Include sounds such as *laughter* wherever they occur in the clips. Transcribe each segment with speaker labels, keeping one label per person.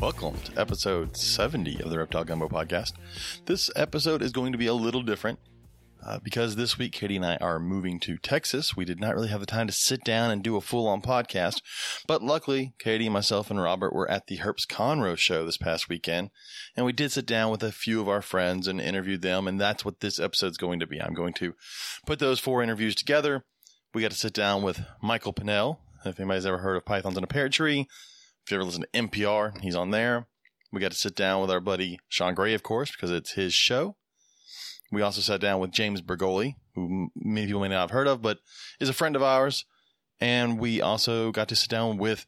Speaker 1: Welcome to episode 70 of the Reptile Gumbo podcast. This episode is going to be a little different uh, because this week Katie and I are moving to Texas. We did not really have the time to sit down and do a full on podcast, but luckily, Katie, myself, and Robert were at the Herps Conroe show this past weekend, and we did sit down with a few of our friends and interviewed them, and that's what this episode's going to be. I'm going to put those four interviews together. We got to sit down with Michael Pinnell. If anybody's ever heard of Pythons in a Pear Tree, if you ever listen to NPR, he's on there. We got to sit down with our buddy Sean Gray, of course, because it's his show. We also sat down with James Bergoli, who m- many people may not have heard of, but is a friend of ours. And we also got to sit down with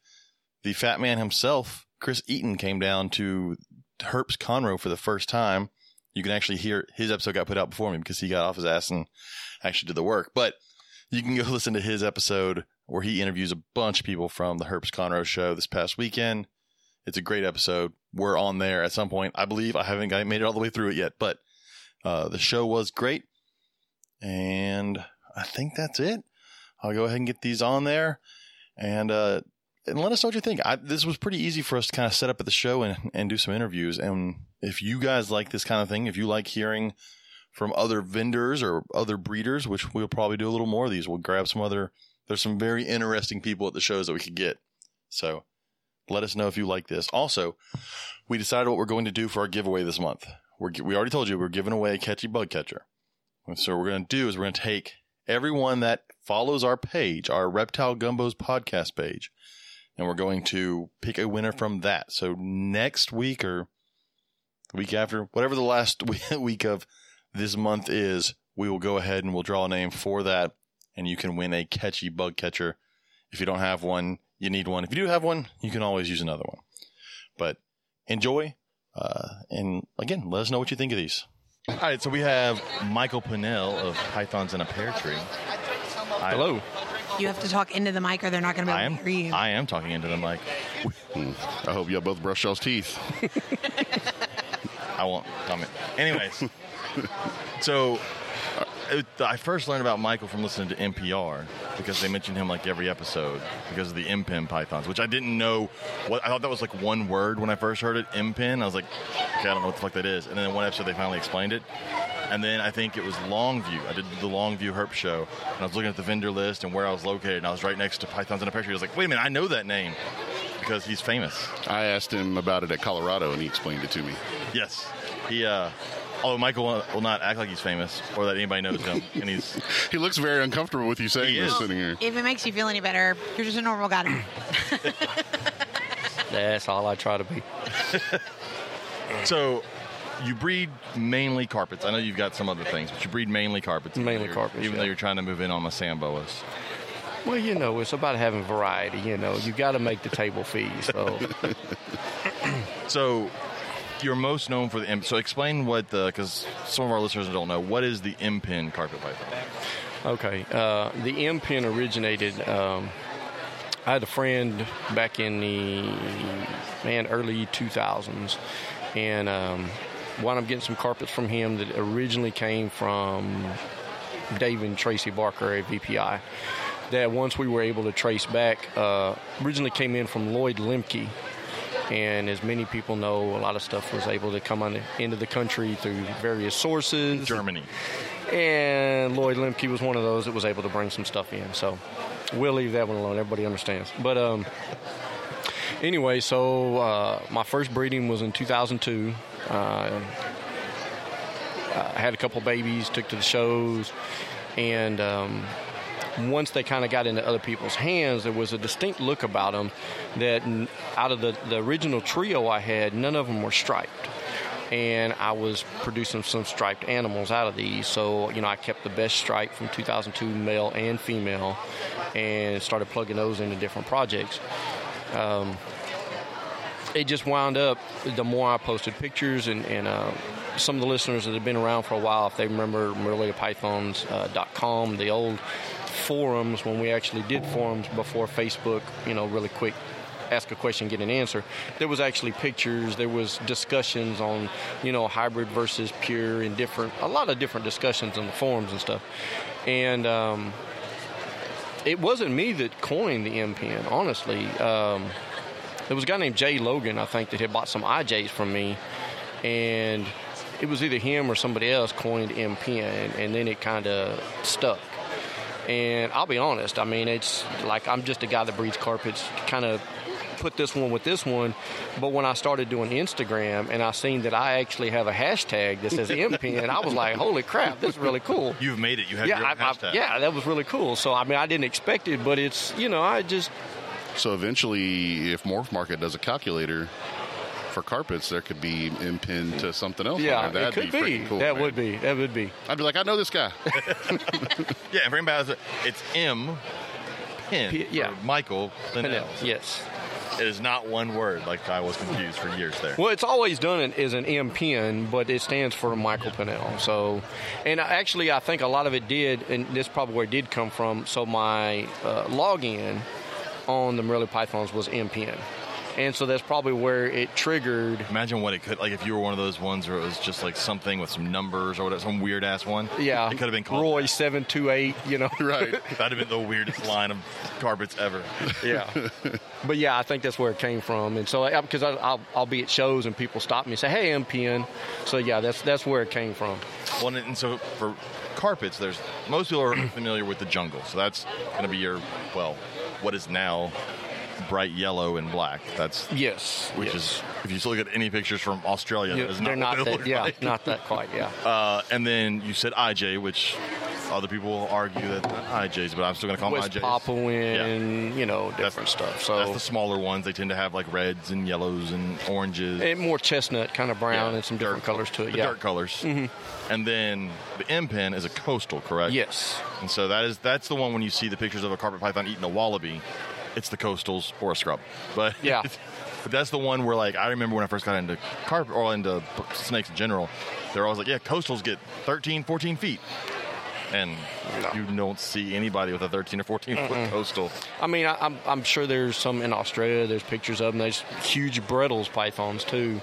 Speaker 1: the fat man himself. Chris Eaton came down to Herps Conroe for the first time. You can actually hear his episode got put out before me because he got off his ass and actually did the work. But you can go *laughs* listen to his episode where he interviews a bunch of people from the Herps Conroe show this past weekend. It's a great episode. We're on there at some point. I believe I haven't got, made it all the way through it yet, but uh, the show was great. And I think that's it. I'll go ahead and get these on there and uh, and let us know what you think. I, this was pretty easy for us to kind of set up at the show and, and do some interviews. And if you guys like this kind of thing, if you like hearing from other vendors or other breeders, which we'll probably do a little more of these, we'll grab some other there's some very interesting people at the shows that we could get. So let us know if you like this. Also, we decided what we're going to do for our giveaway this month. We're, we already told you we're giving away a catchy bug catcher. And so what we're going to do is we're going to take everyone that follows our page, our Reptile Gumbos podcast page, and we're going to pick a winner from that. So next week or the week after, whatever the last *laughs* we- week of this month is, we will go ahead and we'll draw a name for that and you can win a catchy bug catcher. If you don't have one, you need one. If you do have one, you can always use another one. But enjoy. Uh, and again, let us know what you think of these. All right, so we have Michael Pinnell of Pythons in a Pear Tree. I, Hello.
Speaker 2: You have to talk into the mic or they're not going to be
Speaker 1: I
Speaker 2: able
Speaker 1: am.
Speaker 2: to hear you.
Speaker 1: I am talking into the mic.
Speaker 3: I hope y'all both brush y'all's teeth.
Speaker 1: I won't comment. Anyways, so uh, it, I first learned about Michael from listening to NPR because they mentioned him like every episode because of the MPEN pythons, which I didn't know. What I thought that was like one word when I first heard it, MPEN. I was like, okay, I don't know what the fuck that is. And then in one episode they finally explained it. And then I think it was Longview. I did the Longview Herp show, and I was looking at the vendor list and where I was located, and I was right next to Pythons in a Pear Tree. I was like, wait a minute, I know that name because he's famous.
Speaker 3: I asked him about it at Colorado, and he explained it to me.
Speaker 1: Yes. He, uh, although Michael will- will not act like he's famous or that anybody knows him. and he's, *laughs*
Speaker 3: He looks very uncomfortable with you saying
Speaker 1: He
Speaker 3: this
Speaker 1: is.
Speaker 3: sitting here.
Speaker 2: If it makes you feel any better, you're just a normal guy. *clears throat*
Speaker 4: That's all I try to be.
Speaker 1: so you breed mainly carpets. I know you've got some other things, but you breed mainly carpets. even
Speaker 4: Mainly
Speaker 1: though you're-
Speaker 4: carpets,
Speaker 1: Even though
Speaker 4: yeah.
Speaker 1: you're trying to move in on the sand boas.
Speaker 4: Well, you know, it's about having variety. You know, you got to make the table feed. So,
Speaker 1: So you're most known for the imp. So explain what the, because some of our listeners don't know, what is the impin carpet python?
Speaker 4: okay, uh, the M pin originated. Um, I had a friend back in the man early 2000s, and um, wound up getting some carpets from him that originally came from Dave and Tracy Barker at VPI. That once we were able to trace back, uh, originally came in from Lloyd Limke. And as many people know, a lot of stuff was able to come on into the country through various sources.
Speaker 1: Germany.
Speaker 4: And Lloyd Limke was one of those that was able to bring some stuff in. So we'll leave that one alone. Everybody understands. But um, anyway, so uh, my first breeding was in 2002. Uh, I had a couple babies, took to the shows, and um, once they kind of got into other people's hands, there was a distinct look about them that n- out of the, the original trio I had, none of them were striped. And I was producing some striped animals out of these. So, you know, I kept the best stripe from 2002, male and female, and started plugging those into different projects it just wound up the more I posted pictures and, and uh, some of the listeners that have been around for a while, if they remember MerliaPythons.com, the old forums when we actually did forums before Facebook, you know, really quick ask a question, get an answer. There was actually pictures. There was discussions on, you know, hybrid versus pure and different. A lot of different discussions in the forums and stuff. And um, it wasn't me that coined the MPN, honestly. Um, there was a guy named Jay Logan, I think, that had bought some IJs from me, and it was either him or somebody else coined MPN, and, and then it kind of stuck. And I'll be honest, I mean, it's like I'm just a guy that breeds carpets, kind of put this one with this one. But when I started doing Instagram and I seen that I actually have a hashtag that says MPN, I was like, holy crap, this is really cool
Speaker 1: You've made it. You have your
Speaker 4: yeah,
Speaker 1: own
Speaker 4: I,
Speaker 1: hashtag.
Speaker 4: I, yeah, that was really cool. So I mean, I didn't expect it, but it's you know, I just
Speaker 3: So eventually, if Morph Market does a calculator for carpets, there could be impin to something else. on
Speaker 4: yeah,
Speaker 3: there.
Speaker 4: it
Speaker 3: that'd
Speaker 4: could
Speaker 3: be,
Speaker 4: be.
Speaker 3: freaking cool.
Speaker 4: that
Speaker 3: man.
Speaker 4: would be. That would be.
Speaker 3: I'd be like, I know this
Speaker 4: *laughs*
Speaker 3: guy.
Speaker 1: Yeah, and for anybody else, it's M. Pin,
Speaker 4: P- yeah.
Speaker 1: for Michael Pinnell.
Speaker 4: Yes.
Speaker 1: It is not one word. Like I was confused for years there.
Speaker 4: Well, it's always done in- as an MPN, but it stands for Michael Pinnell. So, and I- actually, I think a lot of it did, and this probably where it did come from. So my uh, login on the Merlin Pythons was MPN, and so that's probably where it triggered
Speaker 1: Imagine what it could like if you were one of those ones where it was just like something with some numbers or whatever, some weird ass one.
Speaker 4: Yeah,
Speaker 1: it could have been called.
Speaker 4: Roy seven two eight. You know,
Speaker 3: right.
Speaker 1: That'd have been the
Speaker 4: *laughs*
Speaker 1: weirdest line of carpets ever.
Speaker 4: yeah. *laughs* but yeah, I think that's where it came from. And so, because I, I'll, I'll be at shows and people stop me and say, "Hey, MPN." So yeah, that's that's where it came from.
Speaker 1: Well, and so for carpets, there's most people are *clears throat* familiar with the jungle, so that's going to be your well, what is now bright yellow and black. That's
Speaker 4: Yes,
Speaker 1: which
Speaker 4: yes.
Speaker 1: is if you just look at any pictures from Australia,
Speaker 4: Yeah,
Speaker 1: that is
Speaker 4: they're
Speaker 1: not
Speaker 4: not
Speaker 1: what they
Speaker 4: that.
Speaker 1: look
Speaker 4: Yeah,
Speaker 1: like.
Speaker 4: not that quite.
Speaker 1: *laughs*
Speaker 4: Yeah.
Speaker 1: Uh, and then you said IJ, which other people will argue that not IJs, but I'm still going to call
Speaker 4: West
Speaker 1: them IJs.
Speaker 4: Papua and you know
Speaker 1: That's-
Speaker 4: different stuff.
Speaker 1: That's
Speaker 4: So
Speaker 1: the smaller ones. They tend to have like reds and yellows and oranges.
Speaker 4: and more chestnut, kind of brown,
Speaker 1: Yeah,
Speaker 4: and some different
Speaker 1: dirt-
Speaker 4: colors to
Speaker 1: the
Speaker 4: it. yeah. Mm-hmm.
Speaker 1: dark colors. And then the M pin is a coastal, correct?
Speaker 4: Yes.
Speaker 1: And so that is that's the one when you see the pictures of a carpet python eating a wallaby, it's the coastals or a scrub. But *laughs*
Speaker 4: Yeah.
Speaker 1: but that's the one where like I remember when I first got into carpet or into snakes in general, they're always like, yeah, coastals get 13, 14 feet. And you don't see anybody with a 13 or 14 foot coastal.
Speaker 4: I mean, I, I'm, I'm sure there's some in Australia. There's pictures of them. There's huge Brittles pythons too,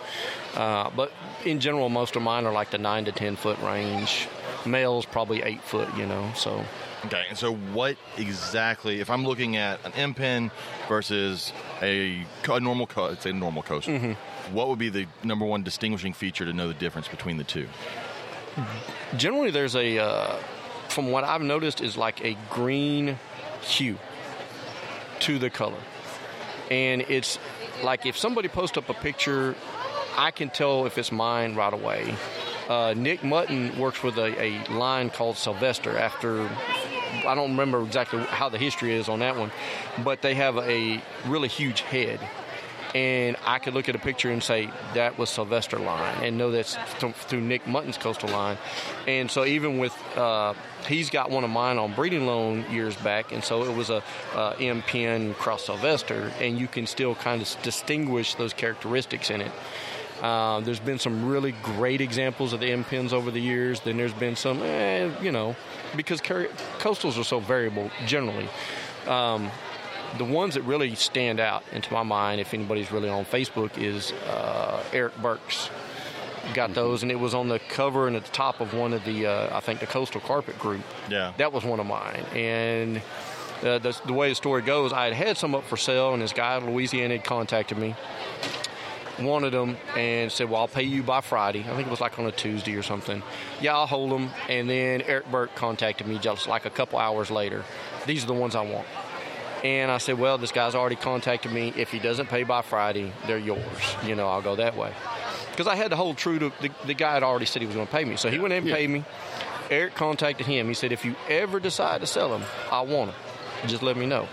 Speaker 4: uh, but in general, most of mine are like the nine to ten foot range. Males probably eight foot, you know. So
Speaker 1: Okay, and so what exactly, if I'm looking at an M pin versus a, co- a normal, co- it's a normal coastal, what would be the number one distinguishing feature to know the difference between the two?
Speaker 4: generally, there's a, uh, from what I've noticed, is like a green hue to the color, and it's like if somebody posts up a picture, I can tell if it's mine right away. Uh, Nick Mutton works with a, a line called Sylvester after I don't remember exactly how the history is on that one, but they have a really huge head. And I could look at a picture and say that was Sylvester line, and know that's th- through Nick Mutton's coastal line. And so even with uh, he's got one of mine on breeding loan years back, and so it was a uh, MPN cross Sylvester, and you can still kind of s- distinguish those characteristics in it. Uh, there's been some really great examples of the M pins over the years. Then there's been some, eh, you know, because car- coastals are so variable generally. Um, the ones that really stand out, and to my mind, if anybody's really on Facebook, is uh, Eric Burks. Got those, and it was on the cover and at the top of one of the, uh, I think, the Coastal Carpet Group.
Speaker 1: Yeah.
Speaker 4: That was one of mine. And uh, the, the way the story goes, I had had some up for sale, and this guy out of Louisiana had contacted me wanted them and said, "Well, I'll pay you by Friday." I think it was like on a Tuesday or something. Yeah, I'll hold them. And then Eric Burke contacted me just like a couple hours later. These are the ones I want. And I said, "Well, this guy's already contacted me. If he doesn't pay by Friday, they're yours. You know, I'll go that way." Because I had to hold true to the, the guy had already said he was going to pay me, so he went in and paid me. Eric contacted him. He said, "If you ever decide to sell them, I want them. Just let me know."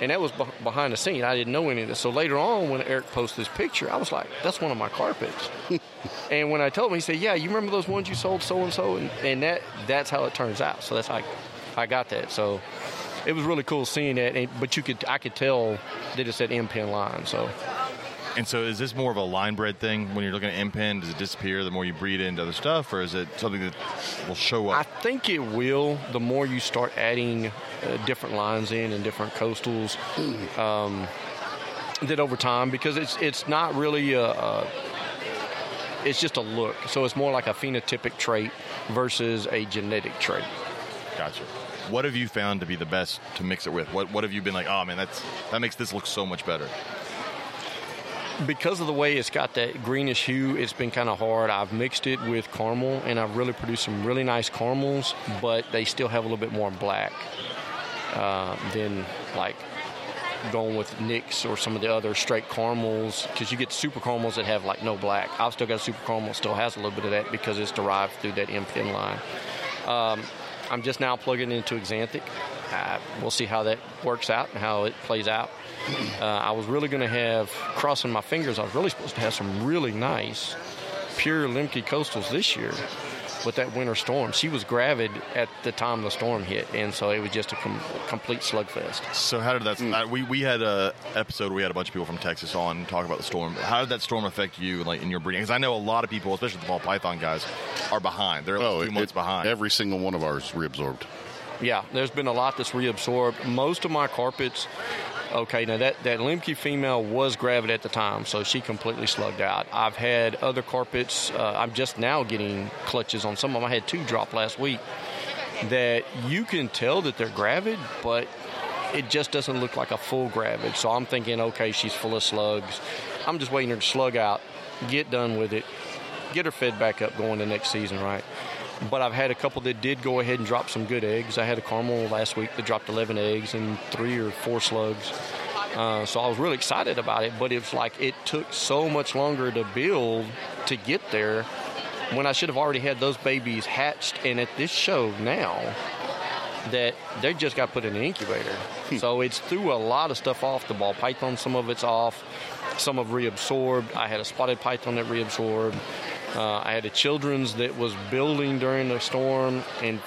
Speaker 4: and that was beh behind the scene. I didn't know any of this. So later on, when Eric posted this picture, I was like, "That's one of my carpets." and when I told him, he said, "Yeah, you remember those ones you sold so and so?" And that that's how it turns out. So that's how I, I got that. So it was really cool seeing that. And, but you could I could tell that it said M pin line. So
Speaker 1: And so, is this more of a line bred thing when you're looking at M pin? Does it disappear the more you breed into other stuff, or is it something that will show
Speaker 4: I
Speaker 1: up?
Speaker 4: think it will the more you start adding uh, different lines in and different coastals. Um, that over time because it's it's not really a, a it's just a look. So it's more like a phenotypic trait versus a genetic trait.
Speaker 1: Gotcha. What have you found to be the best to mix it with? What What have you been like? Oh man, that's that makes this look so much better.
Speaker 4: because of the way it's got that greenish hue, it's been kind of hard. I've mixed it with caramel, and I've really produced some really nice caramels, but they still have a little bit more black uh, than like going with Nix or some of the other straight caramels. Because you get super caramels that have like no black. I've still got a super caramel that still has a little bit of that because it's derived through that M pin line. Um, I'm just now plugging into Exanthic. Uh, we'll see how that works out and how it plays out. Uh, I was really going to have, crossing my fingers, I was really supposed to have some really nice pure Lemke Coastals this year. But that winter storm, she was gravid at the time the storm hit, and so it was just a com- complete slugfest.
Speaker 1: So how did that?
Speaker 3: Mm.
Speaker 1: I- we we had a episode. We had a bunch of people from Texas on talk about the storm. How did that storm affect you, like in your breeding? Because I know a lot of people, especially the ball python guys, are behind. They're like
Speaker 3: Oh,
Speaker 1: two
Speaker 3: it-
Speaker 1: months
Speaker 3: it-
Speaker 1: behind.
Speaker 3: Every single one of ours reabsorbed.
Speaker 4: Yeah, there's been a lot that's reabsorbed. Most of my carpets, okay, now that, that Lemke female was gravid at the time, so she completely slugged out. I've had other carpets, uh, I'm just now getting clutches on some of them. I had two drop last week that you can tell that they're gravid, but it just doesn't look like a full gravid. So I'm thinking, okay, she's full of slugs. I'm just waiting her to slug out, get done with it, get her fed back up going to next season, right? But I've had a couple that did go ahead and drop some good eggs. I had a caramel last week that dropped 11 eggs and three or four slugs. Uh, so I was really excited about it, but it's like it took so much longer to build to get there when I should have already had those babies hatched. And at this show now, that they just got put in an incubator. So it's threw a lot of stuff off the ball python. Some of it's off, some have reabsorbed. I had a spotted python that reabsorbed. Uh, I had a children's that was building during the storm and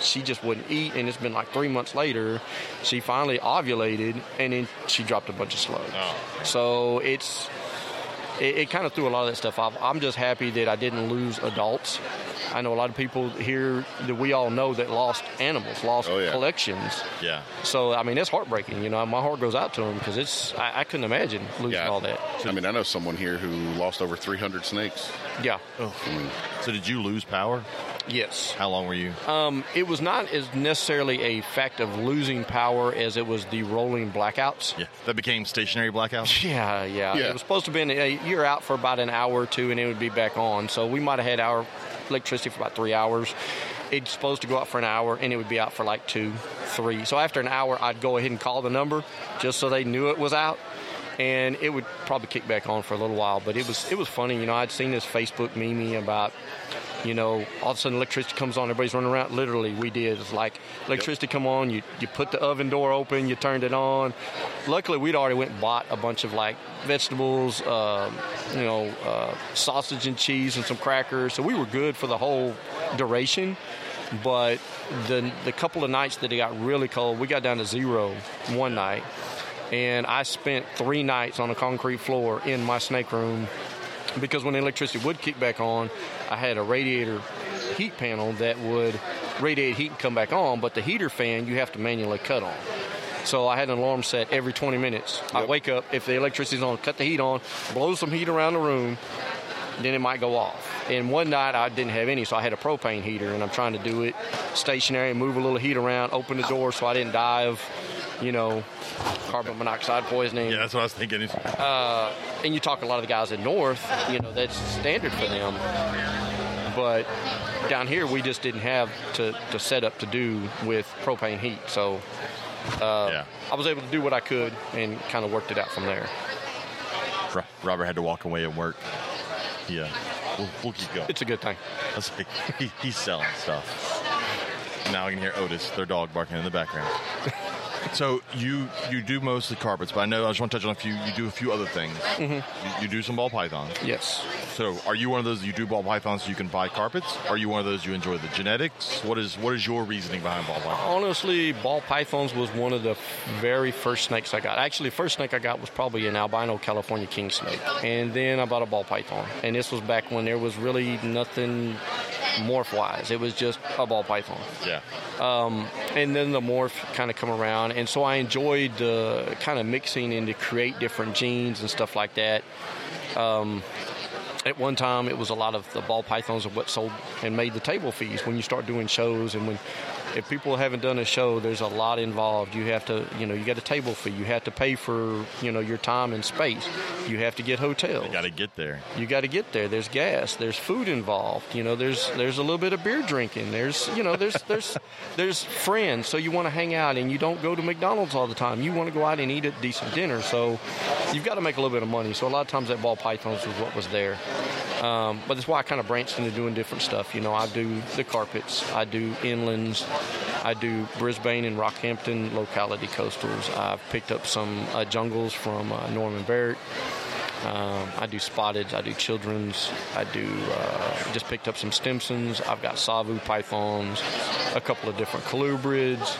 Speaker 4: she just wouldn't eat. And it's been like three months later, she finally ovulated and then she dropped a bunch of slugs. So it's it, it kind of threw a lot of that stuff off. I'm just happy that I didn't lose adults. I know a lot of people here that we all know that lost animals, lost
Speaker 3: Oh, yeah.
Speaker 4: collections.
Speaker 1: yeah.
Speaker 4: So I mean, that's heartbreaking. You know, my heart goes out to them because it's I, I couldn't imagine losing all that.
Speaker 3: I mean, I know someone here who lost over 300 snakes.
Speaker 4: Yeah.
Speaker 3: Oh.
Speaker 1: So did you lose power?
Speaker 4: Yes.
Speaker 1: How long were you?
Speaker 3: Uh.
Speaker 4: Um, it was not as necessarily a fact of losing power as it was the rolling blackouts.
Speaker 1: yeah, that became stationary
Speaker 3: *laughs*
Speaker 1: blackout.
Speaker 4: *laughs* Yeah, yeah.
Speaker 3: Yeah.
Speaker 4: It was supposed to be in a, you're out for about an hour or two, and it would be back on. So we might have had our electricity for about three hours. It's supposed to go out for an hour, and it would be out for like two, three. So after an hour, I'd go ahead and call the number just so they knew it was out, and it would probably kick back on for a little while. But it was it was funny, you know. I'd seen this Facebook meme about. You know, all of a sudden electricity comes on, everybody's running around. Literally, we did. It's like electricity come on, you, you put the oven door open, you turned it on. Luckily, we'd already went and bought a bunch of like vegetables, um, you know, uh, sausage and cheese and some crackers. So we were good for the whole duration. But the the couple of nights that it got really cold, we got down to zero one night, and I spent three nights on a concrete floor in my snake room because when the electricity would kick back on, I had a radiator heat panel that would radiate heat and come back on, but the heater fan you have to manually cut on. So I had an alarm set every 20 minutes. I wake up, if the electricity's on, cut the heat on, blow some heat around the room, then it might go off. And one night I didn't have any, so I had a propane heater, and I'm trying to do it stationary, move a little heat around, open the door so I didn't die of, you know, carbon monoxide poisoning
Speaker 1: Yeah, that's what I was thinking.
Speaker 3: Uh.
Speaker 4: and you talk a lot of the guys in North, you know, that's standard for them. But down here, we just didn't have to, to set up to do with propane heat. So
Speaker 1: yeah,
Speaker 4: I was able to do what I could and kind of worked it out from there.
Speaker 1: Ro- Robert had to walk away and work. Yeah, we'll, we'll keep going.
Speaker 4: It's a good thing.
Speaker 1: I was like, *laughs* he, he's selling stuff. Now I can hear Otis, their dog, barking in the
Speaker 4: *laughs*
Speaker 1: background. so you you do mostly carpets, but I know I just want to touch on a few. You do a few other things.
Speaker 4: Mm-hmm.
Speaker 1: You, you do some ball pythons.
Speaker 4: Yes.
Speaker 1: So are you one of those you do ball pythons so you can buy carpets? Are you one of those you enjoy the genetics? What is what is your reasoning behind ball pythons?
Speaker 4: Honestly, ball pythons was one of the very first snakes I got. Actually, the first snake I got was probably an albino California king snake. And then I bought a ball python. And this was back when there was really nothing morph wise. It was just a ball python
Speaker 1: Yeah.
Speaker 4: and then the morph kind of come around and so i enjoyed uh, kind of mixing and to create different genes and stuff like that um, at one time it was a lot of the ball pythons of what sold and made the table fees when you start doing shows and when if people haven't done a show there's a lot involved you have to you know you got a table fee you have to pay for you know your time and space you have to get hotels
Speaker 1: Got to get there.
Speaker 4: you got to get there. There's gas. There's food involved. You know, there's there's a little bit of beer drinking. There's you know there's there's there's friends. So you want to hang out, and you don't go to McDonald's all the time. You want to go out and eat a decent dinner. So you've got to make a little bit of money. So a lot of times that ball pythons was what was there. Um, but that's why I kind of branched into doing different stuff. You know, I do the carpets, I do inlands, I do Brisbane and Rockhampton locality coastals. I've picked up some uh, jungles from uh, Norman Barrett. Um, I do spotted, I do children's, I do uh, just picked up some Stimsons. I've got Savu pythons, a couple of different colubrids.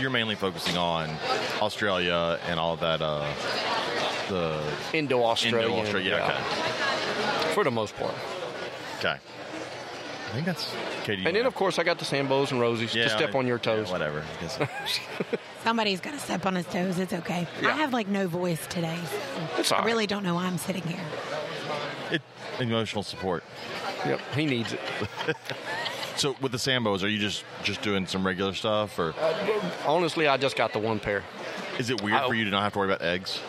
Speaker 1: You're mainly focusing on Australia and all that. Uh, the
Speaker 4: Indo Australian.
Speaker 1: Indo Australia. Yeah.
Speaker 4: For the most part.
Speaker 1: Okay. okay. I think that's Katie.
Speaker 4: And then, of course, I got the Sambos and Rosies to step on your toes.
Speaker 1: whatever. I guess.
Speaker 4: *laughs*
Speaker 2: Somebody's got to step on his toes. It's okay. I have like no voice today.
Speaker 4: It's all
Speaker 2: I
Speaker 4: right.
Speaker 2: really don't know why I'm sitting here.
Speaker 1: it, emotional support.
Speaker 4: Yep, he needs it.
Speaker 1: So with the Sambos, are you just just doing some regular stuff, or
Speaker 4: Honestly, I just got the one pair.
Speaker 1: is it weird
Speaker 4: I-
Speaker 1: for you to not have to worry about eggs?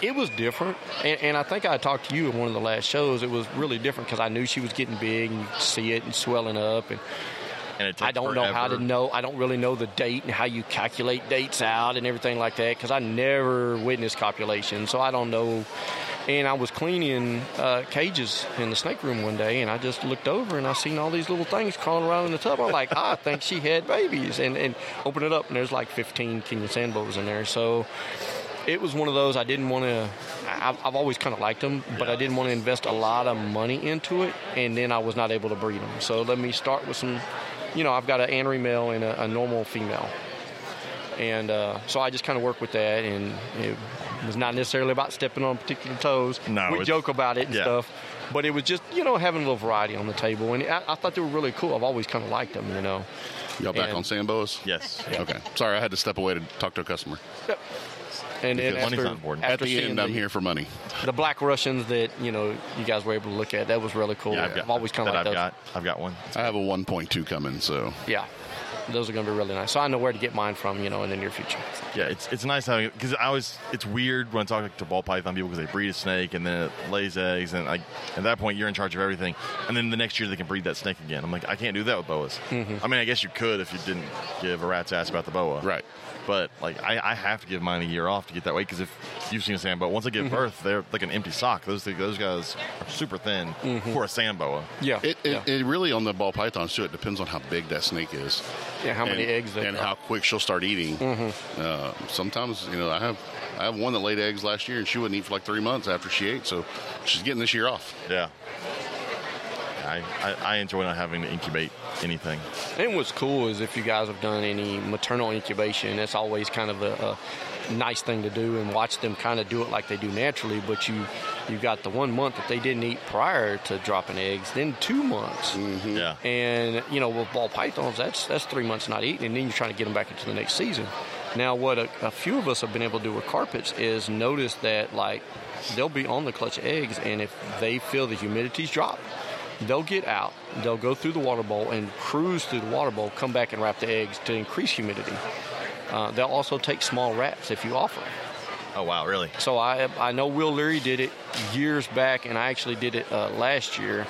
Speaker 4: It was different, and, and I think I talked to you in one of the last shows. It was really different because I knew she was getting big and you could see it and swelling up, and
Speaker 1: And it takes
Speaker 4: I don't know how to
Speaker 1: forever?
Speaker 4: know. I don't really know the date and how you calculate dates out and everything like that because I never witnessed copulation, so I don't know. And I was cleaning uh, cages in the snake room one day, and I just looked over and I seen all these little things crawling around in the tub. I'm like, I think she had babies, and and open it up, and there's like 15 Kenya sandbows in there. So it was one of those I didn't want to. I've, I've always kind of liked them, but I didn't want to invest a lot of money into it, and then I was not able to breed them. So let me start with some. You know, I've got an annery male and a, a normal female, and uh, so I just kind of work with that, and it was not necessarily about stepping on particular toes.
Speaker 1: No,
Speaker 4: we
Speaker 1: it's-
Speaker 4: joke about it and
Speaker 1: yeah.
Speaker 4: stuff, but it was just you know having a little variety on the table, and I, I thought they were really cool. I've always kind of liked them, you know.
Speaker 3: Y'all back
Speaker 4: And-
Speaker 3: on Sambo's?
Speaker 1: Yes.
Speaker 3: Okay. Sorry, I had to step away to talk to a customer.
Speaker 4: And then
Speaker 1: Because money's
Speaker 4: after,
Speaker 1: not important.
Speaker 4: after
Speaker 3: At the
Speaker 4: seeing
Speaker 3: end, I'm here for money.
Speaker 4: the black Russians that you know you guys were able to look at. That was really cool.
Speaker 1: Yeah,
Speaker 4: I've, always kind of
Speaker 1: that
Speaker 4: liked
Speaker 1: I've
Speaker 4: those.
Speaker 1: got. I've got one.
Speaker 3: I have a 1.2 coming, so
Speaker 4: Yeah, those are going to be really nice. So I know where to get mine from, you know, in the near future.
Speaker 1: Yeah, it's it's nice having because I always it's weird when I talk to ball python people because they breed a snake and then it lays eggs and like at that point you're in charge of everything and then the next year they can breed that snake again. I'm like I can't do that with boas. I mean I guess you could if you didn't give a rat's ass about the boa,
Speaker 3: Right.
Speaker 1: But like I, I have to give mine a year off to get that weight because if you've seen a sand boa, once they give birth they're like an empty sock. Those thing- those guys are super thin for a sand boa.
Speaker 4: Yeah,
Speaker 3: it, it,
Speaker 4: yeah.
Speaker 3: it really on the ball pythons too. It depends on how big that snake is,
Speaker 4: Yeah, how many
Speaker 3: and,
Speaker 4: eggs they Mm-hmm.
Speaker 3: and
Speaker 4: drop.
Speaker 3: how quick she'll start eating. Uh, sometimes you know I have I have one that laid eggs last year and she wouldn't eat for like three months after she ate, so she's getting this year off.
Speaker 1: Yeah. I, I, I enjoy not having to incubate anything.
Speaker 4: And what's cool is if you guys have done any maternal incubation, that's always kind of a, a nice thing to do and watch them kind of do it like they do naturally. But you you got the one month that they didn't eat prior to dropping eggs, then two months.
Speaker 1: Yeah.
Speaker 4: And you know, with ball pythons, that's that's three months not eating, and then you're trying to get them back into the next season. Now, what a, a few of us have been able to do with carpets is notice that like they'll be on the clutch eggs, and if they feel the humidity's drop, they'll get out, they'll go through the water bowl and cruise through the water bowl, come back and wrap the eggs to increase humidity. Uh, they'll also take small wraps if you offer. 'em.
Speaker 1: Oh wow, really?
Speaker 4: So I I know Will Leary did it years back, and I actually did it uh, last year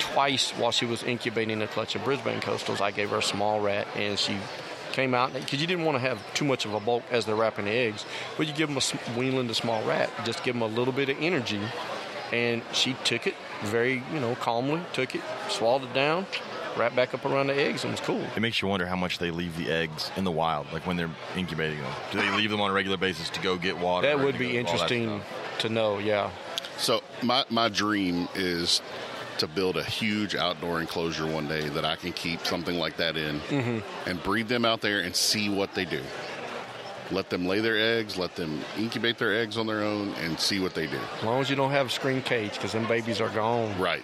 Speaker 4: twice while she was incubating a clutch of Brisbane coastals. I gave her a small rat, and she came out because you didn't want to have too much of a bulk as they're wrapping the eggs, but you give them a s- weanling a small rat, just give them a little bit of energy, and she took it very you know calmly, took it, swallowed it down. Wrapped back up around the eggs and was cool.
Speaker 1: It makes you wonder how much they leave the eggs in the wild, like when they're incubating them. Do they leave them on a regular basis to go get water?
Speaker 4: That
Speaker 1: and
Speaker 4: would
Speaker 1: to go
Speaker 4: be
Speaker 1: do all that
Speaker 4: interesting
Speaker 1: stuff?
Speaker 4: to know, yeah.
Speaker 3: So my my dream is to build a huge outdoor enclosure one day that I can keep something like that in
Speaker 4: Mm-hmm.
Speaker 3: and breed them out there and see what they do. Let them lay their eggs, let them incubate their eggs on their own and see what they do.
Speaker 4: As long as you don't have a screen cage, because them babies are gone.
Speaker 3: Right.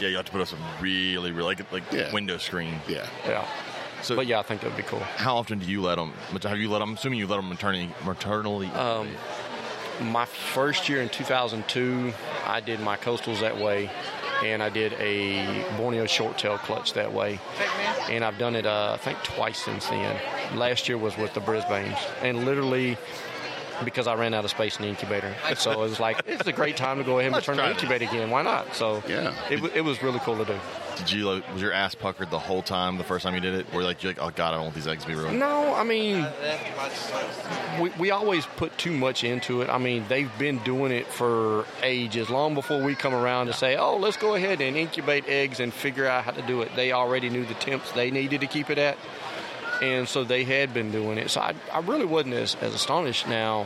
Speaker 1: Yeah, you have to put up some really, really like like
Speaker 3: Yeah.
Speaker 1: window screen.
Speaker 3: *laughs* Yeah.
Speaker 4: Yeah.
Speaker 1: So-
Speaker 4: but yeah, I think that'd be cool.
Speaker 1: How often do you let them? Have you let them? Assuming you let them maternally, maternally.
Speaker 4: Um, my first year in 2002, I did my coastals that way, and I did a Borneo short tail clutch that way, and I've done it uh, I think twice since then. Last year was with the Brisbane's, and literally. Because I ran out of space in the incubator, so it was like it's a great time to go ahead and
Speaker 1: Let's
Speaker 4: turn the
Speaker 1: try this.
Speaker 4: incubator again. Why not? So
Speaker 3: Yeah.
Speaker 4: it, wa- it was really cool to do.
Speaker 1: Did you like, was your ass puckered the whole time the first time you did it? Or like you're like, oh god, I don't want these eggs to be ruined.
Speaker 4: No, I mean, we, we always put too much into it. I mean, they've been doing it for ages, long before we come around to say, oh, let's go ahead and incubate eggs and figure out how to do it. They already knew the temps they needed to keep it at, and so they had been doing it. So I, I really wasn't as, as astonished now.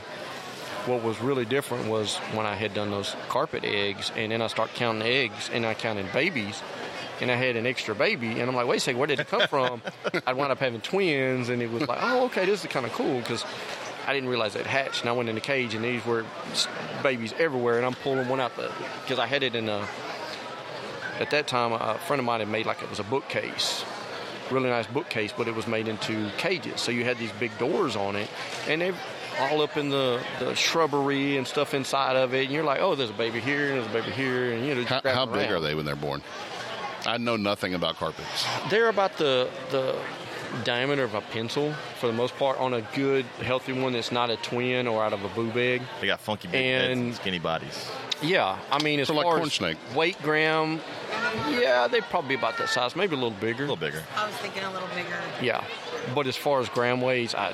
Speaker 4: What was really different was when I had done those carpet eggs, and then I start counting eggs, and I counted babies, and I had an extra baby, and I'm like, wait a second, where did it come from? I wound up having twins, and it was like, oh, okay, this is kind of cool because I didn't realize it hatched, and I went in the cage, and these were s- babies everywhere, and I'm pulling one out because I had it in a. At that time, a friend of mine had made like it was a bookcase, really nice bookcase, but it was made into cages. So you had these big doors on it, and they all up in the, the shrubbery and stuff inside of it. And you're like, oh, there's a baby here, and there's a baby here, and you know. just
Speaker 3: How,
Speaker 4: wrap
Speaker 3: how
Speaker 4: it
Speaker 3: big
Speaker 4: around.
Speaker 3: are they when they're born? I know nothing about carpets.
Speaker 4: They're about the the diameter of a pencil for the most part on a good healthy one that's not a twin or out of a boob egg.
Speaker 1: They got funky big heads and
Speaker 4: And-
Speaker 1: skinny bodies.
Speaker 4: Yeah, I mean as
Speaker 3: So like
Speaker 4: far
Speaker 3: corn
Speaker 4: as
Speaker 3: snake.
Speaker 4: weight gram, yeah, they probably about that size, maybe a little bigger.
Speaker 1: A little bigger.
Speaker 2: I was thinking a little bigger.
Speaker 4: Yeah, but as far as gram weighs, I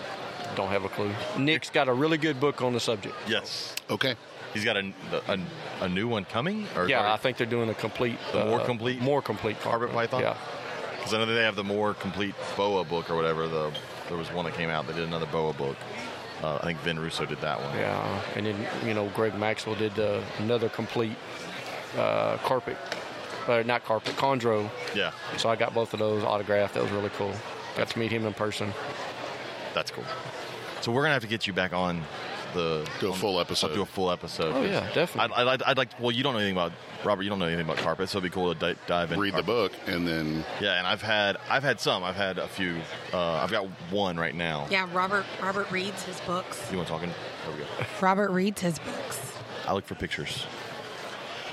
Speaker 4: don't have a clue. Nick's got a really good book on the subject.
Speaker 1: Yes.
Speaker 3: Okay.
Speaker 1: He's got a, a, a new one coming? Or
Speaker 4: Yeah, I think they're doing a complete,
Speaker 1: The
Speaker 4: uh,
Speaker 1: more complete?
Speaker 4: more complete
Speaker 1: Carpet python?
Speaker 4: Yeah,
Speaker 1: Because I know they have the more complete boa book or whatever. The There was one that came out. They did another boa book. Uh, I think Vin Russo did that one.
Speaker 4: yeah, and then you know Greg Maxwell did uh, another complete uh, carpet, uh, not carpet, chondro.
Speaker 1: Yeah.
Speaker 4: So I got both of those autographed. That was really cool. Got to meet him in person.
Speaker 1: That's cool. So we're going to have to get you back on the.
Speaker 3: Do a
Speaker 1: on-
Speaker 3: full episode.
Speaker 1: Do a full episode.
Speaker 4: Oh, yeah, definitely.
Speaker 1: I'd, I'd, I'd like. Well, you don't know anything about. Robert, you don't know anything about carpet, so it'd be cool to di- dive in.
Speaker 3: Read the
Speaker 1: carpet.
Speaker 3: book and then
Speaker 1: Yeah, and I've had I've had some. I've had a few. Uh, I've got one right now.
Speaker 2: Yeah, Robert Robert reads his books.
Speaker 1: You want talking? There we go.
Speaker 2: Robert reads his books.
Speaker 1: I look for pictures.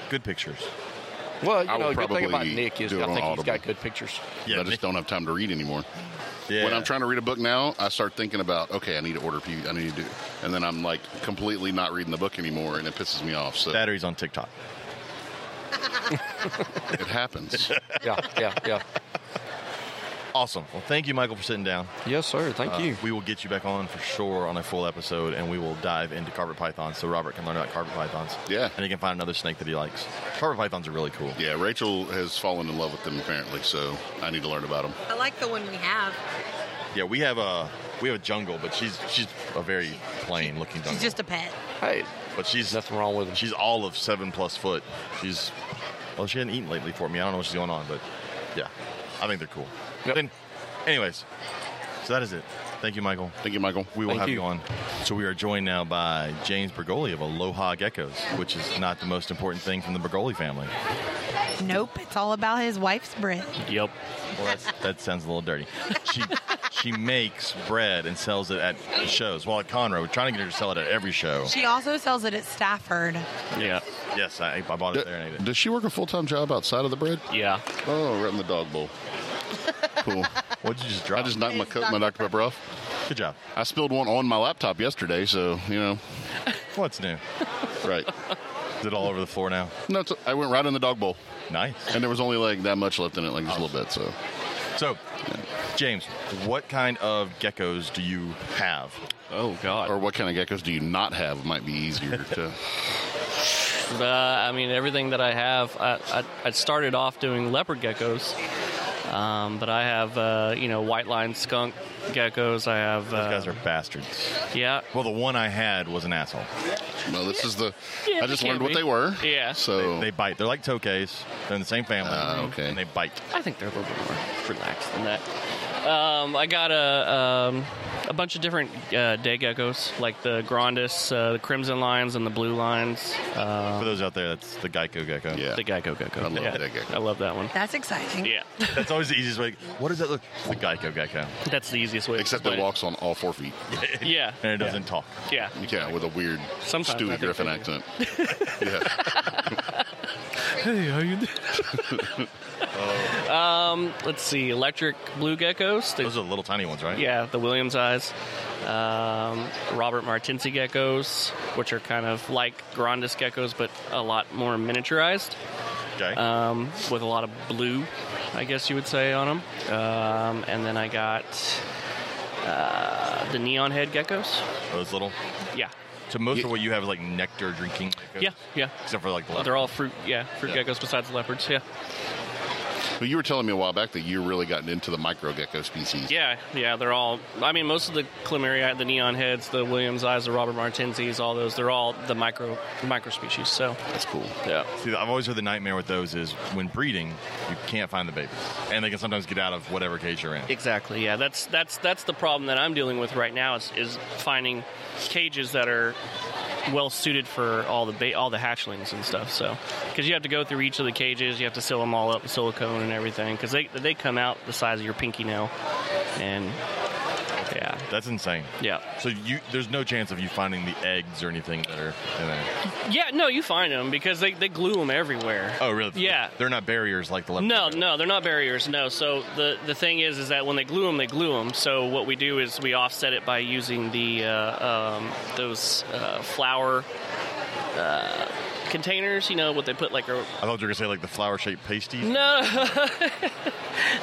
Speaker 1: Good pictures.
Speaker 4: Well,
Speaker 3: I
Speaker 4: you know,
Speaker 3: will
Speaker 4: the good thing about
Speaker 3: probably
Speaker 4: Nick is
Speaker 3: do
Speaker 4: I
Speaker 3: it on
Speaker 4: think he's
Speaker 3: Audible.
Speaker 4: got good pictures.
Speaker 3: I just don't have time to read anymore.
Speaker 1: yeah.
Speaker 3: When I'm trying to read a book now, I start thinking about, okay, I need to order a few, I need to do, and then I'm like completely not reading the book anymore, and it pisses me off. So
Speaker 1: Batteries on TikTok. *laughs*
Speaker 3: it happens.
Speaker 4: Yeah, yeah, yeah.
Speaker 1: Awesome. Well, thank you, Michael, for sitting down.
Speaker 4: Yes, sir.
Speaker 3: Uh,
Speaker 4: Thank you.
Speaker 1: We will get you back on for sure on a full episode, and we will dive into carpet pythons so Robert can learn about carpet pythons.
Speaker 3: Yeah.
Speaker 1: And he can find another snake that he likes. Carpet pythons are really cool.
Speaker 3: Yeah, Rachel has fallen in love with them apparently, so I need to learn about them.
Speaker 2: I like the one we have.
Speaker 1: Yeah, we have a we have a jungle, but she's she's a very plain looking jungle.
Speaker 2: She's just a pet.
Speaker 4: Hey,
Speaker 1: but she's
Speaker 4: nothing wrong with him.
Speaker 1: She's all of seven plus foot. She's well, she hadn't eaten lately for me. I don't know what's going on, but yeah, I think they're cool.
Speaker 4: Yep.
Speaker 1: Then, anyways, so that is it. Thank you, Michael.
Speaker 3: Thank you, Michael.
Speaker 1: We will
Speaker 4: Thank
Speaker 1: have you.
Speaker 4: you.
Speaker 1: on. So we are joined now by James Bergoli of Aloha Geckos, which is not the most important thing from the Bergoli family.
Speaker 2: Nope, it's all about his wife's bread.
Speaker 4: Yep.
Speaker 1: Well, that's, *laughs* that sounds a little dirty. She she makes bread and sells it at shows. Well, at Conroe, we're trying to get her to sell it at every show.
Speaker 2: She also sells it at Stafford.
Speaker 5: Yeah,
Speaker 1: Yes, I, I bought it there and ate it.
Speaker 3: Uh, does she work a full time job outside of the bread?
Speaker 5: yeah.
Speaker 3: Oh, right in the dog bowl. Cool.
Speaker 1: What'd you just drop?
Speaker 3: I just knocked my, co- my Dr. Pepper off.
Speaker 1: good job.
Speaker 3: I spilled one on my laptop yesterday, so, you know,
Speaker 1: What's new?
Speaker 5: *laughs*
Speaker 3: right.
Speaker 1: Is it all over the floor now?
Speaker 3: No, it's, I went right in the dog bowl,
Speaker 1: Nice.
Speaker 3: and there was only like that much left in it, like just a little bit,
Speaker 5: *laughs*
Speaker 3: so.
Speaker 1: So, James, what kind of geckos do you have?
Speaker 5: Oh God.
Speaker 3: Or what kind of geckos do you not have might be easier
Speaker 5: *laughs*
Speaker 3: to.
Speaker 5: Uh, I mean, everything that I have, I, I, I started off doing leopard geckos, um, but I have, uh, you know, white line skunk geckos. I have, uh,
Speaker 1: These guys are bastards.
Speaker 5: yeah,
Speaker 1: Well, the one I had was an asshole.
Speaker 3: Well, this is the.
Speaker 5: Yeah,
Speaker 3: I just
Speaker 5: they
Speaker 3: learned
Speaker 5: can
Speaker 3: what
Speaker 5: be.
Speaker 3: they were.
Speaker 5: Yeah.
Speaker 3: So.
Speaker 1: They bite. They're like tokays. They're in the same family.
Speaker 3: Ah, okay.
Speaker 1: And they bite.
Speaker 5: I think they're a little bit more relaxed than that. Um, I got a um, a bunch of different uh, day geckos, like the grandis, uh, the crimson lines, and the blue lines. Uh,
Speaker 1: For those out there, that's the Geico gecko.
Speaker 3: Yeah.
Speaker 5: The gecko gecko.
Speaker 3: I love
Speaker 5: *laughs* yeah.
Speaker 3: that gecko.
Speaker 5: I love that one.
Speaker 2: That's exciting.
Speaker 5: Yeah,
Speaker 1: That's always the easiest way. What does that look? It's the Geico gecko,
Speaker 5: *laughs* that's the easiest way. to
Speaker 3: Except
Speaker 5: explain
Speaker 3: it walks on all four feet.
Speaker 5: Yeah,
Speaker 1: *laughs* and it doesn't talk.
Speaker 5: yeah.
Speaker 3: Yeah, with a weird
Speaker 5: Sometimes I
Speaker 3: Stewie
Speaker 5: think
Speaker 3: Griffin
Speaker 5: they *laughs*
Speaker 3: accent. yeah.
Speaker 1: Hey, how you?
Speaker 5: Let's see, electric blue geckos. They-
Speaker 1: Those are the little tiny ones, right?
Speaker 5: yeah, the Williams eyes. Um, Robert Martinsi geckos, which are kind of like grandis geckos, but a lot more miniaturized.
Speaker 1: Okay.
Speaker 5: um, with a lot of blue, I guess you would say, on them. Um, and then I got uh, the neon head geckos.
Speaker 1: those little.
Speaker 5: Yeah,
Speaker 1: So most of what you have is like nectar drinking. geckos?
Speaker 5: yeah, yeah.
Speaker 1: Except for like the.
Speaker 5: They're all fruit, yeah, fruit
Speaker 1: Yeah.
Speaker 5: geckos besides leopards. Yeah,
Speaker 3: But you were telling me a while back that you really gotten into the micro gecko species.
Speaker 5: yeah, yeah. They're all. I mean, most of the Climmeria, the neon heads, the Williams eyes, the Robert Martensis, all those. They're all the micro micro species. So
Speaker 3: That's cool.
Speaker 5: yeah,
Speaker 1: See, I've always heard the nightmare with those is when breeding, you can't find the babies, and they can sometimes get out of whatever cage you're in.
Speaker 5: Exactly. Yeah. That's that's that's the problem that I'm dealing with right now is is finding cages that are well suited for all the ba- all the hatchlings and stuff. So because you have to go through each of the cages, you have to seal them all up with silicone and everything because they they come out the size of your pinky nail, and yeah,
Speaker 1: That's insane.
Speaker 5: yeah.
Speaker 1: So you, there's no chance of you finding the eggs or anything that are in there.
Speaker 5: Yeah. No, you find them because they they glue them everywhere.
Speaker 1: Oh, really?
Speaker 5: Yeah.
Speaker 1: They're not barriers like the leopard.
Speaker 5: No,
Speaker 1: gecko.
Speaker 5: no, they're not barriers. No. So the the thing is, is that when they glue them, they glue them. So what we do is we offset it by using the uh, um, those uh, flour uh, containers. You know what they put like a
Speaker 1: I thought you were gonna say like the flower-shaped pasties.
Speaker 5: no,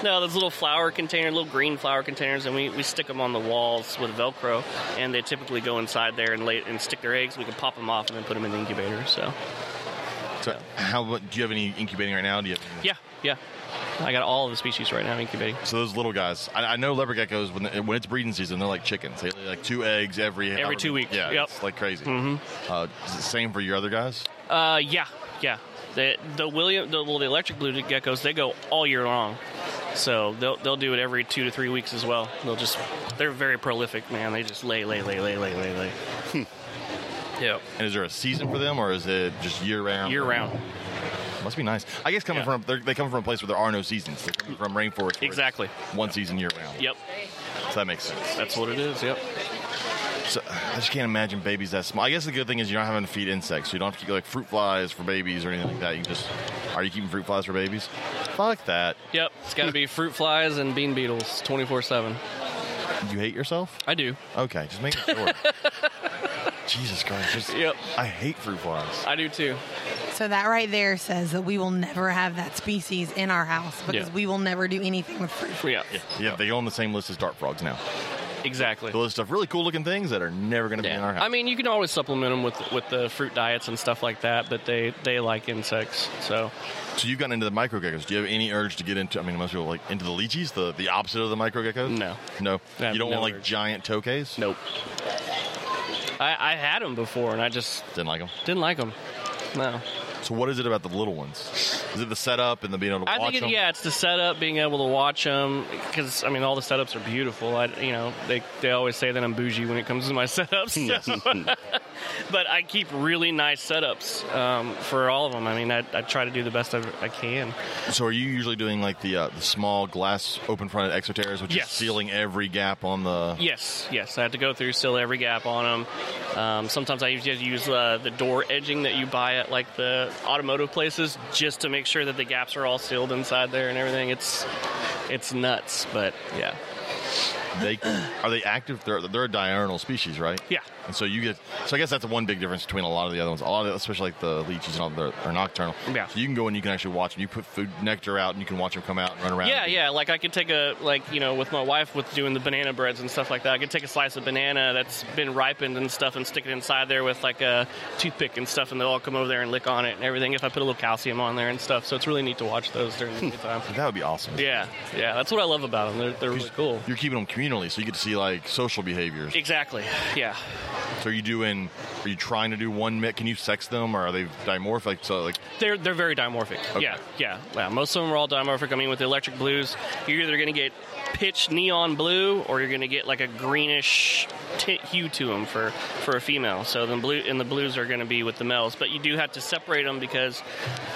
Speaker 5: no, those little flower containers, little green flower containers, and we, we stick them on the walls with Velcro, and they typically go inside there and lay and stick their eggs. We can pop them off and then put them in the incubator. So
Speaker 1: So how about- do you have any incubating right now? Do you? Have,
Speaker 5: yeah, yeah, I got all of the species right now incubating.
Speaker 1: So those little guys, I, I know leopard geckos when when it's breeding season, they're like chickens. They lay like two eggs every
Speaker 5: Every two weeks.
Speaker 1: Yeah,
Speaker 5: Yep.
Speaker 1: it's like crazy. Mm-hmm. Uh, is it same for your other guys?
Speaker 5: Uh, yeah, yeah. The the William the, well the electric blue geckos they go all year long, so they'll they'll do it every two to three weeks as well. They'll just they're very prolific, man. They just lay lay lay lay lay lay lay. Yep.
Speaker 1: And is there a season for them, or is it just year round?
Speaker 5: Year round,
Speaker 1: Must be nice. I guess coming
Speaker 5: Yeah.
Speaker 1: from they're- they come from a place where there are no seasons. They're coming from rainforest. where it's
Speaker 5: Exactly.
Speaker 1: One season year round.
Speaker 5: yep.
Speaker 1: So that makes sense.
Speaker 5: That's what it is. Yep.
Speaker 1: So, I just can't imagine babies that small. I guess the good thing is you're not having to feed insects. You don't have to get like fruit flies for babies or anything like that. You just are you keeping fruit flies for babies? Fuck that.
Speaker 5: Yep. It's got to be fruit flies and bean beetles, twenty four seven.
Speaker 1: You hate yourself?
Speaker 5: I do.
Speaker 1: Okay, just make it
Speaker 5: *laughs*
Speaker 1: short. Jesus Christ. Just,
Speaker 5: Yep.
Speaker 1: I hate fruit flies.
Speaker 5: I do too.
Speaker 2: So that right there says that we will never have that species in our house because
Speaker 5: Yeah.
Speaker 2: we will never do anything with fruit.
Speaker 5: Yeah.
Speaker 1: Yeah, they go on the same list as dart frogs now.
Speaker 5: Exactly.
Speaker 1: The list of really cool looking things that are never going to be in our house.
Speaker 5: I mean, you can always supplement them with with the fruit diets and stuff like that, but they they like insects. So
Speaker 1: so you've gotten into the micro geckos. Do you have any urge to get into? I mean, most people like into the lychees, the, the opposite of the micro geckos.
Speaker 5: No.
Speaker 1: no.
Speaker 5: I have
Speaker 1: You don't
Speaker 5: no
Speaker 1: want like
Speaker 5: urge.
Speaker 1: giant tokays.
Speaker 5: Nope. I, I had them before, and I just
Speaker 1: Didn't like them.
Speaker 5: didn't like them. No,
Speaker 1: So what is it about the little ones? Is it the setup and the being able to
Speaker 5: I
Speaker 1: watch
Speaker 5: think it,
Speaker 1: them?
Speaker 5: yeah, it's the setup, being able to watch them, because I mean, all the setups are beautiful. I, you know, they they always say that I'm bougie when it comes to my *laughs* setups, so- but I keep really nice setups um, for all of them. I mean, I, I try to do the best I, I can.
Speaker 1: So are you usually doing like the uh, the small glass open fronted exoterras, which
Speaker 5: Yes.
Speaker 1: is sealing every gap on the?
Speaker 5: Yes, yes, I have to go through seal every gap on them. Um, sometimes I usually have to use uh, the door edging that you buy at like the automotive places just to make sure that the gaps are all sealed inside there and everything. It's it's nuts, but yeah,
Speaker 1: They are they active? They're they're a diurnal species, right?
Speaker 5: yeah,
Speaker 1: And so you get. So I guess that's the one big difference between a lot of the other ones. A lot of especially like the leeches and all, they're, they're nocturnal.
Speaker 5: Yeah.
Speaker 1: So you can go and you can actually watch them. You put food nectar out and you can watch them come out and run around.
Speaker 5: yeah, yeah. Like I could take a like you know with my wife with doing the banana breads and stuff like that. I could take a slice of banana that's been ripened and stuff and stick it inside there with like a toothpick and stuff, and they'll all come over there and lick on it and everything. If I put a little calcium on there and stuff, so it's really neat to watch those during the time.
Speaker 1: That would be awesome.
Speaker 5: Yeah, yeah, that's what I love about them. They're, they're really cool.
Speaker 1: You're keeping them communally, so you get to see like social behaviors.
Speaker 5: Exactly. Yeah,
Speaker 1: So are you doing? Are you trying to do one mix? Can you sex them, or are they dimorphic? So like,
Speaker 5: They're they're very dimorphic.
Speaker 1: Okay.
Speaker 5: Yeah, yeah, yeah. Most of them are all dimorphic. I mean, with the electric blues, you're either going to get pitch neon blue or you're going to get like a greenish tint hue to them for for a female. So the blue and the blues are going to be with the males, but you do have to separate them because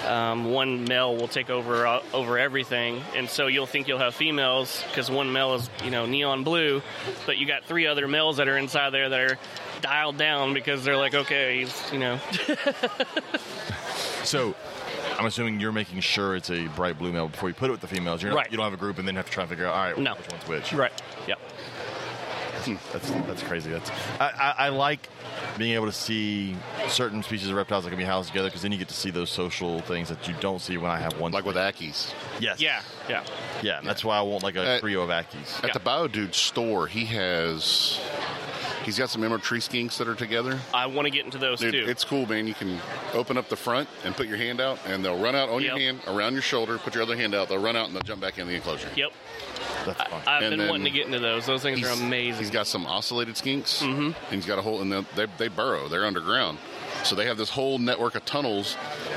Speaker 5: um, one male will take over uh, over everything, and so you'll think you'll have females because one male is you know neon blue, but you got three other males that are inside there that are dialed down because they're like okay he's you know
Speaker 1: so. I'm assuming you're making sure it's a bright blue male before you put it with the females. You're not,
Speaker 5: Right.
Speaker 1: You don't have a group and then have to try and figure out. All right,
Speaker 5: No.
Speaker 1: which one's which.
Speaker 5: right yeah
Speaker 1: That's that's crazy. That's I, I, I like being able to see certain species of reptiles that can be housed together because then you get to see those social things that you don't see when I have one.
Speaker 3: Like with Aki's.
Speaker 1: yes,
Speaker 5: yeah yeah
Speaker 1: yeah. and That's why I want like a
Speaker 3: Uh,
Speaker 1: trio of Akis.
Speaker 3: At
Speaker 5: Yeah.
Speaker 3: the Bio Dude store, he has he's got some emerald tree skinks that are together.
Speaker 5: I want to get into those
Speaker 3: Dude,
Speaker 5: too.
Speaker 3: it's cool, man. You can open up the front and put your hand out, and they'll run out on your
Speaker 5: Yep.
Speaker 3: hand, around your shoulder, put your other hand out, they'll run out, and they'll jump back in the enclosure.
Speaker 5: yep,
Speaker 1: That's fun.
Speaker 5: I've
Speaker 3: And
Speaker 5: been
Speaker 3: then
Speaker 5: wanting to get into those. Those things are
Speaker 3: He's-
Speaker 5: amazing. Mm-hmm.
Speaker 3: He's got some oscillated skinks, and he's got a whole, and they, they, they burrow. They're underground, so they have this whole network of tunnels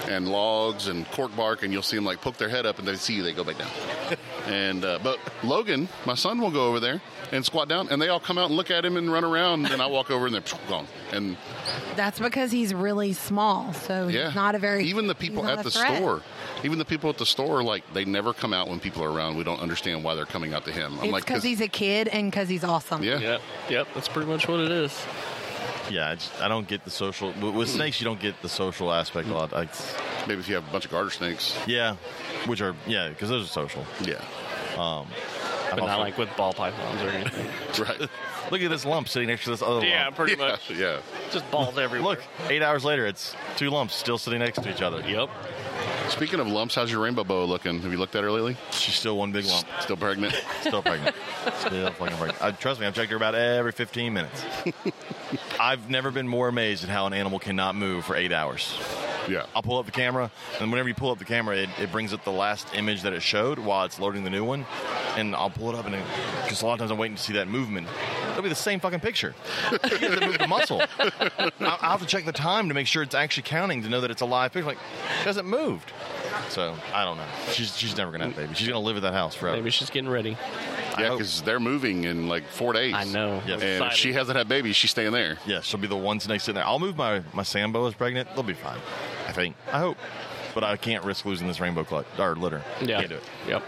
Speaker 3: and logs and cork bark, and you'll see them like poke their head up, and they see you, they go back down.
Speaker 5: *laughs*
Speaker 3: and uh, but Logan, my son, will go over there and squat down, and they all come out and look at him and run around, and I walk *laughs* over and they're psh, gone. And
Speaker 2: That's because he's really small, so
Speaker 3: yeah,
Speaker 2: he's not a very
Speaker 3: even the
Speaker 2: he's
Speaker 3: people
Speaker 2: not
Speaker 3: at
Speaker 2: a
Speaker 3: the
Speaker 2: threat.
Speaker 3: store, even the people at the store, like they never come out when people are around. We don't understand why they're coming out to him. I'm
Speaker 2: It's
Speaker 3: like,
Speaker 2: because he's a kid and because he's awesome.
Speaker 3: yeah.
Speaker 5: yep, yep. That's pretty much what it is.
Speaker 1: yeah, I, just, I don't get the social with, with snakes. You don't get the social aspect a lot. Like,
Speaker 3: Maybe if you have a bunch of garter snakes,
Speaker 1: yeah, which are yeah because those are social.
Speaker 3: yeah, *laughs*
Speaker 5: But not like with ball pythons or anything.
Speaker 3: right.
Speaker 1: Look at this lump sitting next to this other
Speaker 5: *laughs* yeah,
Speaker 1: lump.
Speaker 5: pretty
Speaker 3: yeah, *laughs*
Speaker 5: much.
Speaker 3: Yeah.
Speaker 5: Just balls everywhere.
Speaker 1: Look, eight hours later, it's two lumps still sitting next to each other.
Speaker 5: Yep.
Speaker 3: Speaking of lumps, how's your rainbow boa looking? Have you looked at her lately?
Speaker 1: She's still one big lump.
Speaker 3: Still pregnant?
Speaker 1: Still pregnant. Still fucking pregnant. I, trust me, I've checked her about every 15 minutes. I've never been more amazed at how an animal cannot move for eight hours.
Speaker 3: yeah.
Speaker 1: I'll pull up the camera, and whenever you pull up the camera, it, it brings up the last image that it showed while it's loading the new one, and I'll pull it up, and because a lot of times I'm waiting to see that movement. It'll be the same fucking picture. You have to move the muscle. I'll, I'll have to check the time to make sure it's actually counting to know that it's a live picture. Like, it hasn't moved. So I don't know. She's she's never gonna have a baby. She's gonna live at that house forever.
Speaker 5: Maybe she's getting ready.
Speaker 3: Yeah,
Speaker 1: hope-
Speaker 3: because they're moving in like four days.
Speaker 5: I know.
Speaker 1: Yeah.
Speaker 5: I'm
Speaker 3: And if
Speaker 5: excited.
Speaker 3: she hasn't had babies, she's staying there.
Speaker 1: Yeah, she'll be the one snake sitting there. I'll move my my Sambo is pregnant. They'll be fine. I think. I hope. But I can't risk losing this rainbow clutch or litter.
Speaker 5: Yeah.
Speaker 1: Can't do it.
Speaker 5: Yep.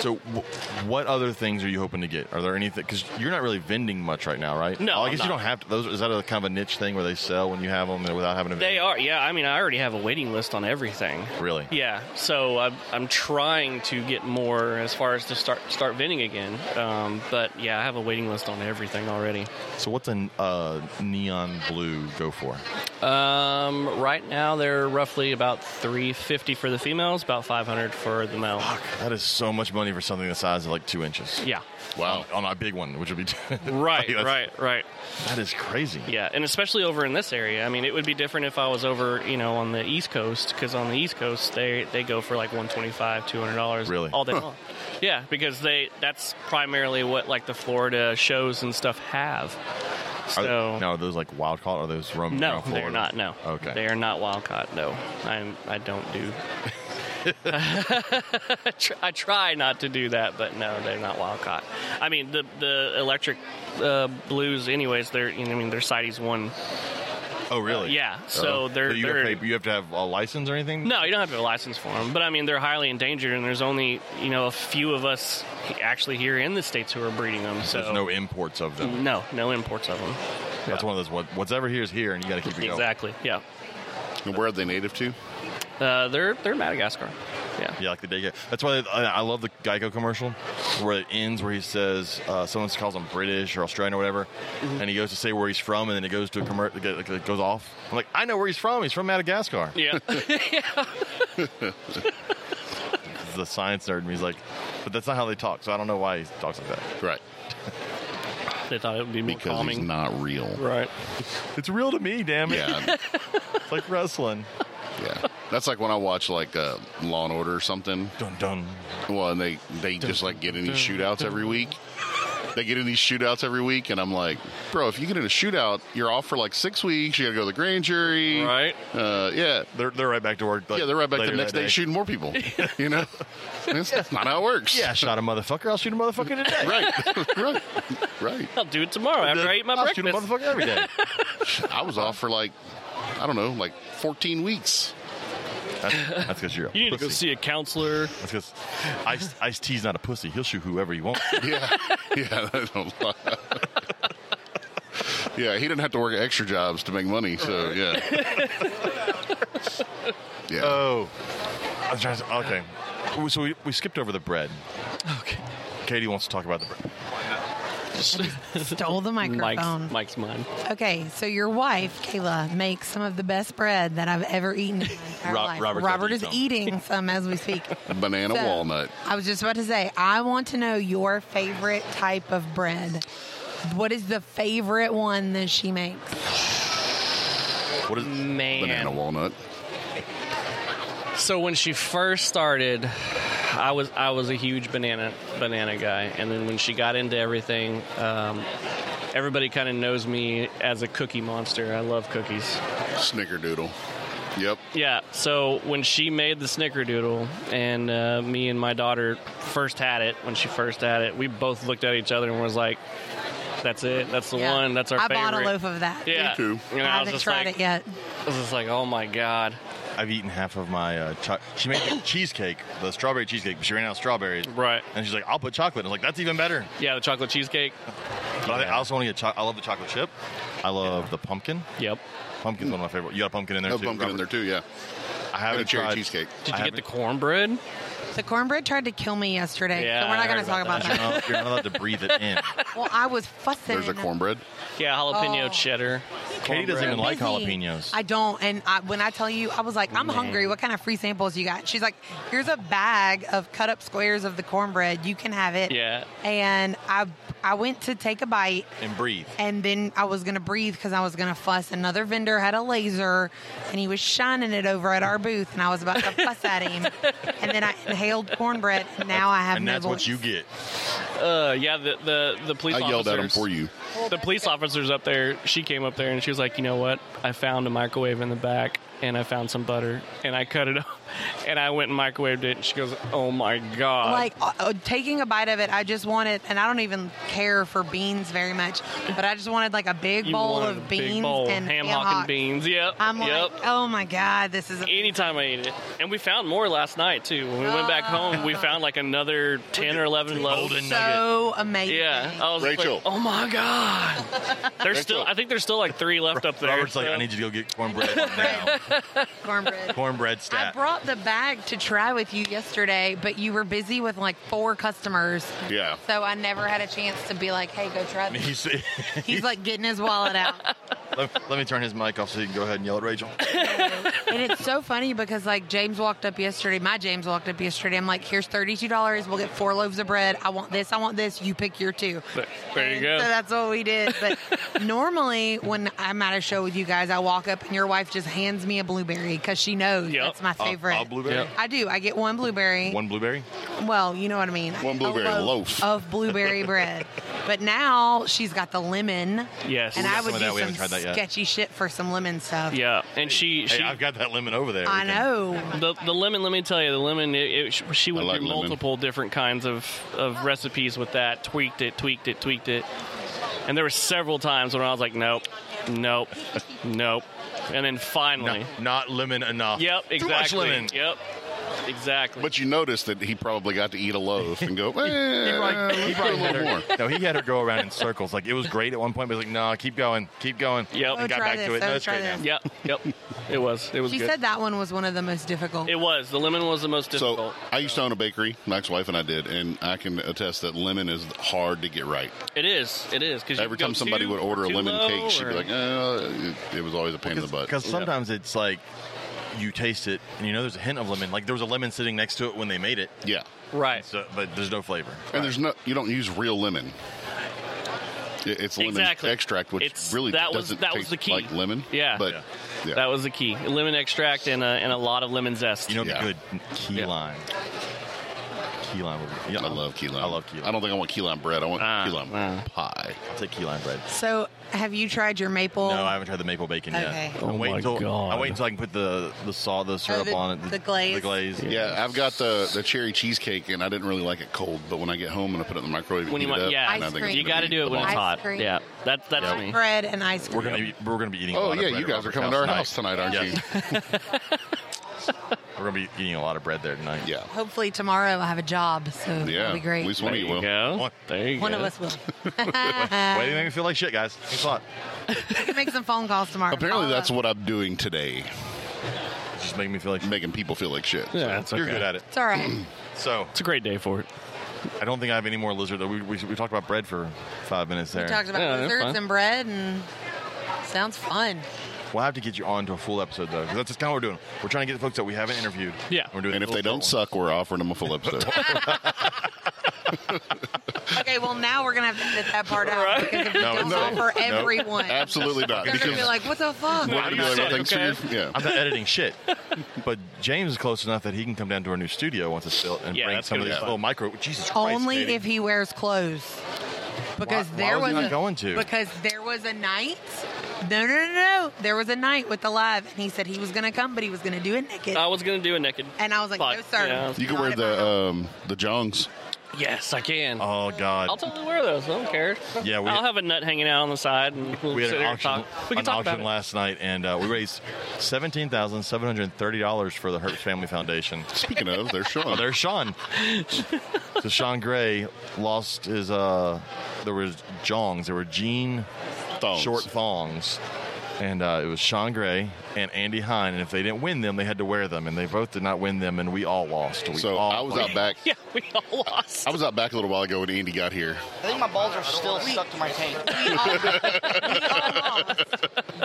Speaker 1: So, w- what other things are you hoping to get? Are there anything? Because you're not really vending much right now, right?
Speaker 5: No,
Speaker 1: Oh, I
Speaker 5: I'm
Speaker 1: guess
Speaker 5: not.
Speaker 1: you don't have to. Those is that a kind of a niche thing where they sell when you have them without having to.
Speaker 5: They
Speaker 1: vend?
Speaker 5: are. Yeah. I mean, I already have a waiting list on everything.
Speaker 1: really.
Speaker 5: Yeah. So I'm, I'm trying to get more as far as to start start vending again. Um, but yeah, I have a waiting list on everything already.
Speaker 1: So, what's a uh, neon blue go for?
Speaker 5: Um, right now they're roughly about 350 for the females, about 500 for the male.
Speaker 1: That is so much money for something the size of like two inches.
Speaker 5: Yeah.
Speaker 1: Wow. On, on a big one, which would be *laughs*
Speaker 5: Right.
Speaker 1: Like, that's-
Speaker 5: right. Right.
Speaker 1: That is crazy.
Speaker 5: Yeah, and especially over in this area. I mean, it would be different if I was over, you know, on the East Coast because on the East Coast they they go for like 125, 200 dollars,
Speaker 1: Really?
Speaker 5: all day long. Yeah, because they that's primarily what like the Florida shows and stuff have.
Speaker 1: Are,
Speaker 5: So
Speaker 1: now, are those like wild caught? Are those roaming
Speaker 5: no,
Speaker 1: around Florida?
Speaker 5: they're not. No,
Speaker 1: Okay.
Speaker 5: they are not wild caught. No, I I don't do. *laughs* tr- I try not to do that, but no, they're not wild caught. I mean, the the electric uh, blues, anyways. They're you know, I mean, they're CITES one
Speaker 1: Oh, really?
Speaker 5: uh, yeah, so they're-
Speaker 1: you,
Speaker 5: they're-
Speaker 1: have to, pay- you have to have a license or anything?
Speaker 5: No, you don't have to have a license for them. But I mean, they're highly endangered, and there's only you know a few of us actually here in the states who are breeding them. So
Speaker 1: There's no imports of them.
Speaker 5: no, no imports of them.
Speaker 1: That's one of those. What, what's ever here is here, and you got to keep it going.
Speaker 5: Exactly. Yeah,
Speaker 3: And where are they native to?
Speaker 5: uh, they're they're Madagascar. Yeah.
Speaker 1: Yeah, like the daycare. That's why I, I love the Geico commercial where it ends where he says uh, someone calls him British or Australian or whatever,
Speaker 5: Mm-hmm.
Speaker 1: and he goes to say where he's from, and then it goes to a commercial. Like, it goes off. I'm like, I know where he's from. He's from Madagascar.
Speaker 5: Yeah. *laughs*
Speaker 1: It's The science nerd, and he's like, but that's not how they talk. So I don't know why he talks like that.
Speaker 3: Right.
Speaker 5: they thought it would be more
Speaker 3: Because
Speaker 5: calming.
Speaker 3: he's not real.
Speaker 5: *laughs* Right.
Speaker 1: It's real to me, damn it.
Speaker 3: Yeah.
Speaker 1: It's like wrestling.
Speaker 3: yeah. That's like when I watch like uh, Law and Order or something.
Speaker 1: Dun dun.
Speaker 3: Well, and they they just like get in these shootouts every week. They get in these shootouts every week, and I'm like, bro, if you get in a shootout, you're off for like six weeks. You got to go to the grand jury.
Speaker 5: Right.
Speaker 3: Uh, yeah.
Speaker 1: They're, they're right back to work. like,
Speaker 3: yeah, they're right back
Speaker 1: later
Speaker 3: the next
Speaker 1: that
Speaker 3: day, shooting
Speaker 1: *laughs*
Speaker 3: more people. You know? That's that's not how it works.
Speaker 1: Yeah, I shot a motherfucker. I'll shoot a motherfucker today. *laughs*
Speaker 3: Right. right. Right.
Speaker 5: I'll do it tomorrow after I eat my
Speaker 1: I'll shoot a
Speaker 5: breakfast.
Speaker 1: motherfucker every
Speaker 5: *laughs*
Speaker 1: day.
Speaker 3: I was off for like, I don't know, like
Speaker 1: *laughs*
Speaker 3: 14 weeks.
Speaker 1: That's because you're. a
Speaker 5: You need to go
Speaker 1: pussy.
Speaker 5: see a counselor.
Speaker 1: That's because Ice Ice T's not a pussy. He'll shoot whoever he
Speaker 3: *laughs*
Speaker 1: wants.
Speaker 3: Yeah. yeah. *laughs* I don't lie. yeah. He didn't have to work extra jobs to make money. So, yeah.
Speaker 1: *laughs*
Speaker 3: yeah.
Speaker 1: oh, I'm trying to, okay. So we, we skipped over the bread.
Speaker 5: Okay.
Speaker 1: Katie wants to talk about the bread.
Speaker 2: Stole the
Speaker 5: Mike's,
Speaker 2: microphone.
Speaker 5: Mike's mine.
Speaker 2: Okay, so your wife, Kayla, makes some of the best bread that I've ever eaten.
Speaker 5: *laughs*
Speaker 2: in my entire
Speaker 1: Rob-
Speaker 2: life.
Speaker 1: Robert's about to
Speaker 2: Robert
Speaker 1: eat
Speaker 2: is
Speaker 1: some.
Speaker 2: eating some as we
Speaker 3: *laughs*
Speaker 2: speak.
Speaker 3: Banana
Speaker 2: So,
Speaker 3: walnut.
Speaker 2: I was just about to say, I want to know your favorite type of bread. What is the favorite one that she makes?
Speaker 1: What is?
Speaker 5: Man.
Speaker 3: Banana walnut.
Speaker 5: So when she first started, I was I was a huge banana banana guy, and then when she got into everything, um, everybody kind of knows me as a cookie monster. I love cookies.
Speaker 3: Snickerdoodle. Yep.
Speaker 5: Yeah. So when she made the snickerdoodle, and uh, me and my daughter first had it, when she first had it, we both looked at each other and was like, "That's it. That's the
Speaker 2: Yeah.
Speaker 5: one. That's our
Speaker 2: I
Speaker 5: favorite."
Speaker 2: bought a loaf of that.
Speaker 5: yeah.
Speaker 3: too.
Speaker 5: And
Speaker 2: I
Speaker 5: I was
Speaker 2: haven't
Speaker 5: just
Speaker 2: tried
Speaker 5: like,
Speaker 2: it yet.
Speaker 5: I was just like, "Oh my god."
Speaker 1: I've eaten half of my. Uh, cho- she made the cheesecake, the strawberry cheesecake, but she ran out of strawberries.
Speaker 5: Right.
Speaker 1: And she's like, "I'll put chocolate." I was like, "That's even better."
Speaker 5: Yeah, the chocolate cheesecake.
Speaker 1: But I, think I also want to get. Cho- I love the chocolate chip. I love the pumpkin.
Speaker 5: Yep.
Speaker 1: Pumpkin's one of my favorite. You got a pumpkin in there
Speaker 3: No
Speaker 1: too.
Speaker 3: pumpkin in there,
Speaker 1: Robert?
Speaker 3: too. Yeah.
Speaker 1: I haven't
Speaker 3: And a cherry
Speaker 1: tried-
Speaker 3: cheesecake.
Speaker 5: Did
Speaker 1: I
Speaker 5: you get the
Speaker 1: *laughs* haven't-
Speaker 5: cornbread?
Speaker 2: The cornbread tried to kill me yesterday,
Speaker 5: Yeah,
Speaker 2: so we're not
Speaker 5: I
Speaker 2: going
Speaker 5: heard
Speaker 2: to talk
Speaker 5: about
Speaker 2: about
Speaker 1: You're
Speaker 2: that.
Speaker 1: not, Oh, you're not allowed to breathe it in.
Speaker 2: well, I was fussing.
Speaker 3: There's a cornbread.
Speaker 5: Yeah, jalapeno
Speaker 2: Oh.
Speaker 5: cheddar.
Speaker 1: Katie doesn't even
Speaker 5: Cornbread.
Speaker 1: like
Speaker 2: busy.
Speaker 1: jalapenos.
Speaker 2: I don't. And I, when I tell you, I was like, I'm hungry. What kind of free samples you got? She's like, here's a bag of cut up squares of the cornbread. You can have it.
Speaker 5: Yeah.
Speaker 2: And I I went to take a bite,
Speaker 1: and breathe.
Speaker 2: and then I was gonna breathe because I was gonna fuss. Another vendor had a laser, and he was shining it over at our booth, and I was about to fuss at
Speaker 1: *laughs*
Speaker 2: him. And then I inhaled cornbread, and now I have
Speaker 1: And
Speaker 2: no
Speaker 1: that's
Speaker 2: voice.
Speaker 1: what you get.
Speaker 5: Uh, yeah, the the, the police.
Speaker 3: I yelled at him
Speaker 5: officers-
Speaker 3: for you.
Speaker 5: The police officers up there. She came up there and she was like, you know what? I found a microwave in the back, and I found some butter, and I cut it *laughs* up, and I went and microwaved it. And she goes, oh my god.
Speaker 2: like uh, uh, taking a bite of it i just wanted and i don't even care for beans very much but i just wanted like a big
Speaker 5: You
Speaker 2: bowl
Speaker 5: wanted a
Speaker 2: of
Speaker 5: big
Speaker 2: beans
Speaker 5: bowl,
Speaker 2: and
Speaker 5: ham,
Speaker 2: ham
Speaker 5: hock and beans. Yep.
Speaker 2: i'm
Speaker 5: yep.
Speaker 2: like oh my god this is a-
Speaker 5: Anytime I eat it, and we found more last night too. When we went back
Speaker 2: Ah.
Speaker 5: home, we found like another ten or eleven loaves.
Speaker 1: Golden nugget.
Speaker 2: so amazing
Speaker 5: Yeah, I was like,
Speaker 3: Rachel.
Speaker 5: oh my god, there's still. I think there's still like three left up there.
Speaker 1: Robert's like,
Speaker 5: so-
Speaker 1: I need you to go get cornbread now.
Speaker 5: *laughs*
Speaker 2: cornbread
Speaker 1: cornbread
Speaker 2: I
Speaker 1: stat.
Speaker 2: brought the bag to try with you yesterday, but you were busy with like four customers.
Speaker 3: Yeah.
Speaker 2: So I never had a chance to be like, hey, go try
Speaker 5: *laughs*
Speaker 2: this.
Speaker 1: *laughs* He's, *laughs* let,
Speaker 2: He's like getting his wallet out.
Speaker 1: let me turn his mic off so you can go ahead and yell at Rachel.
Speaker 2: And it's so funny because like James walked up yesterday. My James walked up yesterday. I'm like, here's thirty two dollars. We'll get four loaves of bread. I want this. I want this. You pick your two.
Speaker 5: There- there you
Speaker 2: And
Speaker 5: go.
Speaker 2: So that's what we did.
Speaker 1: *laughs*
Speaker 2: But normally when I'm at a show with you guys, I walk up and your wife just hands me a blueberry because she knows
Speaker 5: Yep.
Speaker 2: that's my
Speaker 1: Uh,
Speaker 2: favorite.
Speaker 1: uh, blueberry.
Speaker 5: Yep.
Speaker 2: I do. I get one blueberry.
Speaker 1: One blueberry.
Speaker 2: Well, you know what I mean.
Speaker 3: One blueberry
Speaker 2: a
Speaker 3: loaf.
Speaker 1: *laughs*
Speaker 2: of blueberry bread. But now she's got the lemon.
Speaker 5: Yes.
Speaker 2: And
Speaker 5: We
Speaker 2: I
Speaker 5: got
Speaker 1: some
Speaker 2: would
Speaker 1: of that.
Speaker 2: do
Speaker 1: We haven't
Speaker 2: some
Speaker 1: tried that yet.
Speaker 2: sketchy shit for some lemon stuff.
Speaker 5: Yeah, and she she
Speaker 1: Hey, I've got that lemon over there.
Speaker 2: I
Speaker 1: We can-
Speaker 2: know.
Speaker 5: the the lemon. Let me tell you, the lemon. It, it, she- she went
Speaker 3: I like
Speaker 5: through
Speaker 3: lemon.
Speaker 5: multiple different kinds of of recipes with that. Tweaked it, tweaked it, tweaked it. And there were several times when I was like, nope, nope, nope. And then finally,
Speaker 1: Not, not lemon enough.
Speaker 5: yep, exactly,
Speaker 1: Too much lemon.
Speaker 5: yep, exactly.
Speaker 3: But you noticed that he probably got to eat a loaf
Speaker 5: *laughs*
Speaker 3: and go, eh,
Speaker 1: He probably, he
Speaker 3: let's put a
Speaker 1: probably had
Speaker 3: little more.
Speaker 1: her, no, he had her go around in circles. Like it was great at one point, but he was like, no, keep going, keep going.
Speaker 5: Yep.
Speaker 1: and
Speaker 5: Oh,
Speaker 1: got
Speaker 2: try
Speaker 1: back to
Speaker 2: this,
Speaker 1: it. No,
Speaker 2: oh,
Speaker 1: it's
Speaker 2: try
Speaker 1: great now.
Speaker 2: this.
Speaker 5: yep, yep. It was it was
Speaker 2: She
Speaker 5: good.
Speaker 2: said that one was one of the most difficult.
Speaker 5: it was the lemon was the most
Speaker 3: So
Speaker 5: difficult. uh,
Speaker 3: I used to own a bakery, my ex-wife and I did, and I can attest that lemon is hard to get right.
Speaker 5: it is, it is because
Speaker 3: Every time somebody would order a lemon cake, she'd be like, uh, it, it was always a pain in the butt.
Speaker 1: Because sometimes it's like you taste it and you know there's a hint of lemon. Like there was a lemon sitting next to it when they made it,
Speaker 3: yeah,
Speaker 5: right.
Speaker 1: so, but there's no flavor.
Speaker 3: and there's no, you don't use real lemon. It- It's lemon
Speaker 5: Exactly.
Speaker 3: extract, which
Speaker 5: It's-
Speaker 3: really
Speaker 5: that was-
Speaker 3: doesn't
Speaker 5: that was
Speaker 3: taste
Speaker 5: the key.
Speaker 3: like lemon.
Speaker 5: Yeah.
Speaker 3: but
Speaker 1: Yeah.
Speaker 3: yeah.
Speaker 5: That was the key: lemon extract and a, and a lot of lemon zest.
Speaker 1: You know,
Speaker 3: Yeah.
Speaker 1: the good key
Speaker 5: Yeah.
Speaker 1: lime. Key key lime. would be- Yeah,
Speaker 3: I love key lime.
Speaker 1: I love key lime.
Speaker 3: I don't think I want key lime bread. I want
Speaker 5: Ah,
Speaker 3: key lime
Speaker 5: wow.
Speaker 3: pie.
Speaker 1: I'll take key lime bread.
Speaker 2: So, have you tried your maple?
Speaker 1: No, I haven't tried the maple bacon
Speaker 2: Oh. Okay. Oh,
Speaker 1: yet.
Speaker 4: Oh
Speaker 1: I'm waiting
Speaker 4: my
Speaker 1: till,
Speaker 4: God.
Speaker 1: I wait until I can put the the saw the syrup
Speaker 2: the-
Speaker 1: on it.
Speaker 2: the glaze?
Speaker 1: The glaze.
Speaker 3: Yeah, I've got the, the cherry cheesecake, and I didn't really like it cold. But when I get home and I put it in the microwave, and
Speaker 5: When you
Speaker 3: heat it
Speaker 5: want-
Speaker 3: up,
Speaker 5: yeah.
Speaker 3: and I
Speaker 2: Ice
Speaker 3: think it's
Speaker 2: cream.
Speaker 5: You
Speaker 3: gonna
Speaker 5: got to
Speaker 3: be
Speaker 5: do it when it's
Speaker 2: Ice
Speaker 3: delightable.
Speaker 5: hot.
Speaker 2: cream.
Speaker 5: Yeah, that, that's me.
Speaker 2: bread and ice cream.
Speaker 1: We're gonna be, we're gonna be eating. a
Speaker 3: Oh
Speaker 1: lot of
Speaker 3: yeah,
Speaker 1: bread at
Speaker 3: you guys are
Speaker 1: Robert's
Speaker 3: coming to our house tonight, aren't you?
Speaker 1: Yes.
Speaker 5: *laughs*
Speaker 1: We're gonna be eating a lot of bread there tonight.
Speaker 3: Yeah,
Speaker 2: Hopefully tomorrow I'll have a job, so
Speaker 3: yeah.
Speaker 2: that'll be great.
Speaker 3: At least
Speaker 5: There
Speaker 3: one of you
Speaker 5: you
Speaker 3: will.
Speaker 5: go.
Speaker 1: One-
Speaker 5: There you
Speaker 2: One
Speaker 5: go.
Speaker 2: of us will.
Speaker 1: Way to make me feel like shit, guys. Thanks a lot.
Speaker 2: We can make some phone calls tomorrow.
Speaker 3: Apparently,
Speaker 2: Follow
Speaker 3: that's
Speaker 2: up.
Speaker 3: what I'm doing today,
Speaker 1: It's just making me feel like shit.
Speaker 3: making people feel like shit.
Speaker 4: Yeah, that's
Speaker 1: You're
Speaker 4: okay.
Speaker 1: good at it.
Speaker 2: *laughs* It's all right.
Speaker 1: So
Speaker 5: It's a great day for it.
Speaker 1: I don't think I have any more lizard. We, we, we talked about bread for five minutes there.
Speaker 2: We talked about
Speaker 5: Yeah, that's
Speaker 2: lizards
Speaker 5: fine.
Speaker 2: and bread, and sounds fun.
Speaker 1: we'll have to get you on to a full episode though, because that's just kind of what we're doing. We're trying to get the folks that we haven't interviewed.
Speaker 5: Yeah.
Speaker 1: We're doing
Speaker 3: And if
Speaker 1: full-
Speaker 3: they don't suck, we're offering them a full
Speaker 5: *laughs*
Speaker 3: episode.
Speaker 2: Okay, well now we're gonna have to edit that part out because if we
Speaker 1: No,
Speaker 2: don't
Speaker 1: no,
Speaker 2: offer
Speaker 1: no.
Speaker 2: everyone,
Speaker 3: Absolutely not.
Speaker 2: they're gonna be
Speaker 3: Because
Speaker 2: like, "What the fuck?"
Speaker 3: we're gonna do
Speaker 5: upset,
Speaker 3: everything
Speaker 5: okay?
Speaker 3: so you're- yeah.
Speaker 1: I'm not editing shit, but James is close enough that he can come down to our new studio once it's built and
Speaker 5: Yeah,
Speaker 1: bring
Speaker 5: that's
Speaker 1: some of
Speaker 5: gonna be
Speaker 1: these
Speaker 5: fun.
Speaker 1: little micro. Jesus Christ!
Speaker 2: Only
Speaker 1: Katie.
Speaker 2: if he wears clothes, because
Speaker 1: Why- why
Speaker 2: there
Speaker 1: was he
Speaker 2: was
Speaker 1: not
Speaker 2: a,
Speaker 1: going to?
Speaker 2: because there was a night. No, no, no, no. There was a night with the live, and he said he was gonna come, but he was gonna do it naked.
Speaker 5: I was gonna do a naked.
Speaker 2: And I was like,
Speaker 5: Fuck,
Speaker 2: no, sir.
Speaker 5: yeah.
Speaker 3: You can wear the um, the jongs.
Speaker 5: Yes, I can.
Speaker 1: Oh God!
Speaker 5: I'll totally wear those. I don't care.
Speaker 1: Yeah, we-
Speaker 5: I'll have a nut hanging out on the side, and we'll
Speaker 1: we had
Speaker 5: sit
Speaker 1: an
Speaker 5: there and
Speaker 1: auction,
Speaker 5: talk. We can
Speaker 1: an
Speaker 5: talk about
Speaker 1: auction
Speaker 5: it.
Speaker 1: last night, and uh, we raised seventeen thousand seven hundred thirty dollars for the Hertz Family Foundation.
Speaker 3: Speaking of, they're
Speaker 1: Oh,
Speaker 3: showing.
Speaker 1: there's
Speaker 5: *laughs*
Speaker 1: Sean. so Sean Gray lost his. uh There was jongs. There were jean
Speaker 3: thongs.
Speaker 1: short thongs, and uh, it was Sean Gray and Andy Hine. And if they didn't win them, they had to wear them, and they both did not win them, and we all lost. We
Speaker 3: So
Speaker 1: all
Speaker 3: I was out back.
Speaker 5: *laughs* Yeah, we all lost.
Speaker 3: I was out back a little while ago when Andy got here. *laughs*
Speaker 6: I think my balls are still stuck to my tank.
Speaker 2: We all- we all lost.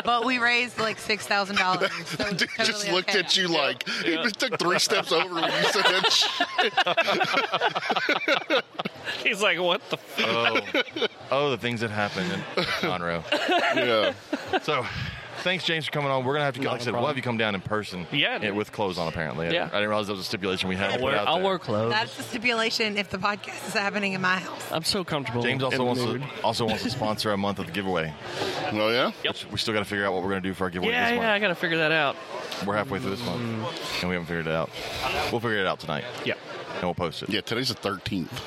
Speaker 2: But we raised like six thousand dollars.
Speaker 1: *laughs*
Speaker 2: So
Speaker 3: Dude just looked at you like he just took three steps over when you said that.
Speaker 5: *laughs*
Speaker 3: shit.
Speaker 5: He's like, what the? F-?
Speaker 1: Oh, oh, the things that happened in Conroe.
Speaker 3: Yeah.
Speaker 1: So, thanks, James, for coming on. We're gonna have to, like I said, we'll have you come down in person.
Speaker 5: Yeah.
Speaker 1: and with clothes on, apparently. I-
Speaker 5: Yeah.
Speaker 1: I didn't realize that was a stipulation we had. to
Speaker 5: I'll
Speaker 1: put
Speaker 5: wear,
Speaker 1: out
Speaker 5: I'll
Speaker 1: there.
Speaker 5: wear clothes.
Speaker 2: That's the stipulation if the podcast is happening in my house.
Speaker 5: I'm so comfortable.
Speaker 1: James
Speaker 5: in
Speaker 1: also
Speaker 5: the
Speaker 1: wants
Speaker 5: nude.
Speaker 1: to, also wants to sponsor a month of the giveaway.
Speaker 3: Oh yeah.
Speaker 1: We still got to figure out what we're gonna do for our giveaway
Speaker 5: Yeah, Mm.
Speaker 1: this
Speaker 5: yeah. I
Speaker 1: month.
Speaker 5: gotta figure that out.
Speaker 1: We're halfway through this month, and we haven't figured it out. We'll figure it out tonight,
Speaker 5: Yeah.
Speaker 1: and we'll post it.
Speaker 3: Yeah. Today's the thirteenth.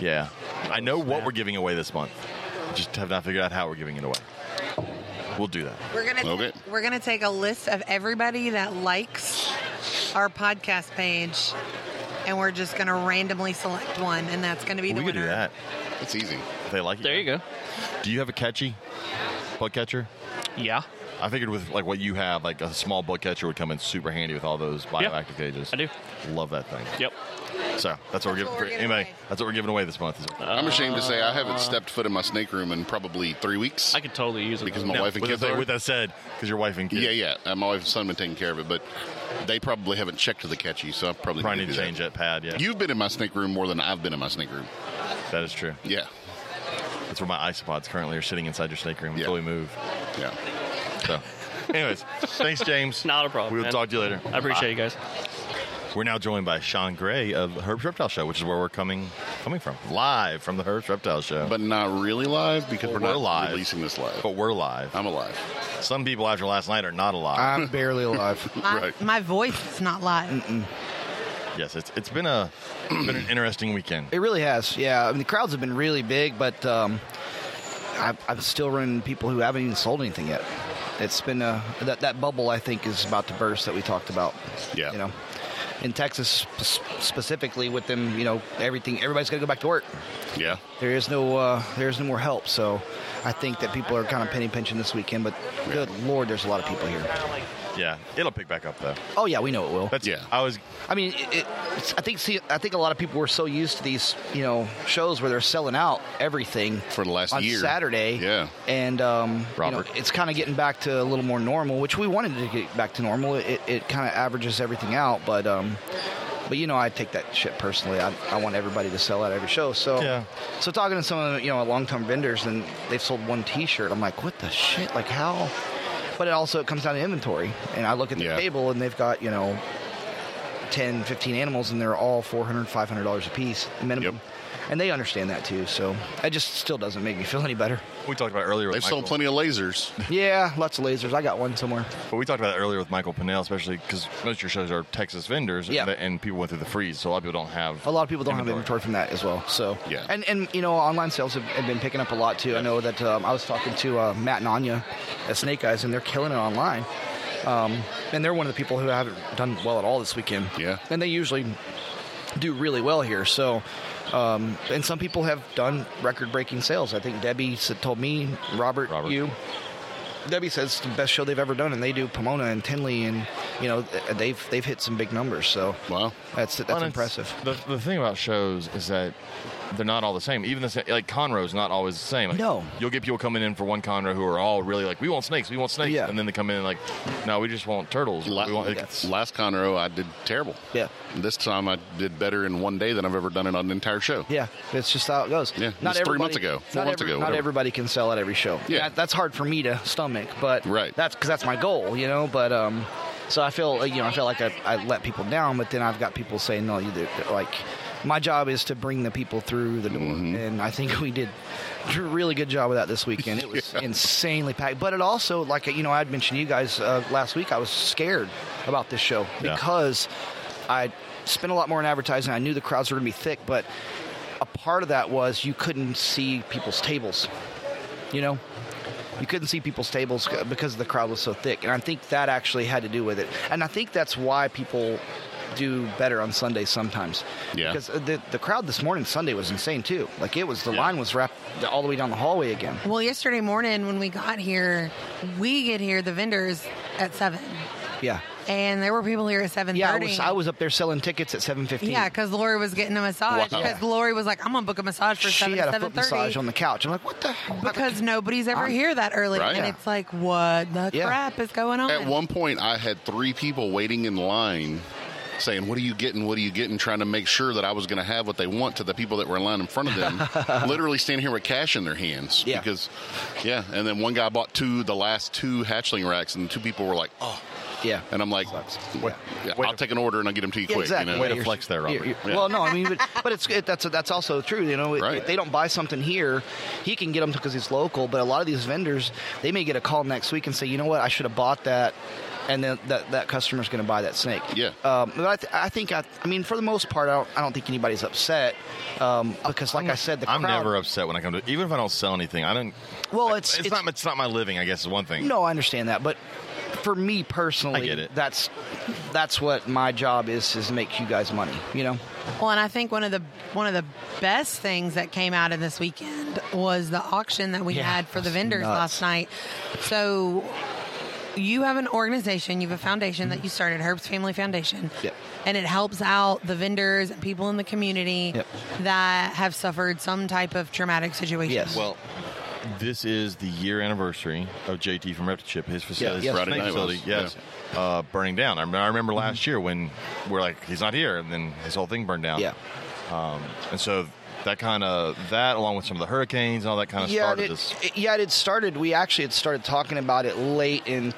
Speaker 1: Yeah. I know what we're giving away this month. Just have not figured out how we're giving it away. We'll do that.
Speaker 2: We're gonna
Speaker 3: Okay.
Speaker 2: we're gonna take a list of everybody that likes our podcast page, and we're just gonna randomly select one, and that's gonna be the
Speaker 1: we could
Speaker 2: winner.
Speaker 1: do that
Speaker 3: That's easy.
Speaker 1: if they like it.
Speaker 5: There you go.
Speaker 1: Do you have a catchy bug catcher?
Speaker 5: Yeah,
Speaker 1: I figured with like what you have, like a small bug catcher would come in super handy with all those bioactive cages.
Speaker 5: I do.
Speaker 1: Love that thing.
Speaker 5: Yep.
Speaker 1: So that's what we're
Speaker 2: That's
Speaker 1: giving.
Speaker 2: what we're giving
Speaker 1: anyway,
Speaker 2: away.
Speaker 1: that's what we're giving away this month. Is
Speaker 5: Uh,
Speaker 3: I'm ashamed to say I
Speaker 1: Uh.
Speaker 3: haven't stepped foot in my snake room in probably three weeks.
Speaker 5: I could totally use it
Speaker 3: Because my
Speaker 1: Now,
Speaker 3: wife and
Speaker 1: with
Speaker 3: kids
Speaker 1: that-
Speaker 3: are-
Speaker 1: With that said, because your wife and kids.
Speaker 3: yeah, yeah. Uh, my wife and son have been taking care of it, but they probably haven't checked the catchy, so I probably
Speaker 1: Probably
Speaker 3: need
Speaker 1: need to
Speaker 3: do
Speaker 1: change that pad. Yeah,
Speaker 3: that. You've been in my snake room more than I've been in my snake room.
Speaker 1: that is true.
Speaker 3: Yeah.
Speaker 1: That's where my isopods currently are sitting inside your snake room
Speaker 3: Yeah.
Speaker 1: until we move.
Speaker 3: Yeah.
Speaker 1: So, anyways, thanks, James.
Speaker 5: *laughs* Not a problem,
Speaker 1: We'll
Speaker 5: man.
Speaker 1: talk to you later.
Speaker 5: I appreciate you guys.
Speaker 1: We're now joined by Sean Gray of Herb's Reptile Show, which is where we're coming coming from, live from the Herb's Reptile Show.
Speaker 3: But not really live because
Speaker 1: Well,
Speaker 3: we're,
Speaker 1: we're
Speaker 3: not
Speaker 1: live.
Speaker 3: releasing this live. Oh.
Speaker 1: but we're live.
Speaker 3: I'm alive.
Speaker 1: Some people after last night are not alive.
Speaker 7: I'm barely alive.
Speaker 2: My,
Speaker 3: Right.
Speaker 2: my voice is not live.
Speaker 1: yes, it's it's been a been
Speaker 3: *clears throat*
Speaker 1: an interesting weekend.
Speaker 7: It really has. Yeah, I mean, the crowds have been really big, but um, I, I'm still running people who haven't even sold anything yet. It's been a, that that bubble I think is about to burst that we talked about.
Speaker 3: Yeah.
Speaker 7: you know, in Texas sp- specifically with them, you know, everything everybody's got to go back to work.
Speaker 3: Yeah.
Speaker 7: There is no uh, there is no more help, so I think that people are kind of penny pinching this weekend. But good lord, there's a lot of people here.
Speaker 1: Yeah, it'll pick back up though.
Speaker 7: Oh yeah, we know it will.
Speaker 1: That's
Speaker 3: Yeah.
Speaker 1: I was
Speaker 7: I mean, it, it, it's- I think see, I think a lot of people were so used to these, you know, shows where they're selling out everything
Speaker 3: For the last
Speaker 7: on
Speaker 3: year.
Speaker 7: Saturday.
Speaker 3: Yeah.
Speaker 7: and um, you know,
Speaker 1: Robert.
Speaker 7: it's kind of getting back to a little more normal, which we wanted to get back to normal. It, it kind of averages everything out, but um, but you know, I take that shit personally. I, I want everybody to sell out every show. So
Speaker 1: Yeah.
Speaker 7: so talking to some of the, you know long term vendors, and they've sold one T-shirt. I'm like, what the shit? Like how? But it also it comes down to inventory, and I look at the
Speaker 3: Yeah.
Speaker 7: table, and they've got you know 10, 15 animals, and they're all 400 $500 a piece minimum.
Speaker 3: Yep.
Speaker 7: And they understand that too. So it just still doesn't make me feel any better.
Speaker 1: We talked about it earlier. with
Speaker 3: They've sold
Speaker 1: Michael.
Speaker 3: plenty of lasers.
Speaker 7: Yeah, lots of lasers. I got one somewhere.
Speaker 1: But we talked about it earlier with Michael Pinnell, especially because most of your shows are Texas vendors,
Speaker 7: Yeah.
Speaker 1: and, and people went through the freeze, so a lot of people don't have.
Speaker 7: A lot of people don't have inventory from that as well. So
Speaker 3: Yeah.
Speaker 7: and and you know, online sales have, have been picking up a lot too. I know that um, I was talking to uh, Matt and Anya at Snake Eyes, and they're killing it online. Um, and they're one of the people who haven't done well at all this weekend.
Speaker 3: Yeah.
Speaker 7: and they usually do really well here. So. Um, and some people have done record-breaking sales. I think Debbie said, told me, Robert,
Speaker 1: Robert.
Speaker 7: you, Debbie says it's the best show they've ever done, and they do Pomona and Tinley, and you know th- they've they've hit some big numbers. So
Speaker 3: Wow.
Speaker 7: that's that's
Speaker 1: Well, and it's-
Speaker 7: impressive.
Speaker 1: The, the thing about shows is that they're not all the same. Even the sa- like Conroe's not always the same. Like,
Speaker 7: No.
Speaker 1: you'll get people coming in for one Conroe who are all really like, we want snakes, we want snakes,
Speaker 7: Yeah.
Speaker 1: and then they come in and like, no, we just want turtles.
Speaker 3: La-
Speaker 1: we want, like,
Speaker 3: Yes. last Conroe, I did terrible.
Speaker 7: Yeah.
Speaker 3: This time I did better in one day than I've ever done in an entire show.
Speaker 7: Yeah, it's just how it goes.
Speaker 3: Yeah, it was three months ago, four
Speaker 7: not
Speaker 3: months
Speaker 7: every-
Speaker 3: ago,
Speaker 7: Not
Speaker 3: whatever.
Speaker 7: everybody can sell at every show.
Speaker 3: Yeah.
Speaker 7: That- that's hard for me to stomach, but
Speaker 3: Right.
Speaker 7: That's because that's my goal, you know. But um, so I feel uh, you know I feel like I, I let people down, but then I've got people saying no, you did like. My job is to bring the people through the door, and I think *laughs* we did a really good job with that this weekend. It was insanely packed, but it also, like you know, I had mentioned to you guys uh, last week. I was scared about this show
Speaker 1: Yeah.
Speaker 7: because I spent a lot more in advertising. I knew the crowds were going to be thick, but a part of that was you couldn't see people's tables. You know, you couldn't see people's tables because the crowd was so thick, and I think that actually had to do with it. And I think that's why people do better on Sundays sometimes.
Speaker 3: Yeah.
Speaker 7: Because the the crowd this morning Sunday was insane too. Like it was the line was wrapped all the way down the hallway again.
Speaker 2: Well, yesterday morning when we got here, we get here the vendors at seven,
Speaker 7: Yeah.
Speaker 2: and there were people here at seven thirty.
Speaker 7: Yeah, I was I was up there selling tickets at seven fifteen.
Speaker 2: Yeah, because Lori was getting a massage.
Speaker 3: Wow.
Speaker 2: Because Lori was like, "I'm gonna book a massage for
Speaker 7: She
Speaker 2: seven
Speaker 7: had a
Speaker 2: seven
Speaker 7: foot massage on
Speaker 2: thirty
Speaker 7: the couch. I'm like, what the hell?
Speaker 2: because nobody's ever here that early,
Speaker 3: Right.
Speaker 2: and
Speaker 3: Yeah.
Speaker 2: it's like, what the
Speaker 7: Yeah.
Speaker 2: crap is going on?
Speaker 3: At one point, I had three people waiting in line saying, What are you getting? What are you getting? Trying to make sure that I was going to have what they want to the people that were in line in front of
Speaker 7: *laughs*
Speaker 3: them, literally standing here with cash in their hands.
Speaker 7: Yeah.
Speaker 3: Because, yeah. And then one guy bought two, the last two hatchling racks, and two people were like, Oh.
Speaker 7: yeah.
Speaker 3: And I'm like,
Speaker 7: Wait-
Speaker 3: yeah, I'll take an order and I'll get them to you quick.
Speaker 7: exactly.
Speaker 3: You know?
Speaker 1: Way to flex there, Robert.
Speaker 7: You're-
Speaker 3: Yeah.
Speaker 7: Well, no, I mean, but, but it's it, that's that's also true. You know,
Speaker 3: Right.
Speaker 7: if they don't buy something here, he can get them because he's local. But a lot of these vendors, they may get a call next week and say, you know what, I should have bought that, and then that that customer's going to buy that snake.
Speaker 3: Yeah.
Speaker 7: Um, but I, th- I think I, I mean, for the most part, I don't, I don't think anybody's upset um, because, like i said, the
Speaker 1: I'm
Speaker 7: crowd.
Speaker 1: never upset when I come to, even if I don't sell anything. I don't.
Speaker 7: Well,
Speaker 1: I-
Speaker 7: it's-
Speaker 1: it's,
Speaker 7: it's-
Speaker 1: not it's not my living. I guess is one thing.
Speaker 7: No, I understand that, but for me personally,
Speaker 1: I get it.
Speaker 7: that's that's what my job is is to make you guys money. You know.
Speaker 2: Well, and I think one of the one of the best things that came out of this weekend was the auction that we
Speaker 7: Yeah,
Speaker 2: had for the
Speaker 7: that's
Speaker 2: vendors
Speaker 7: nuts.
Speaker 2: last night. So you have an organization, you have a foundation that you started, Herbs Family Foundation.
Speaker 7: Mm-hmm. Yep.
Speaker 2: And it helps out the vendors and people in the community
Speaker 7: Yep.
Speaker 2: that have suffered some type of traumatic situation.
Speaker 7: Yes.
Speaker 1: Well, this is the year anniversary of JT from Reptichip, his facility,
Speaker 7: yes.
Speaker 1: his
Speaker 3: Friday
Speaker 1: snake
Speaker 3: night
Speaker 1: facility,
Speaker 3: was,
Speaker 1: yes, uh, burning down. I remember, I remember
Speaker 7: Mm-hmm.
Speaker 1: last year when we're like, he's not here, and then his whole thing burned down.
Speaker 7: Yeah.
Speaker 1: Um, and so that kind of that, along with some of the hurricanes and all that kind of
Speaker 7: yeah,
Speaker 1: started
Speaker 7: it,
Speaker 1: this.
Speaker 7: it- yeah, it had started. We actually had started talking about it late in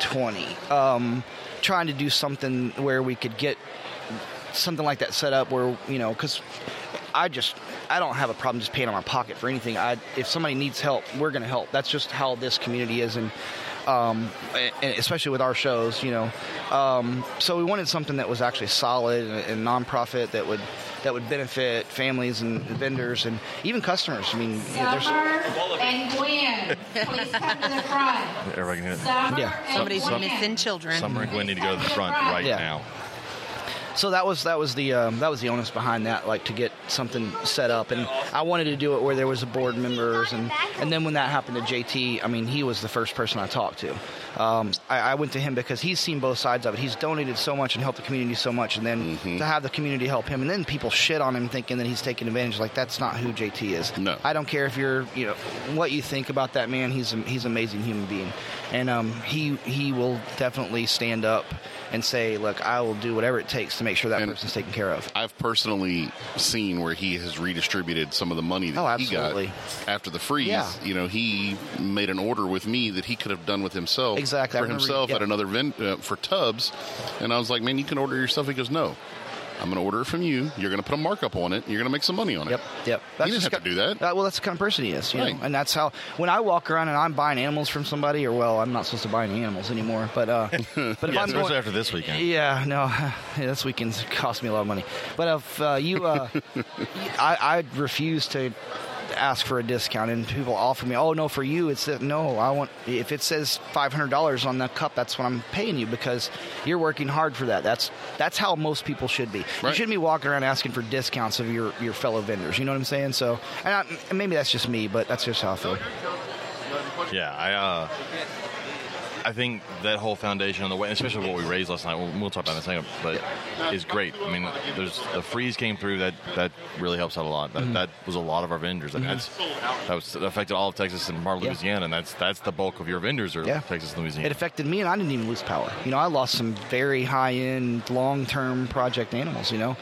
Speaker 7: 2020, um, trying to do something where we could get something like that set up where you know because i just i don't have a problem just paying on my pocket for anything i if somebody needs help we're gonna help that's just how this community is and um, a- and especially with our shows you know um, so we wanted something that was actually solid and, and nonprofit that would that would benefit families and vendors and even customers i mean you know, there's
Speaker 8: Summer and Gwen, please come to the
Speaker 1: *laughs*
Speaker 8: front.
Speaker 1: Everybody can hit.
Speaker 8: Summer
Speaker 7: Yeah.
Speaker 8: and
Speaker 2: Somebody's
Speaker 8: Gwen.
Speaker 2: missing children.
Speaker 1: Summer and Gwen need to go to the front right
Speaker 7: Yeah.
Speaker 1: now.
Speaker 7: so that was that was the um, that was the onus behind that, like to get something set up, and I wanted to do it where there was a board members, and and then when that happened to JT, I mean he was the first person I talked to. Um, I, I went to him because he's seen both sides of it. He's donated so much and helped the community so much, and then to have the community help him, and then people shit on him thinking that he's taking advantage. Like that's not who JT is.
Speaker 3: No.
Speaker 7: I don't care if you're you know what you think about that man. He's a- he's an amazing human being, and um, he he will definitely stand up and say, look, I will do whatever it takes to make sure that
Speaker 3: And-
Speaker 7: person's taken care of.
Speaker 3: I've personally seen where he has redistributed some of the money that
Speaker 7: Oh,
Speaker 3: he got
Speaker 7: absolutely.
Speaker 3: after the freeze.
Speaker 7: Yeah.
Speaker 3: You know, he made an order with me that he could have done with himself
Speaker 7: Exactly. I
Speaker 3: for him himself
Speaker 7: yep.
Speaker 3: at another vend uh, for tubs, and I was like, "Man, you can order it yourself." He goes, "No, I'm going to order it from you. You're going to put a markup on it. You're going to make some money on it."
Speaker 7: Yep, yep.
Speaker 3: He didn't
Speaker 7: just
Speaker 3: have to do
Speaker 7: ki-
Speaker 3: that.
Speaker 7: Uh, well, that's the kind of person he is, you
Speaker 3: Right.
Speaker 7: know. And that's how when I walk around and I'm buying animals from somebody, or well, I'm not supposed to buy any animals anymore.
Speaker 3: *laughs*
Speaker 7: But uh, but if
Speaker 1: Yeah,
Speaker 7: I'm
Speaker 1: especially
Speaker 7: going,
Speaker 1: after this weekend.
Speaker 7: yeah, no, *laughs* yeah, this weekend's cost me a lot of money. But if uh, you, uh, I, I refuse to ask for a discount, and people offer me, oh no, for you, it's that no, I want if it says five hundred dollars on the cup, that's what I'm paying you because you're working hard for that. That's that's how most people should be. You
Speaker 3: Right.
Speaker 7: shouldn't be walking around asking for discounts of your your fellow vendors. You know what I'm saying? So, and I, and maybe that's just me, but that's just how I feel.
Speaker 1: Yeah, I uh, I think that whole foundation on the way, especially what we raised last night. We'll, we'll talk about it in a second, but is great. I mean, there's the freeze came through that that really helps out a lot. That,
Speaker 7: Mm-hmm.
Speaker 1: that was a lot of our vendors. I mean, that's that was that affected all of Texas and part of
Speaker 7: Yeah.
Speaker 1: Louisiana, and that's that's the bulk of your vendors are
Speaker 7: Yeah.
Speaker 1: Texas and Louisiana.
Speaker 7: It affected me, and I didn't even lose power. You know, I lost some very high-end, long-term project animals. You know,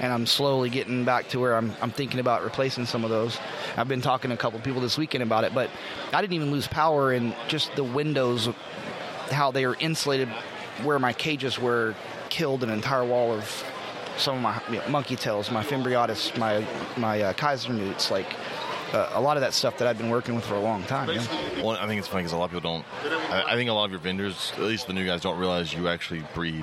Speaker 7: and I'm slowly getting back to where I'm. I'm thinking about replacing some of those. I've been talking to a couple people this weekend about it, but I didn't even lose power in just the windows, how they are insulated, where my cages were killed an entire wall of some of my you know, monkey tails, my fimbriatus, my my uh, Kaiser newts, like. Uh, a lot of that stuff that I've been working with for a long time. You know?
Speaker 1: Well, I think it's funny because a lot of people don't. I, I think a lot of your vendors, at least the new guys, don't realize you actually breed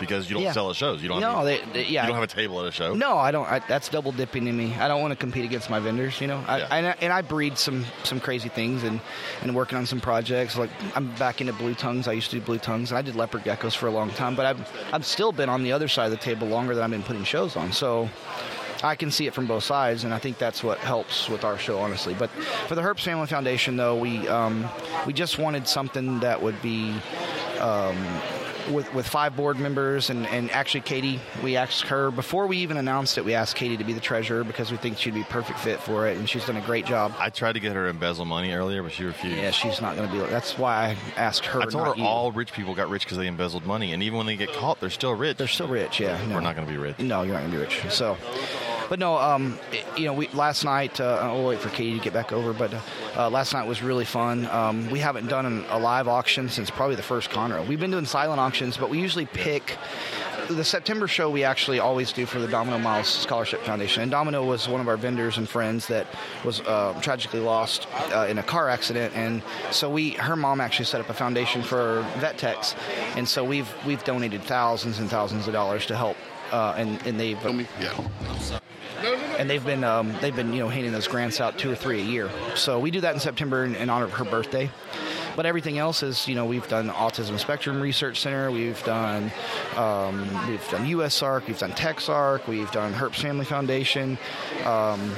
Speaker 1: because you don't
Speaker 7: Yeah.
Speaker 1: sell at shows. You don't.
Speaker 7: No,
Speaker 1: have,
Speaker 7: they- they- yeah.
Speaker 1: You don't have a table at a show.
Speaker 7: No, I don't. I, that's double dipping in me. I don't want to compete against my vendors. You know, I,
Speaker 1: Yeah.
Speaker 7: and, I, and I breed some some crazy things and and working on some projects. Like I'm back into blue tongues. I used to do blue tongues. I did leopard geckos for a long time, but I've I've still been on the other side of the table longer than I've been putting shows on. So. I can see it from both sides, and I think that's what helps with our show, honestly. But for the Herbst Family Foundation, though, we um, we just wanted something that would be with, with five board members and, and actually Katie, we asked her before we even announced it, we asked Katie to be the treasurer because we think she'd be perfect fit for it and she's done a great job.
Speaker 1: I tried to get her to embezzle money earlier, but she refused.
Speaker 7: Yeah, she's not going to be. That's why I asked her.
Speaker 1: I told
Speaker 7: not
Speaker 1: her
Speaker 7: you.
Speaker 1: all rich people got rich because they embezzled money, and even when they
Speaker 7: *gasps*
Speaker 1: get caught, they're still rich.
Speaker 7: They're still rich. Yeah,
Speaker 1: We're not gonna be rich.
Speaker 7: No, you're not going to be rich. So, but no, um, it- you know, we last night. Uh, I'll wait for Katie to get back over, but uh, last night was really fun. Um, we haven't done an, a live auction since probably the first Conroe. We've been doing silent auctions, but we usually pick. The September show we actually always do for the Domino Miles Scholarship Foundation, and Domino was one of our vendors and friends that was uh, tragically lost uh, in a car accident, and so we, her mom actually set up a foundation for vet techs, and so we've we've donated thousands and thousands of dollars to help, uh, and and they've
Speaker 3: I mean, yeah.
Speaker 7: and they've been um, they've been you know handing those grants out two or three a year. So we do that in September in, in honor of her birthday. But everything else is you know we've done Autism Spectrum Research Center, we've done um, we've done USARC, we've done TechSARC, we've done Herbst Family Foundation. Um,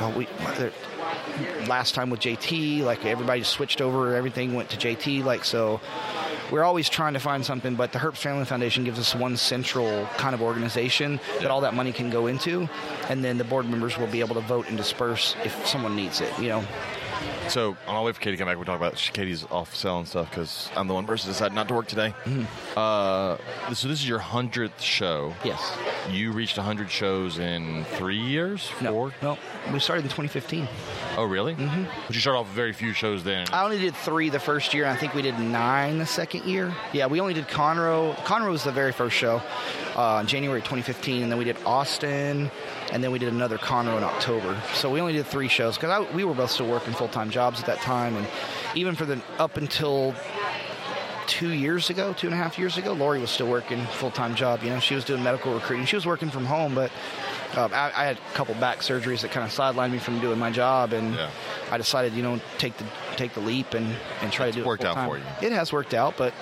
Speaker 7: well, we. there- Last time with JT, like everybody switched over, everything went to JT. Like so, we're always trying to find something, but the Herbst Family Foundation gives us one central kind of organization that all that money can go into, and then the board members will be able to vote and disperse if someone needs it. You know,
Speaker 1: So on our way for Katie to come back, we talk about she- Katie's off selling stuff because I'm the one person that decided not to work today.
Speaker 7: Mm-hmm.
Speaker 1: Uh, so this is your hundredth show.
Speaker 7: yes,
Speaker 1: You reached hundred shows in three years,
Speaker 7: no,
Speaker 1: four.
Speaker 7: no. We started in 2015.
Speaker 1: Oh, really? Mm-hmm. But you started off with very few shows then.
Speaker 7: I only did three the first year, and I think we did nine the second year. Yeah, we only did Conroe. Conroe was the very first show, uh, January 2015, and then we did Austin, and then we did another Conroe in October. So we only did three shows because we were both still working full time jobs at that time, and even for the up until two years ago, two and a half years ago, Lori was still working full time job. You know, she was doing medical recruiting. She was working from home, but um, I, I had a couple back surgeries that kind of sidelined me from doing my job, and
Speaker 1: Yeah.
Speaker 7: I decided, you know, take the take the leap and and try to do it
Speaker 1: worked out
Speaker 7: full-time.
Speaker 1: for you.
Speaker 7: It has worked out, but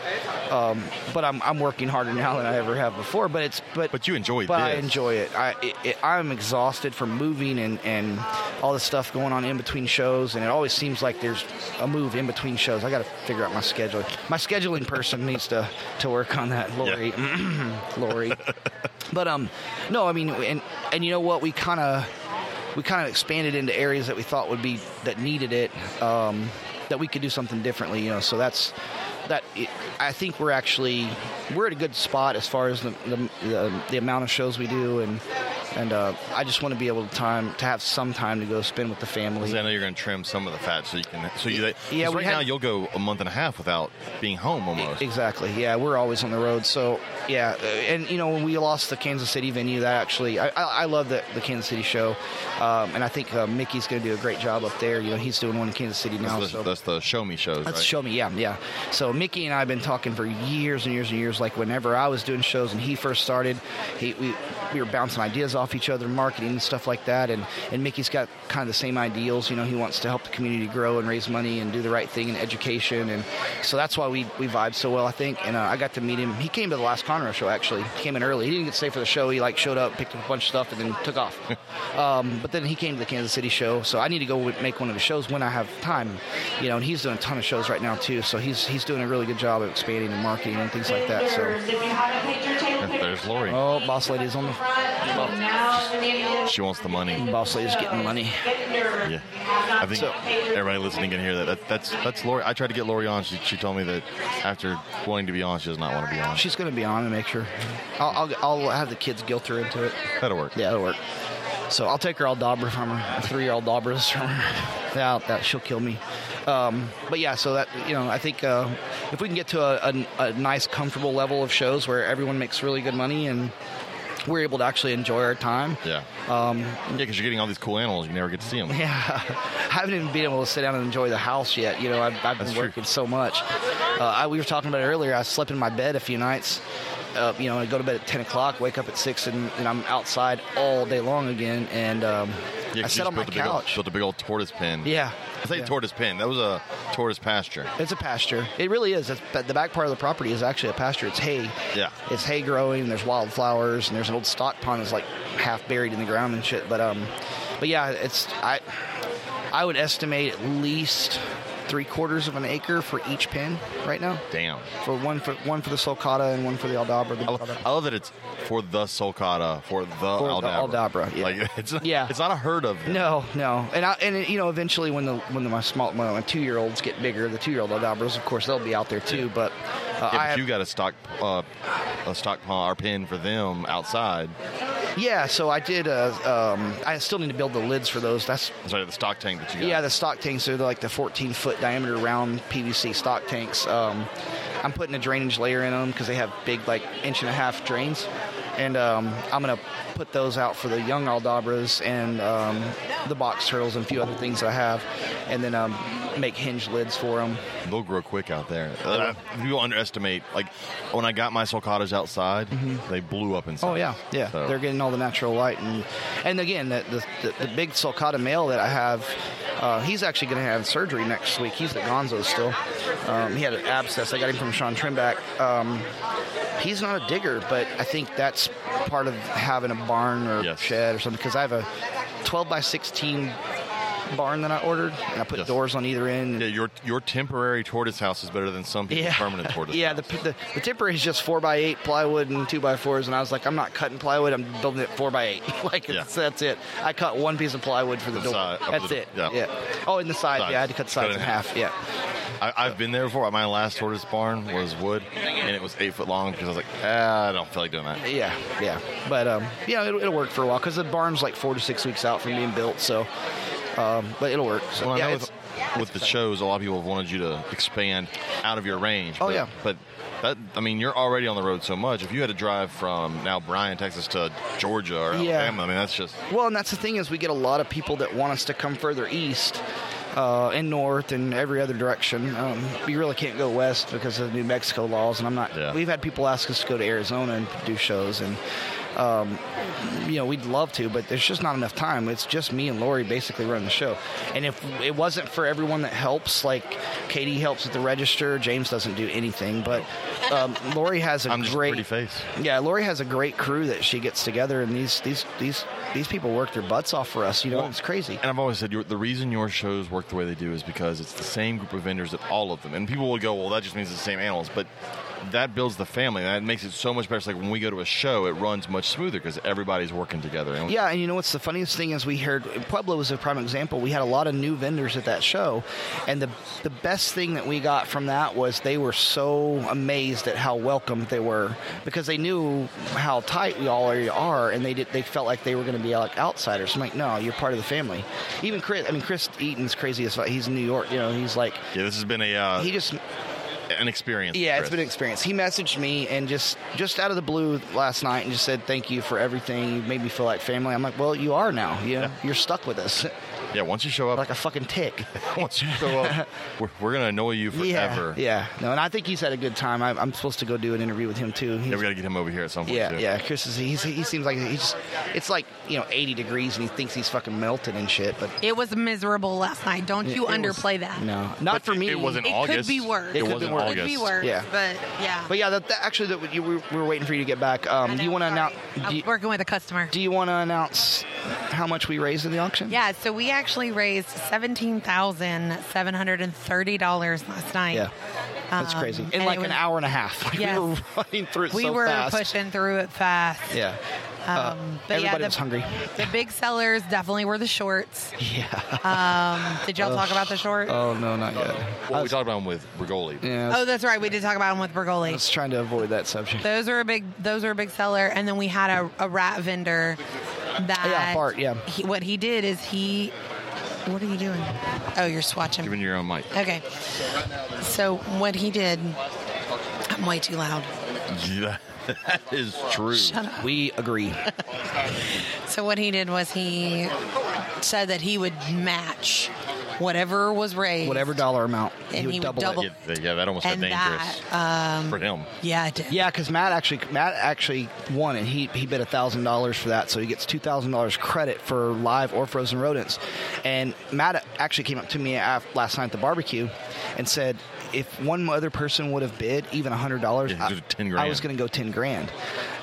Speaker 7: um, but I'm I'm working harder now than I ever have before. But it's but
Speaker 1: But you enjoy
Speaker 7: but I
Speaker 1: this.
Speaker 7: enjoy it. I it, it, I'm exhausted from moving and and all this stuff going on in between shows, and it always seems like there's a move in between shows. I got to figure out my schedule. My scheduling person needs to to work on that, Lori. Lori. *clears throat*
Speaker 1: *laughs*
Speaker 7: But um, no, I mean, and and you know what? We kind of we kind of expanded into areas that we thought would be that needed it, um, that we could do something differently. You know, so that's that. I think we're actually we're at a good spot as far as the the, the, the amount of shows we do and And uh, I just want to be able to time to have some time to go spend with the family.
Speaker 1: Because I know you're going to trim some of the fat, so you can. So you.
Speaker 7: Yeah,
Speaker 1: Yeah,
Speaker 7: we
Speaker 1: right
Speaker 7: had-
Speaker 1: now you'll go a month and a half without being home almost.
Speaker 7: Exactly. Yeah, we're always on the road. So yeah, uh, and you know when we lost the Kansas City venue, that actually I, I, I love the, the Kansas City show, um, and I think uh, Mickey's going to do a great job up there. You know he's doing one in Kansas City now.
Speaker 1: That's, the,
Speaker 7: so
Speaker 1: that's the show me shows.
Speaker 7: Let's
Speaker 1: right?
Speaker 7: show me, yeah, yeah. So Mickey and I have been talking for years and years and years. Like whenever I was doing shows and he first started, he, we we were bouncing ideas off each other, marketing and stuff like that. And and Mickey's got kind of the same ideals. You know, he wants to help the community grow and raise money and do the right thing in education. And so that's why we we vibe so well, I think. And uh, I got to meet him. He came to the last Conroe show actually. He came in early. He didn't get to stay for the show. He like showed up, picked up a bunch of stuff, and then took off. um, but then he came to the Kansas City show, so I need to go w- make one of the shows when I have time. You know, and he's doing a ton of shows right now too. So he's he's doing a really good job of expanding and marketing and things like that. So.
Speaker 8: Vendors, If you haven't picked your table, pick
Speaker 1: There's Lori.
Speaker 7: Oh, boss lady's on the
Speaker 8: front. Now, the name of the
Speaker 1: She wants the money.
Speaker 7: boss lady's getting money.
Speaker 8: vendor.
Speaker 1: Yeah, I think everybody listening can hear that. that that's that's Lori. I tried to get Lori on. She, she told me that after wanting to be on, she does not want to be on.
Speaker 7: She's gonna be on and make sure. I'll, I'll I'll have the kids guilt her into it.
Speaker 1: That'll work.
Speaker 7: Yeah, that'll work. So I'll take her all Dabra from her, three year old Dabras from her. *laughs* Yeah, that she'll kill me. Um, but yeah, so that you know, I think uh, if we can get to a, a, a nice, comfortable level of shows where everyone makes really good money and we're able to actually enjoy our time.
Speaker 1: Yeah. Um, yeah, because you're getting all these cool animals. You never get to see them.
Speaker 7: *laughs* Yeah, I haven't even been able to sit down and enjoy the house yet. You know, I've, I've been
Speaker 1: That's true.
Speaker 7: working so much. Uh, I, we were talking about it earlier. I slept in my bed a few nights. Uh, you know, I go to bed at ten o'clock, wake up at six, and, and I'm outside all day long again. And um,
Speaker 1: Yeah,
Speaker 7: I
Speaker 1: 'cause you
Speaker 7: sat on
Speaker 1: just
Speaker 7: my
Speaker 1: built a big old-
Speaker 7: couch.
Speaker 1: built a big old tortoise pen.
Speaker 7: yeah,
Speaker 1: I say
Speaker 7: yeah.
Speaker 1: tortoise pen. That was a tortoise pasture.
Speaker 7: It's a pasture. It really is. It's, but the back part of the property is actually a pasture. It's hay.
Speaker 1: Yeah.
Speaker 7: It's hay growing. There's wildflowers, and there's an old stock pond that's like half buried in the ground and shit. But um, but yeah, it's I, I would estimate at least three quarters of an acre for each pen right now.
Speaker 1: Damn.
Speaker 7: For one for one for the sulcata and one for the aldabra. The
Speaker 1: I love, I love that it's for the sulcata, for the
Speaker 7: For the
Speaker 1: aldabra.
Speaker 7: Aldabra, yeah.
Speaker 1: Like *laughs* it's not,
Speaker 7: Yeah.
Speaker 1: it's not a herd of them.
Speaker 7: No, no, and I, and you know, eventually when the when the, my small my, two year olds get bigger, the two year old aldabras, of course, they'll be out there too. But uh,
Speaker 1: Yeah,
Speaker 7: I
Speaker 1: but
Speaker 7: have-
Speaker 1: you got a stock uh, a stock pond or pen for them outside.
Speaker 7: Yeah, so I did. Uh, um, I still need to build the lids for those. That's
Speaker 1: Sorry, the stock tank that you
Speaker 7: yeah,
Speaker 1: got.
Speaker 7: the stock tanks are like the 14 foot diameter round PVC stock tanks. Um, I'm putting a drainage layer in them because they have big like inch and a half drains, and um, I'm gonna put those out for the young aldabras and um, the box turtles and a few other things that I have, and then um, make hinge lids for them.
Speaker 1: They'll grow quick out there. Uh, people underestimate. Like when I got my sulcatas outside, they blew up inside.
Speaker 7: Oh yeah, yeah.
Speaker 1: So-
Speaker 7: They're getting all the natural light, and and again, the the, the, the big sulcata male that I have, uh, he's actually going to have surgery next week. He's at Gonzo still. Um, he had an abscess. I got him from Sean Trimback. Um, he's not a digger, but I think that's part of having a barn or
Speaker 1: Yes.
Speaker 7: shed or something. Because I have a 12 by 16 barn that I ordered, and I put
Speaker 1: Yes.
Speaker 7: doors on either end.
Speaker 1: Yeah, your your temporary tortoise house is better than some people's
Speaker 7: *laughs*
Speaker 1: permanent tortoise.
Speaker 7: Yeah,
Speaker 1: house.
Speaker 7: the, the, the temporary is just four by eight plywood and two by fours, and I was like, I'm not cutting plywood. I'm building it four by eight. *laughs* like
Speaker 1: Yeah.
Speaker 7: it's, that's it. I cut one piece of plywood for the,
Speaker 1: The
Speaker 7: door.
Speaker 1: side- up
Speaker 7: that's
Speaker 1: the-
Speaker 7: it.
Speaker 1: yeah.
Speaker 7: Yeah. Oh, and the sides.
Speaker 1: Sides.
Speaker 7: Yeah, I had to cut
Speaker 1: Cut
Speaker 7: the sides
Speaker 1: it
Speaker 7: in
Speaker 1: in
Speaker 7: half. Yeah.
Speaker 1: I, I've been there before. My last tortoise barn was wood, and it was eight foot long because I was like, ah, I don't feel like doing that.
Speaker 7: Yeah. Yeah. But um, yeah, it'll, it'll work for a while because the barn's like four to six weeks out from being built. So, um, but it'll work. So
Speaker 1: Well,
Speaker 7: yeah,
Speaker 1: I know
Speaker 7: it's-
Speaker 1: with, with the shows, a lot of people have wanted you to expand out of your range.
Speaker 7: Oh,
Speaker 1: but,
Speaker 7: yeah.
Speaker 1: But that, I mean, you're already on the road so much. If you had to drive from now Bryan, Texas to Georgia or
Speaker 7: Yeah.
Speaker 1: Alabama, I mean, that's just
Speaker 7: Well, and that's the thing is we get a lot of people that want us to come further east uh, and north and every other direction. Um, we really can't go west because of the New Mexico laws, and I'm not.
Speaker 1: Yeah.
Speaker 7: We've had people ask us to go to Arizona and do shows, and um, you know we'd love to, but there's just not enough time. It's just me and Lori basically running the show, and if it wasn't for everyone that helps, like Katie helps at the register, James doesn't do anything, but um, Lori has a
Speaker 1: I'm just a
Speaker 7: great
Speaker 1: pretty face.
Speaker 7: yeah, Lori has a great crew that she gets together, and these these these these people work their butts off for us. You know,
Speaker 1: Well,
Speaker 7: Oh, it's crazy.
Speaker 1: And I've always said your, the reason your shows work the way they do is because it's the same group of vendors at all of them. And people will go, well, that just means it's the same animals. But that builds the family. That makes it so much better. It's like when we go to a show, it runs much smoother because everybody's working together. And
Speaker 7: Yeah, and you know what's the funniest thing is we heard Pueblo was a prime example. We had a lot of new vendors at that show, and the the best thing that we got from that was they were so amazed at how welcomed they were because they knew how tight we all already are, and they did they felt like they were going to be like outsiders. I'm like, no, you're part of the family. Even Chris, I mean Chris Eaton's crazy as fuck. He's in New York, you know. He's like
Speaker 1: Yeah, this has been a uh,
Speaker 7: he just
Speaker 1: an experience.
Speaker 7: yeah,
Speaker 1: Chris.
Speaker 7: it's been an experience. He messaged me and just just out of the blue last night and just said thank you for everything. You made me feel like family. I'm like, well, you are now. You know, you're stuck with us *laughs*
Speaker 1: yeah. Once you show up,
Speaker 7: like a fucking
Speaker 1: *laughs*
Speaker 7: tick.
Speaker 1: once you show
Speaker 7: *laughs*
Speaker 1: up, we're, we're gonna annoy you forever.
Speaker 7: Yeah, yeah. No, and I think he's had a good time. I, I'm supposed to go do an interview with him too. He's-
Speaker 1: Yeah, we gotta get him over here at some point.
Speaker 7: yeah,
Speaker 1: too.
Speaker 7: yeah. Chris is he's, he seems like he's just, it's like you know 80 degrees and he thinks he's fucking melted and shit. But
Speaker 2: It was miserable last night. Don't you
Speaker 7: it was-
Speaker 2: underplay that.
Speaker 7: no, not
Speaker 1: But
Speaker 7: for
Speaker 1: it-
Speaker 7: me.
Speaker 1: It wasn't
Speaker 2: It could
Speaker 1: August.
Speaker 2: be worse. It
Speaker 1: It
Speaker 2: could be
Speaker 1: wasn't
Speaker 7: worse.
Speaker 2: It could
Speaker 1: August.
Speaker 2: be worse,
Speaker 7: Yeah.
Speaker 2: but yeah.
Speaker 7: But yeah, that, that- actually, that you, we were waiting for you to get back. Um, do you want to announce? Do you,
Speaker 2: I'm working with a customer.
Speaker 7: do you want to announce how much we raised in the auction?
Speaker 2: Yeah, so we actually raised seventeen thousand seven hundred and thirty dollars last night.
Speaker 7: Yeah. That's
Speaker 2: Um,
Speaker 7: crazy. In
Speaker 2: and
Speaker 7: like
Speaker 2: it
Speaker 7: an
Speaker 2: was-
Speaker 7: hour and a half. *laughs* Like,
Speaker 2: Yes.
Speaker 7: We were running through it
Speaker 2: we
Speaker 7: so
Speaker 2: were
Speaker 7: fast.
Speaker 2: pushing through it fast.
Speaker 7: Yeah.
Speaker 2: Um, but yeah,
Speaker 7: everybody
Speaker 2: the-
Speaker 7: was hungry. *laughs*
Speaker 2: The big sellers definitely were the shorts.
Speaker 7: Yeah.
Speaker 2: Um, did y'all talk about the shorts?
Speaker 7: Oh, no, not yet.
Speaker 1: Well, we talked about him with Rigoli.
Speaker 7: Yeah.
Speaker 2: oh, that's right. We did talk about them with
Speaker 7: I
Speaker 2: Bergoli.
Speaker 7: was trying to avoid that subject.
Speaker 2: Those are a big. Those are a big seller. And then we had a, a rat vendor. That
Speaker 7: Yeah, Bart, yeah.
Speaker 2: He, what he did is he. What are you doing? Oh, you're swatching.
Speaker 1: Giving you your own mic.
Speaker 2: Okay. So what he did. I'm way too loud.
Speaker 1: Yeah, *laughs* that is true.
Speaker 7: We
Speaker 2: *laughs*
Speaker 7: agree.
Speaker 2: So what he did was he said that he would match whatever was raised.
Speaker 7: Whatever dollar amount,
Speaker 2: And
Speaker 7: you would
Speaker 2: he would
Speaker 7: double,
Speaker 2: double-
Speaker 7: it.
Speaker 1: Yeah, th- yeah, that almost got
Speaker 2: And
Speaker 1: dangerous
Speaker 2: that. Um,
Speaker 1: for him.
Speaker 2: yeah, I did.
Speaker 7: Yeah, because Matt actually Matt actually won, and he he bid thousand dollars for that, so he gets two thousand dollars credit for live or frozen rodents. And Matt actually came up to me af last night at the barbecue and said, if one other person would have bid even hundred dollars,
Speaker 1: Yeah, he did 10
Speaker 7: I was
Speaker 1: grand.
Speaker 7: going to go ten grand.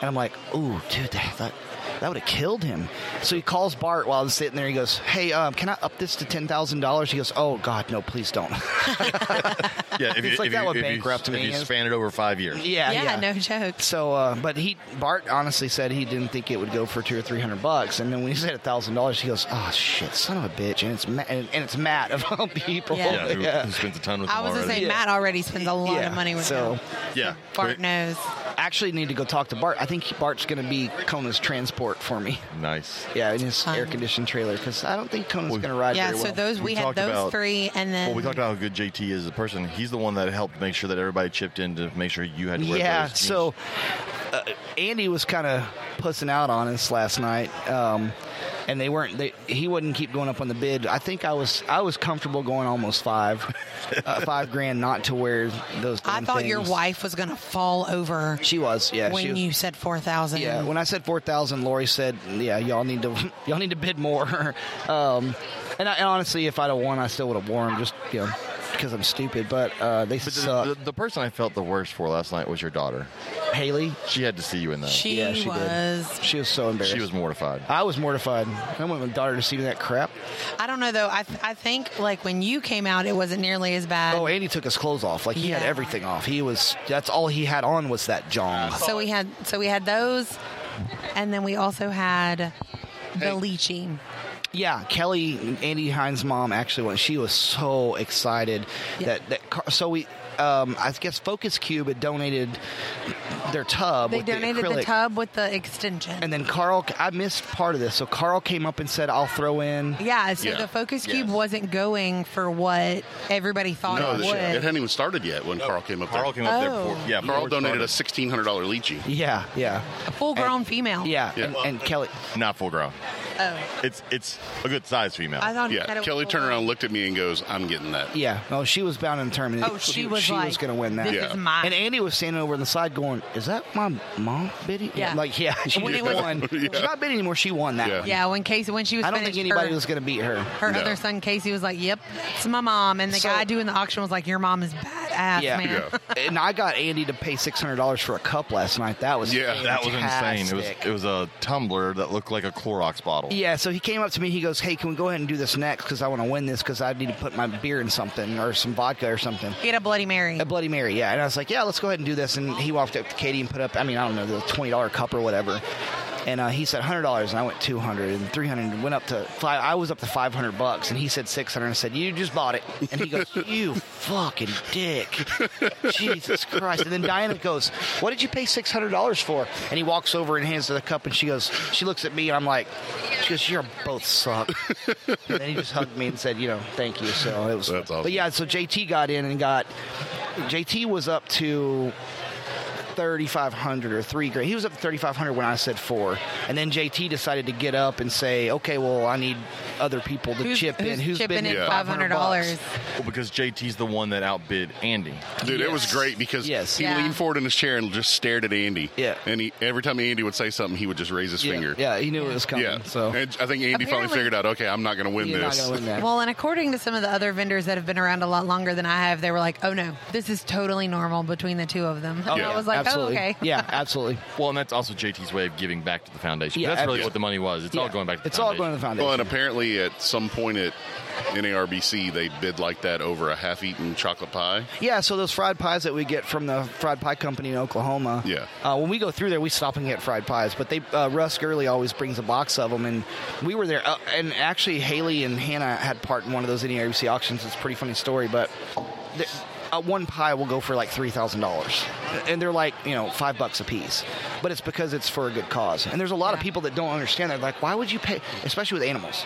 Speaker 7: And I'm like, ooh, dude, that. that that would have killed him. So he calls Bart while I'm sitting there. He goes, "Hey, um, can I up this to ten thousand dollars?" He goes, "Oh God, no, please don't." *laughs*
Speaker 1: Yeah, if you,
Speaker 7: It's like
Speaker 1: if
Speaker 7: that
Speaker 1: you,
Speaker 7: would
Speaker 1: if
Speaker 7: bankrupt
Speaker 1: you,
Speaker 7: me.
Speaker 1: If you span it over five years,
Speaker 7: yeah, yeah,
Speaker 2: no joke.
Speaker 7: So, uh, but he Bart honestly said he didn't think it would go for two or three hundred bucks, and then when he said a thousand dollars, he goes, "Oh shit, son of a bitch!" And it's Ma- and, and it's Matt of all people.
Speaker 2: Yeah.
Speaker 1: yeah, who,
Speaker 7: *laughs* Yeah.
Speaker 1: who spends a ton with
Speaker 2: I
Speaker 1: him
Speaker 2: was gonna
Speaker 1: already.
Speaker 2: say Matt already spends a lot
Speaker 7: Yeah,
Speaker 2: of money with
Speaker 7: so-
Speaker 2: him.
Speaker 1: yeah,
Speaker 2: Bart
Speaker 1: But-
Speaker 2: knows.
Speaker 7: Actually, need to go talk to Bart. I think Bart's going to be Kona's transport for me.
Speaker 1: Nice.
Speaker 7: Yeah, in his
Speaker 2: Fun.
Speaker 7: air conditioned trailer because I don't think Kona's
Speaker 1: Well,
Speaker 7: going to ride.
Speaker 2: Yeah,
Speaker 7: very
Speaker 2: so
Speaker 7: well.
Speaker 2: those we,
Speaker 1: We
Speaker 2: had
Speaker 1: talked
Speaker 2: those
Speaker 1: about-
Speaker 2: three, and then
Speaker 1: Well, we talked about how good JT is as a person. He's the one that helped make sure that everybody chipped in to make sure you had to wear
Speaker 7: Yeah,
Speaker 1: those jeans.
Speaker 7: so uh, Andy was kind of pussing out on us last night, um, and they weren't. They, he wouldn't keep going up on the bid. I think I was I was comfortable going almost five,
Speaker 1: *laughs*
Speaker 7: uh, five grand not to wear those.
Speaker 2: I
Speaker 7: damn
Speaker 2: thought your
Speaker 7: things.
Speaker 2: wife was gonna fall over
Speaker 7: She was. Yeah,
Speaker 2: when
Speaker 7: she was,
Speaker 2: you said four thousand.
Speaker 7: yeah, when I said four thousand, Lori said, "Yeah, y'all need to, *laughs* y'all need to bid more." *laughs* um, and, I, and honestly, if I'd have won, I still would have worn them just you know because I'm stupid. But uh, they
Speaker 1: But
Speaker 7: suck.
Speaker 1: the, the, the person I felt the worst for last night was your daughter.
Speaker 7: Haley,
Speaker 1: She had to see you in that.
Speaker 2: she,
Speaker 7: yeah, she Uh, did.
Speaker 2: was.
Speaker 7: she was so embarrassed.
Speaker 1: She was mortified.
Speaker 7: I was mortified. I want my daughter to see that crap.
Speaker 2: I don't know though. I th- I think like when you came out, it wasn't nearly as bad.
Speaker 7: Oh, Andy took his clothes off. Like he had
Speaker 2: Yeah.
Speaker 7: everything off. He was. That's all he had on was that john.
Speaker 2: so we had so we had those, and then we also had the lychee.
Speaker 7: Yeah, Kelly, Andy Hines' mom actually went. She was so excited
Speaker 2: Yeah.
Speaker 7: that that. Car, so we. Um, I guess Focus Cube had donated their tub.
Speaker 2: They
Speaker 7: with
Speaker 2: donated the,
Speaker 7: acrylic.
Speaker 2: tub with the extension.
Speaker 7: And then Carl, I missed part of this. So Carl came up and said, "I'll throw in."
Speaker 2: yeah, so
Speaker 3: Yeah.
Speaker 2: the focus
Speaker 1: Yes.
Speaker 2: cube wasn't going for what everybody thought
Speaker 3: No,
Speaker 2: it
Speaker 3: the-
Speaker 2: would.
Speaker 3: it hadn't even started yet when Carl came up
Speaker 1: Carl
Speaker 3: there.
Speaker 1: came up
Speaker 2: Oh.
Speaker 1: there before. Yeah,
Speaker 3: Carl
Speaker 1: before
Speaker 3: donated
Speaker 1: started.
Speaker 3: a sixteen hundred dollar lychee.
Speaker 7: Yeah, yeah,
Speaker 2: a full-grown female.
Speaker 7: yeah.
Speaker 3: Yeah.
Speaker 7: And, and Kelly,
Speaker 1: Not full grown.
Speaker 2: Oh,
Speaker 1: It's it's a good size female.
Speaker 2: I thought. that
Speaker 3: Yeah,
Speaker 2: it
Speaker 3: Kelly
Speaker 2: was
Speaker 3: turned around,
Speaker 2: full-grown.
Speaker 3: looked at me, and goes, "I'm getting that."
Speaker 7: yeah. No, she was bound and determined.
Speaker 2: Oh, she was.
Speaker 7: She
Speaker 2: like,
Speaker 7: was going to win that.
Speaker 2: This
Speaker 3: Yeah.
Speaker 2: is mine.
Speaker 7: And Andy was standing over on the side going, Is that my mom bidding?
Speaker 2: Yeah.
Speaker 7: Like, yeah, *laughs* she
Speaker 2: When it was-
Speaker 7: won. She's not bidding anymore. She won that
Speaker 3: Yeah.
Speaker 7: one.
Speaker 2: yeah, when Casey, when she was,
Speaker 7: I don't think
Speaker 2: finished,
Speaker 7: anybody
Speaker 2: her,
Speaker 7: was going to beat her.
Speaker 2: Her
Speaker 3: No.
Speaker 2: other son Casey was like, "Yep, it's my mom," and the
Speaker 7: So-
Speaker 2: guy doing the auction was like, "Your mom is badass." ass,
Speaker 7: yeah.
Speaker 2: man.
Speaker 7: and I got Andy to pay six hundred dollars for a cup last night. That was
Speaker 3: Yeah,
Speaker 1: That was insane. It was
Speaker 7: fantastic.
Speaker 1: it was a tumbler that looked like a Clorox bottle.
Speaker 7: Yeah, so he came up to me. He goes, "Hey, can we go ahead and do this next? Because I want to win this. Because I need to put my beer in something or some vodka or something."
Speaker 2: Get a Bloody Mary.
Speaker 7: A Bloody Mary, yeah. And I was like, "Yeah, let's go ahead and do this." And he walked up to Katie and put up, I mean, I don't know, the twenty dollar cup or whatever. And uh, he said hundred dollars, and I went two hundred and three hundred, and went up to five. I was up to five hundred bucks, and he said six hundred. I said, "You just bought it," and he goes, "You fucking dick, Jesus Christ!" And then Diana goes, "What did you pay six hundred dollars for?" And he walks over and hands her the cup, and she goes, she looks at me, and I'm like, she goes, "You're both suck." and then he just hugged me and said, "You know, thank you." So it was,
Speaker 3: That's awesome.
Speaker 7: but yeah, so JT got in and got JT was up to 3,500 or three grand. He was up to 3,500 when I said four. And then JT decided to get up and say, okay, well, I need other people to
Speaker 2: Who's-
Speaker 7: chip
Speaker 2: who's
Speaker 7: in. Who's
Speaker 2: chipping in
Speaker 7: been
Speaker 2: $500?
Speaker 7: $500?
Speaker 1: Well, because JT's the one that outbid Andy.
Speaker 3: Dude, it was
Speaker 7: Yes.
Speaker 3: great because
Speaker 7: Yes.
Speaker 3: he
Speaker 2: Yeah.
Speaker 3: leaned forward in his chair and just stared at Andy.
Speaker 7: Yeah.
Speaker 3: And he, every time Andy would say something, he would just raise his
Speaker 7: Yeah,
Speaker 3: finger.
Speaker 7: yeah, he knew it was coming.
Speaker 3: Yeah.
Speaker 7: So
Speaker 3: and I think Andy finally
Speaker 2: Apparently-
Speaker 3: figured out, okay, I'm not going to win
Speaker 7: you're not
Speaker 3: this.
Speaker 7: going to
Speaker 3: *laughs*
Speaker 7: win that.
Speaker 2: Well, and according to some of the other vendors that have been around a lot longer than I have, they were like, "Oh no, this is totally normal between the two of them." *laughs* And
Speaker 3: yeah,
Speaker 2: I was like,
Speaker 7: absolutely.
Speaker 2: "Oh okay."
Speaker 7: yeah, absolutely.
Speaker 1: Well, and that's also JT's way of giving back to the foundation.
Speaker 7: Yeah,
Speaker 1: that's really
Speaker 7: absolutely.
Speaker 1: what the money was. It's all
Speaker 7: Yeah.
Speaker 1: going back. to the
Speaker 7: It's all going
Speaker 1: foundation.
Speaker 7: to the foundation.
Speaker 3: Well, and apparently at some point at NARBC, they bid like that over a half-eaten chocolate pie.
Speaker 7: Yeah, so those fried pies that we get from the fried pie company in Oklahoma.
Speaker 3: Yeah.
Speaker 7: Uh, when we go through there, we stop and get fried pies. But they uh, Russ Gurley always brings a box of them, and we were there. Uh, and actually, Haley and Hannah had part in one of those NERC auctions. It's a pretty funny story, but. th uh, one pie will go for like three thousand dollars, and they're like you know five bucks a piece, but it's because it's for a good cause. And there's a lot of people that don't understand that. Like, why would you pay, especially with animals?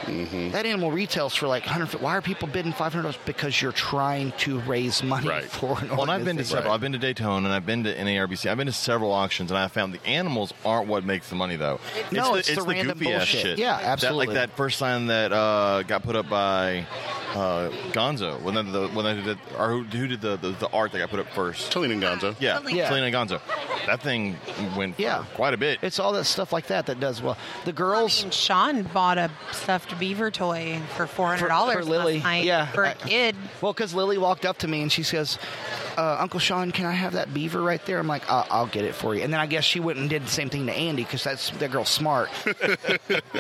Speaker 7: That animal retails for like hundred. Why are people bidding five hundred dollars? Because you're trying to raise money
Speaker 3: Right.
Speaker 7: for an
Speaker 1: Well, and I've been to
Speaker 7: organization.
Speaker 1: several. I've been to Daytona and I've been to NARBC. I've been to several auctions, and I found the animals aren't what makes the money, though.
Speaker 7: No, it's the random
Speaker 1: goofy ass
Speaker 7: bullshit.
Speaker 1: shit.
Speaker 7: Yeah,
Speaker 1: That-
Speaker 7: absolutely.
Speaker 1: like that first sign that uh, got put up by uh, Gonzo when they, the when they did or who, who did the, the the art that got put up first?
Speaker 3: Tolene and Gonzo.
Speaker 1: Yeah,
Speaker 2: Selena.
Speaker 7: Yeah.
Speaker 1: Selena Gonzo. That thing went for
Speaker 7: Yeah.
Speaker 1: quite a bit.
Speaker 7: It's all that stuff like that that does well. The girls,
Speaker 2: And Sean bought a stuffed beaver toy for four hundred dollars
Speaker 7: For- for Lily,
Speaker 2: Last night
Speaker 7: yeah.
Speaker 2: for
Speaker 7: I-
Speaker 2: a kid.
Speaker 7: well, because Lily walked up to me and she says, uh, "Uncle Sean, can I have that beaver right there?" I'm like, I- "I'll get it for you." And then I guess she went and did the same thing to Andy because that's that
Speaker 1: *laughs*
Speaker 7: girl's smart.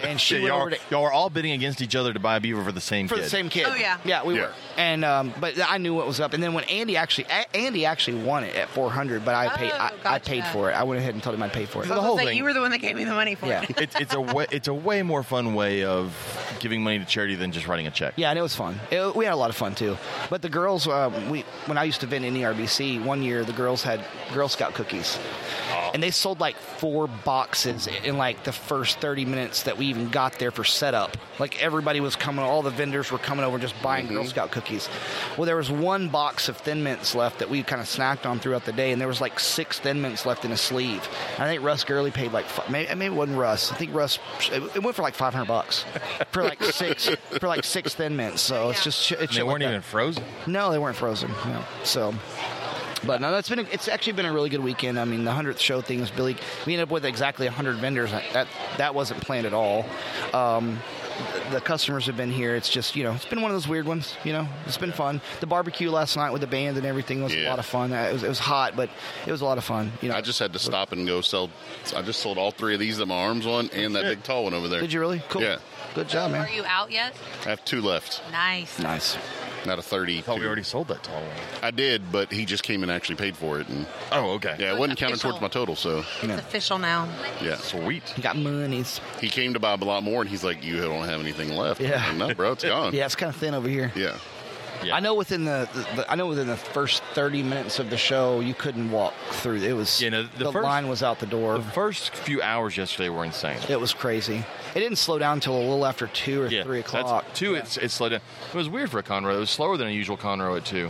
Speaker 7: and she
Speaker 1: Yeah,
Speaker 7: went
Speaker 1: y'all,
Speaker 7: over to
Speaker 1: y'all are all bidding against each other to buy a beaver for the same
Speaker 7: for
Speaker 1: kid.
Speaker 7: the same kid.
Speaker 2: Oh, yeah.
Speaker 7: yeah, we
Speaker 3: Yeah.
Speaker 7: were. And um, but I knew what was up. And then when Andy actually, A- Andy actually won it at 400, but I paid.
Speaker 2: Oh,
Speaker 7: I, I
Speaker 2: gotcha.
Speaker 7: paid for it. I went ahead and told him I paid for it.
Speaker 2: So I was like, You were the one that gave me the money for
Speaker 7: yeah,
Speaker 2: it.
Speaker 1: It's it's a way, it's a way more fun way of giving money to charity than just writing a check.
Speaker 7: Yeah, and it was fun. It, we had a lot of fun too. But the girls, uh, we when I used to vend in E ERBC, one year the girls had Girl Scout cookies, and they sold like four boxes in like the first thirty minutes that we even got there for setup. Like everybody was coming, all the vendors were coming over just buying Girl Scout cookies. Well, there was one box of Thin Mints left that we kind of snacked on throughout the day, and there was like six Thin Mints left in a sleeve. And I think Russ Gurley paid like fi- maybe, maybe it wasn't Russ. I think Russ it, it went for like five hundred bucks for like six for like six Thin Mints. So it's just sh- it's
Speaker 1: They
Speaker 7: shit
Speaker 1: weren't
Speaker 7: like
Speaker 1: even
Speaker 7: that.
Speaker 1: frozen.
Speaker 7: no, they weren't frozen. No. So. But no, that's been a, it's actually been a really good weekend. I mean, the hundredth show thing is Billy. We ended up with exactly hundred vendors. That that wasn't planned at all. Um, the customers have been here. It's just you know, it's been one of those weird ones. You know, it's been fun. The barbecue last night with the band and everything was a
Speaker 3: Yeah.
Speaker 7: lot of fun. It was, it was hot, but it was a lot of fun. You know,
Speaker 3: I just had to stop and go sell. I just sold all three of these that my arms on and that big tall one over there.
Speaker 7: did you really cool?
Speaker 3: Yeah.
Speaker 7: good job, man.
Speaker 8: Are you out yet?
Speaker 3: I have two left,
Speaker 2: Nice.
Speaker 7: Nice.
Speaker 3: not a thirty.
Speaker 1: Thought we already sold that tall one.
Speaker 3: I did, but he just came and actually paid for it, and
Speaker 1: Oh, okay.
Speaker 3: yeah, it wasn't counted
Speaker 8: Official.
Speaker 3: towards my total. So
Speaker 2: It's official now.
Speaker 3: yeah,
Speaker 1: Sweet.
Speaker 7: You got monies.
Speaker 3: he came to buy a lot more, and he's like, "You don't have anything left." I'm
Speaker 7: Yeah.
Speaker 3: like, no, bro, it's gone.
Speaker 7: *laughs* Yeah, it's kind of thin over here.
Speaker 3: yeah.
Speaker 1: Yeah.
Speaker 7: I know within the, the, I know within the first thirty minutes of the show, you couldn't walk through. It was
Speaker 1: Yeah, no,
Speaker 7: the,
Speaker 1: the first-
Speaker 7: line was out the door.
Speaker 1: The first few hours yesterday were insane.
Speaker 7: It was crazy. It didn't slow down until a little after two or three
Speaker 1: that's-
Speaker 7: o'clock.
Speaker 1: Two, it's it slowed down. It was weird for a Conroe. It was slower than a usual Conroe at two,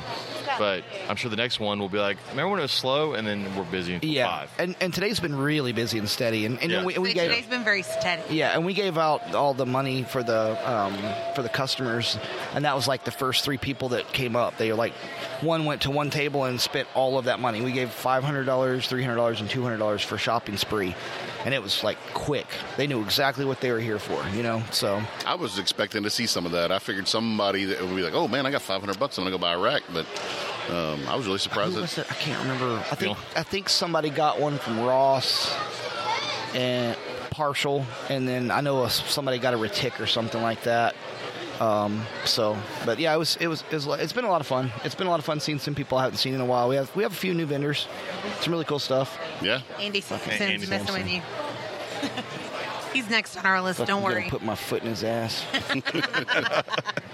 Speaker 1: but I'm sure the next one will be like. Remember when it was slow and then we're busy until
Speaker 7: yeah,
Speaker 1: five.
Speaker 7: and and today's been really busy and steady. And, and
Speaker 1: Yeah.
Speaker 7: we, we
Speaker 2: So today's
Speaker 7: gave
Speaker 2: been very steady.
Speaker 7: yeah, and we gave out all the money for the um, for the customers, and that was like the first three people that came up. They were like, one went to one table and spent all of that money. We gave five hundred dollars, three hundred dollars, and two hundred dollars for shopping spree, and it was like quick. They knew exactly what they were here for, you know. So
Speaker 3: I was expecting to see some of that. I figured somebody that would be like, "Oh man, I got 500 bucks. I'm gonna go buy a rack," but Um, I was really surprised.
Speaker 7: Who
Speaker 3: that-
Speaker 7: was it? I can't remember. I think I think somebody got one from Ross and partial, and then I know a, somebody got a retic or something like that. Um, so, but yeah, it was it was, it was it's been a lot of fun. It's been a lot of fun seeing some people I haven't seen in a while. We have we have a few new vendors, some really cool stuff.
Speaker 3: Yeah.
Speaker 2: Andy Simpson's
Speaker 9: Andy
Speaker 2: messing
Speaker 9: Sampson.
Speaker 2: with you. *laughs* He's next on our list.
Speaker 7: Fucking
Speaker 2: don't
Speaker 7: gonna
Speaker 2: worry.
Speaker 7: Put my foot in his *laughs* ass.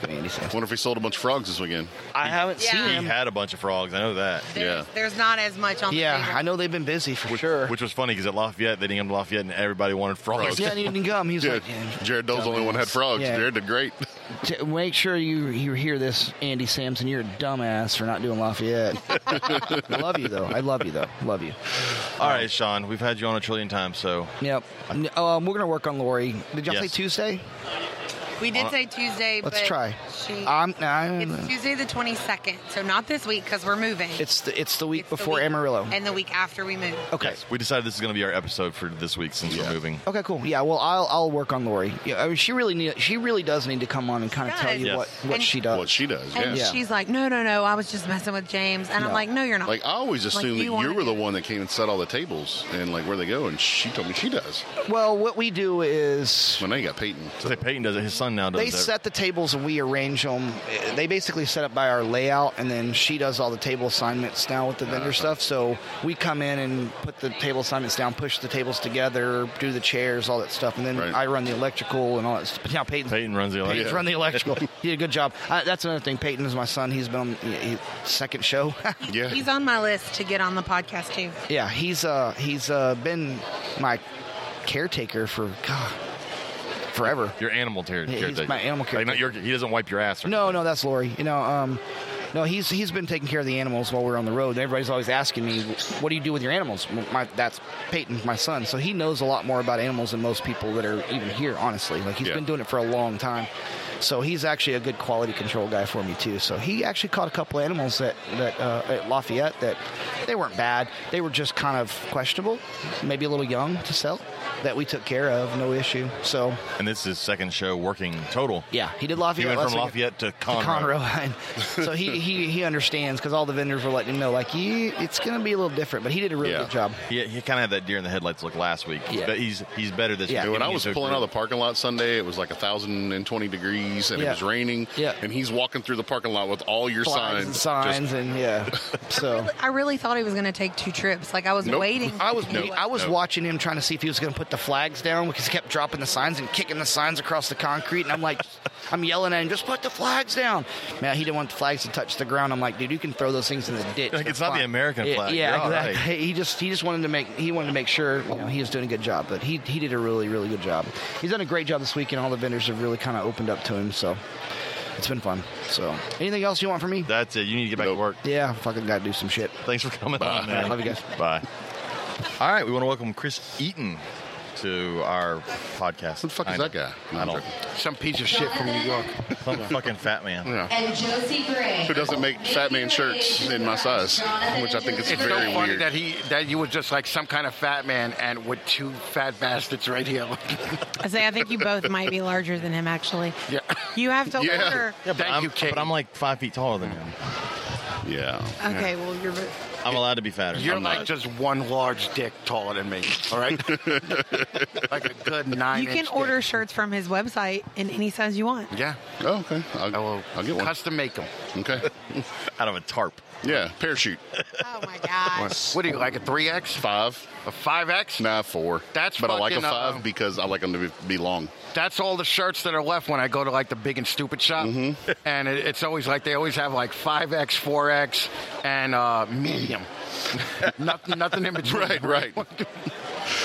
Speaker 7: Andy said.
Speaker 3: Wonder if he sold a bunch of frogs this weekend.
Speaker 7: I haven't
Speaker 2: Yeah.
Speaker 7: seen
Speaker 1: He
Speaker 7: him.
Speaker 1: had a bunch of frogs. I know that.
Speaker 2: There's,
Speaker 3: Yeah.
Speaker 2: there's not as much on.
Speaker 7: Yeah,
Speaker 2: the
Speaker 7: I know they've been busy for sure.
Speaker 1: Which was funny because at Lafayette, they didn't come to Lafayette and everybody wanted frogs.
Speaker 7: yeah, and he didn't come. He's
Speaker 3: Jared,
Speaker 7: like, yeah,
Speaker 3: Jared Doe's the only one who had
Speaker 7: dumbass.
Speaker 3: frogs.
Speaker 7: Yeah. Uh,
Speaker 3: Jared did great.
Speaker 7: T- make sure you you hear this, Andy Sampson. You're a dumbass for not doing Lafayette. I love you though. I love you though. Love you.
Speaker 1: All right, Sean, we've had you on a trillion times, so
Speaker 7: Yep. N- Um, we're gonna work on Lori. Did y'all say
Speaker 1: Yes.
Speaker 7: Tuesday?
Speaker 2: We did say Tuesday.
Speaker 7: Uh, Let's
Speaker 2: but
Speaker 7: try.
Speaker 2: She,
Speaker 7: I'm. I don't know.
Speaker 2: it's Tuesday the 22nd, so not this week because we're moving.
Speaker 7: It's the it's the week
Speaker 2: It's the
Speaker 7: before
Speaker 2: week-
Speaker 7: Amarillo.
Speaker 2: and the week after we move.
Speaker 7: okay.
Speaker 1: yes, we decided this is going to be our episode for this week since we're moving.
Speaker 7: Okay, cool. Yeah, well, I'll I'll work on Lori. Yeah, I mean, she really need, she really does need to come on and kind of
Speaker 2: She
Speaker 7: tell
Speaker 2: does.
Speaker 7: you
Speaker 1: Yes.
Speaker 7: what what
Speaker 2: And-
Speaker 7: she does.
Speaker 3: what she does, yeah.
Speaker 2: And
Speaker 7: Yeah.
Speaker 2: she's like, no, no, no. I was just messing with James. And I'm
Speaker 7: No.
Speaker 2: like, no, you're not.
Speaker 3: Like *laughs* I always
Speaker 2: Like,
Speaker 3: assumed
Speaker 2: you
Speaker 3: that you
Speaker 2: wanna
Speaker 3: were the
Speaker 2: do-
Speaker 3: one that came and set all the tables and like where they go, and she told me she does.
Speaker 7: well, what we do is
Speaker 3: Well, now you got Peyton.
Speaker 1: So Peyton does it. His son now does
Speaker 7: they
Speaker 1: it.
Speaker 7: set the tables and we arrange them. They basically set up by our layout, and then she does all the table assignments now with the vendor stuff. So we come in and put the table assignments down, push the tables together, do the chairs, all that stuff, and then
Speaker 3: Right.
Speaker 7: I run the electrical and all that stuff. But now Peyton's
Speaker 1: Peyton oh, runs the
Speaker 7: Peyton's
Speaker 1: election.
Speaker 7: run the electrical. he did a good job. Uh, that's another thing. Peyton is my son. He's been on he, he- second show. *laughs*
Speaker 3: Yeah.
Speaker 2: He's on my list to get on the podcast too.
Speaker 7: yeah, he's uh he's uh been my caretaker for God forever.
Speaker 1: Your animal ter-
Speaker 7: he's
Speaker 1: caretaker.
Speaker 7: my animal
Speaker 1: Like, not your, he doesn't wipe your ass. Or
Speaker 7: No, no, that's Lori. You know, um, no, he's he's been taking care of the animals while we are on the road. Everybody's always asking me, "What do you do with your animals?" Well, My, that's Peyton, my son. So he knows a lot more about animals than most people that are even here. Honestly, like he's
Speaker 3: Yeah.
Speaker 7: been doing it for a long time. So he's actually a good quality control guy for me too. So he actually caught a couple animals that that uh, at Lafayette that they weren't bad. They were just kind of questionable, maybe a little young to sell. That we took care of, no issue. So
Speaker 1: And this is his second show working total.
Speaker 7: yeah, he did
Speaker 1: He
Speaker 7: Lafayette.
Speaker 1: went
Speaker 7: last
Speaker 1: from
Speaker 7: weekend.
Speaker 1: Lafayette to
Speaker 7: To
Speaker 1: Conroe.
Speaker 7: Conroe. so he, he he understands because all the vendors were letting him know like you, it's going to be a little different. But he did a really
Speaker 3: Yeah.
Speaker 7: good job.
Speaker 1: He, he kind of had that deer in the headlights look last week.
Speaker 7: Yeah.
Speaker 1: But he's he's better this
Speaker 7: Yeah.
Speaker 1: year.
Speaker 3: And when I was
Speaker 1: He's a
Speaker 3: pulling out of
Speaker 1: group.
Speaker 3: the parking lot Sunday, it was like 1,020 degrees and
Speaker 7: Yeah.
Speaker 3: it was raining.
Speaker 7: Yeah.
Speaker 3: And he's walking through the parking lot with all your
Speaker 7: Flags and
Speaker 3: signs.
Speaker 7: signs and yeah. So
Speaker 2: I really thought he was going to take two trips. Like I was
Speaker 3: Nope.
Speaker 2: waiting.
Speaker 7: Oh.
Speaker 2: *laughs*
Speaker 7: I was
Speaker 3: No,
Speaker 7: I was
Speaker 3: no.
Speaker 7: watching him trying to see if he was going to put the flags down because he kept dropping the signs and kicking the signs across the concrete. And I'm like, *laughs* I'm yelling at him, just put the flags down. Man, he didn't want the flags to touch the ground. I'm like, dude, you can throw those things in the ditch.
Speaker 1: Like,
Speaker 7: They're
Speaker 1: it's not the
Speaker 7: fine."
Speaker 1: American
Speaker 7: Yeah,
Speaker 1: flag.
Speaker 7: Yeah,
Speaker 1: You're all
Speaker 7: exactly.
Speaker 1: right.
Speaker 7: Hey, he just he just wanted to make he wanted to make sure you know he was doing a good job, but he he did a really really good job. He's done a great job this week, and all the vendors have really kind of opened up to him. So it's been fun. So anything else you want from me?
Speaker 1: That's it. You need to get back
Speaker 3: Nope.
Speaker 1: to work.
Speaker 7: yeah, fucking got to do some shit.
Speaker 1: Thanks for coming
Speaker 3: Bye.
Speaker 1: on, man.
Speaker 7: Love you guys.
Speaker 1: Bye. All right, we want to welcome Chris Eaton to our podcast.
Speaker 3: Who the fuck is
Speaker 1: Kinda.
Speaker 3: that guy?
Speaker 1: I don't.
Speaker 10: Some piece of shit from New York.
Speaker 1: Some *laughs* fucking fat man.
Speaker 8: And Josie Gray.
Speaker 3: Who doesn't make fat man shirts in my size, which I think is
Speaker 10: It's
Speaker 3: very
Speaker 10: so funny
Speaker 3: weird.
Speaker 10: that he that you were just like some kind of fat man and with two fat bastards right here.
Speaker 2: I say I think you both might be larger than him actually.
Speaker 10: yeah.
Speaker 2: You have to
Speaker 3: Yeah.
Speaker 2: order.
Speaker 1: Yeah,
Speaker 10: *laughs*
Speaker 1: but
Speaker 10: Thank
Speaker 1: I'm,
Speaker 10: you, Katie.
Speaker 1: But I'm like five feet taller than him.
Speaker 3: Yeah.
Speaker 2: Okay, well you're. bo-
Speaker 1: I'm allowed to be fatter.
Speaker 10: You're
Speaker 1: I'm
Speaker 10: like
Speaker 1: not.
Speaker 10: just one large dick taller than me. All right. like a good nine.
Speaker 2: You can
Speaker 10: inch
Speaker 2: order
Speaker 10: dick.
Speaker 2: shirts from his website in any size you want.
Speaker 10: Yeah.
Speaker 3: Oh, okay. I'll,
Speaker 10: I will
Speaker 3: I'll get one.
Speaker 10: custom make them.
Speaker 3: Okay.
Speaker 1: out of a tarp.
Speaker 3: Yeah. Parachute.
Speaker 2: Oh my gosh.
Speaker 10: What do you like a three X,
Speaker 3: Five.
Speaker 10: a five X?
Speaker 3: Nah, four.
Speaker 10: That's
Speaker 3: But I like a
Speaker 10: fucking, uh,
Speaker 3: five because I like them to be, be long.
Speaker 10: That's all the shirts that are left when I go to like the big and stupid shop, and it, it's always like they always have like five X, four X, and uh, medium. *laughs* nothing, nothing in between.
Speaker 3: Right, right.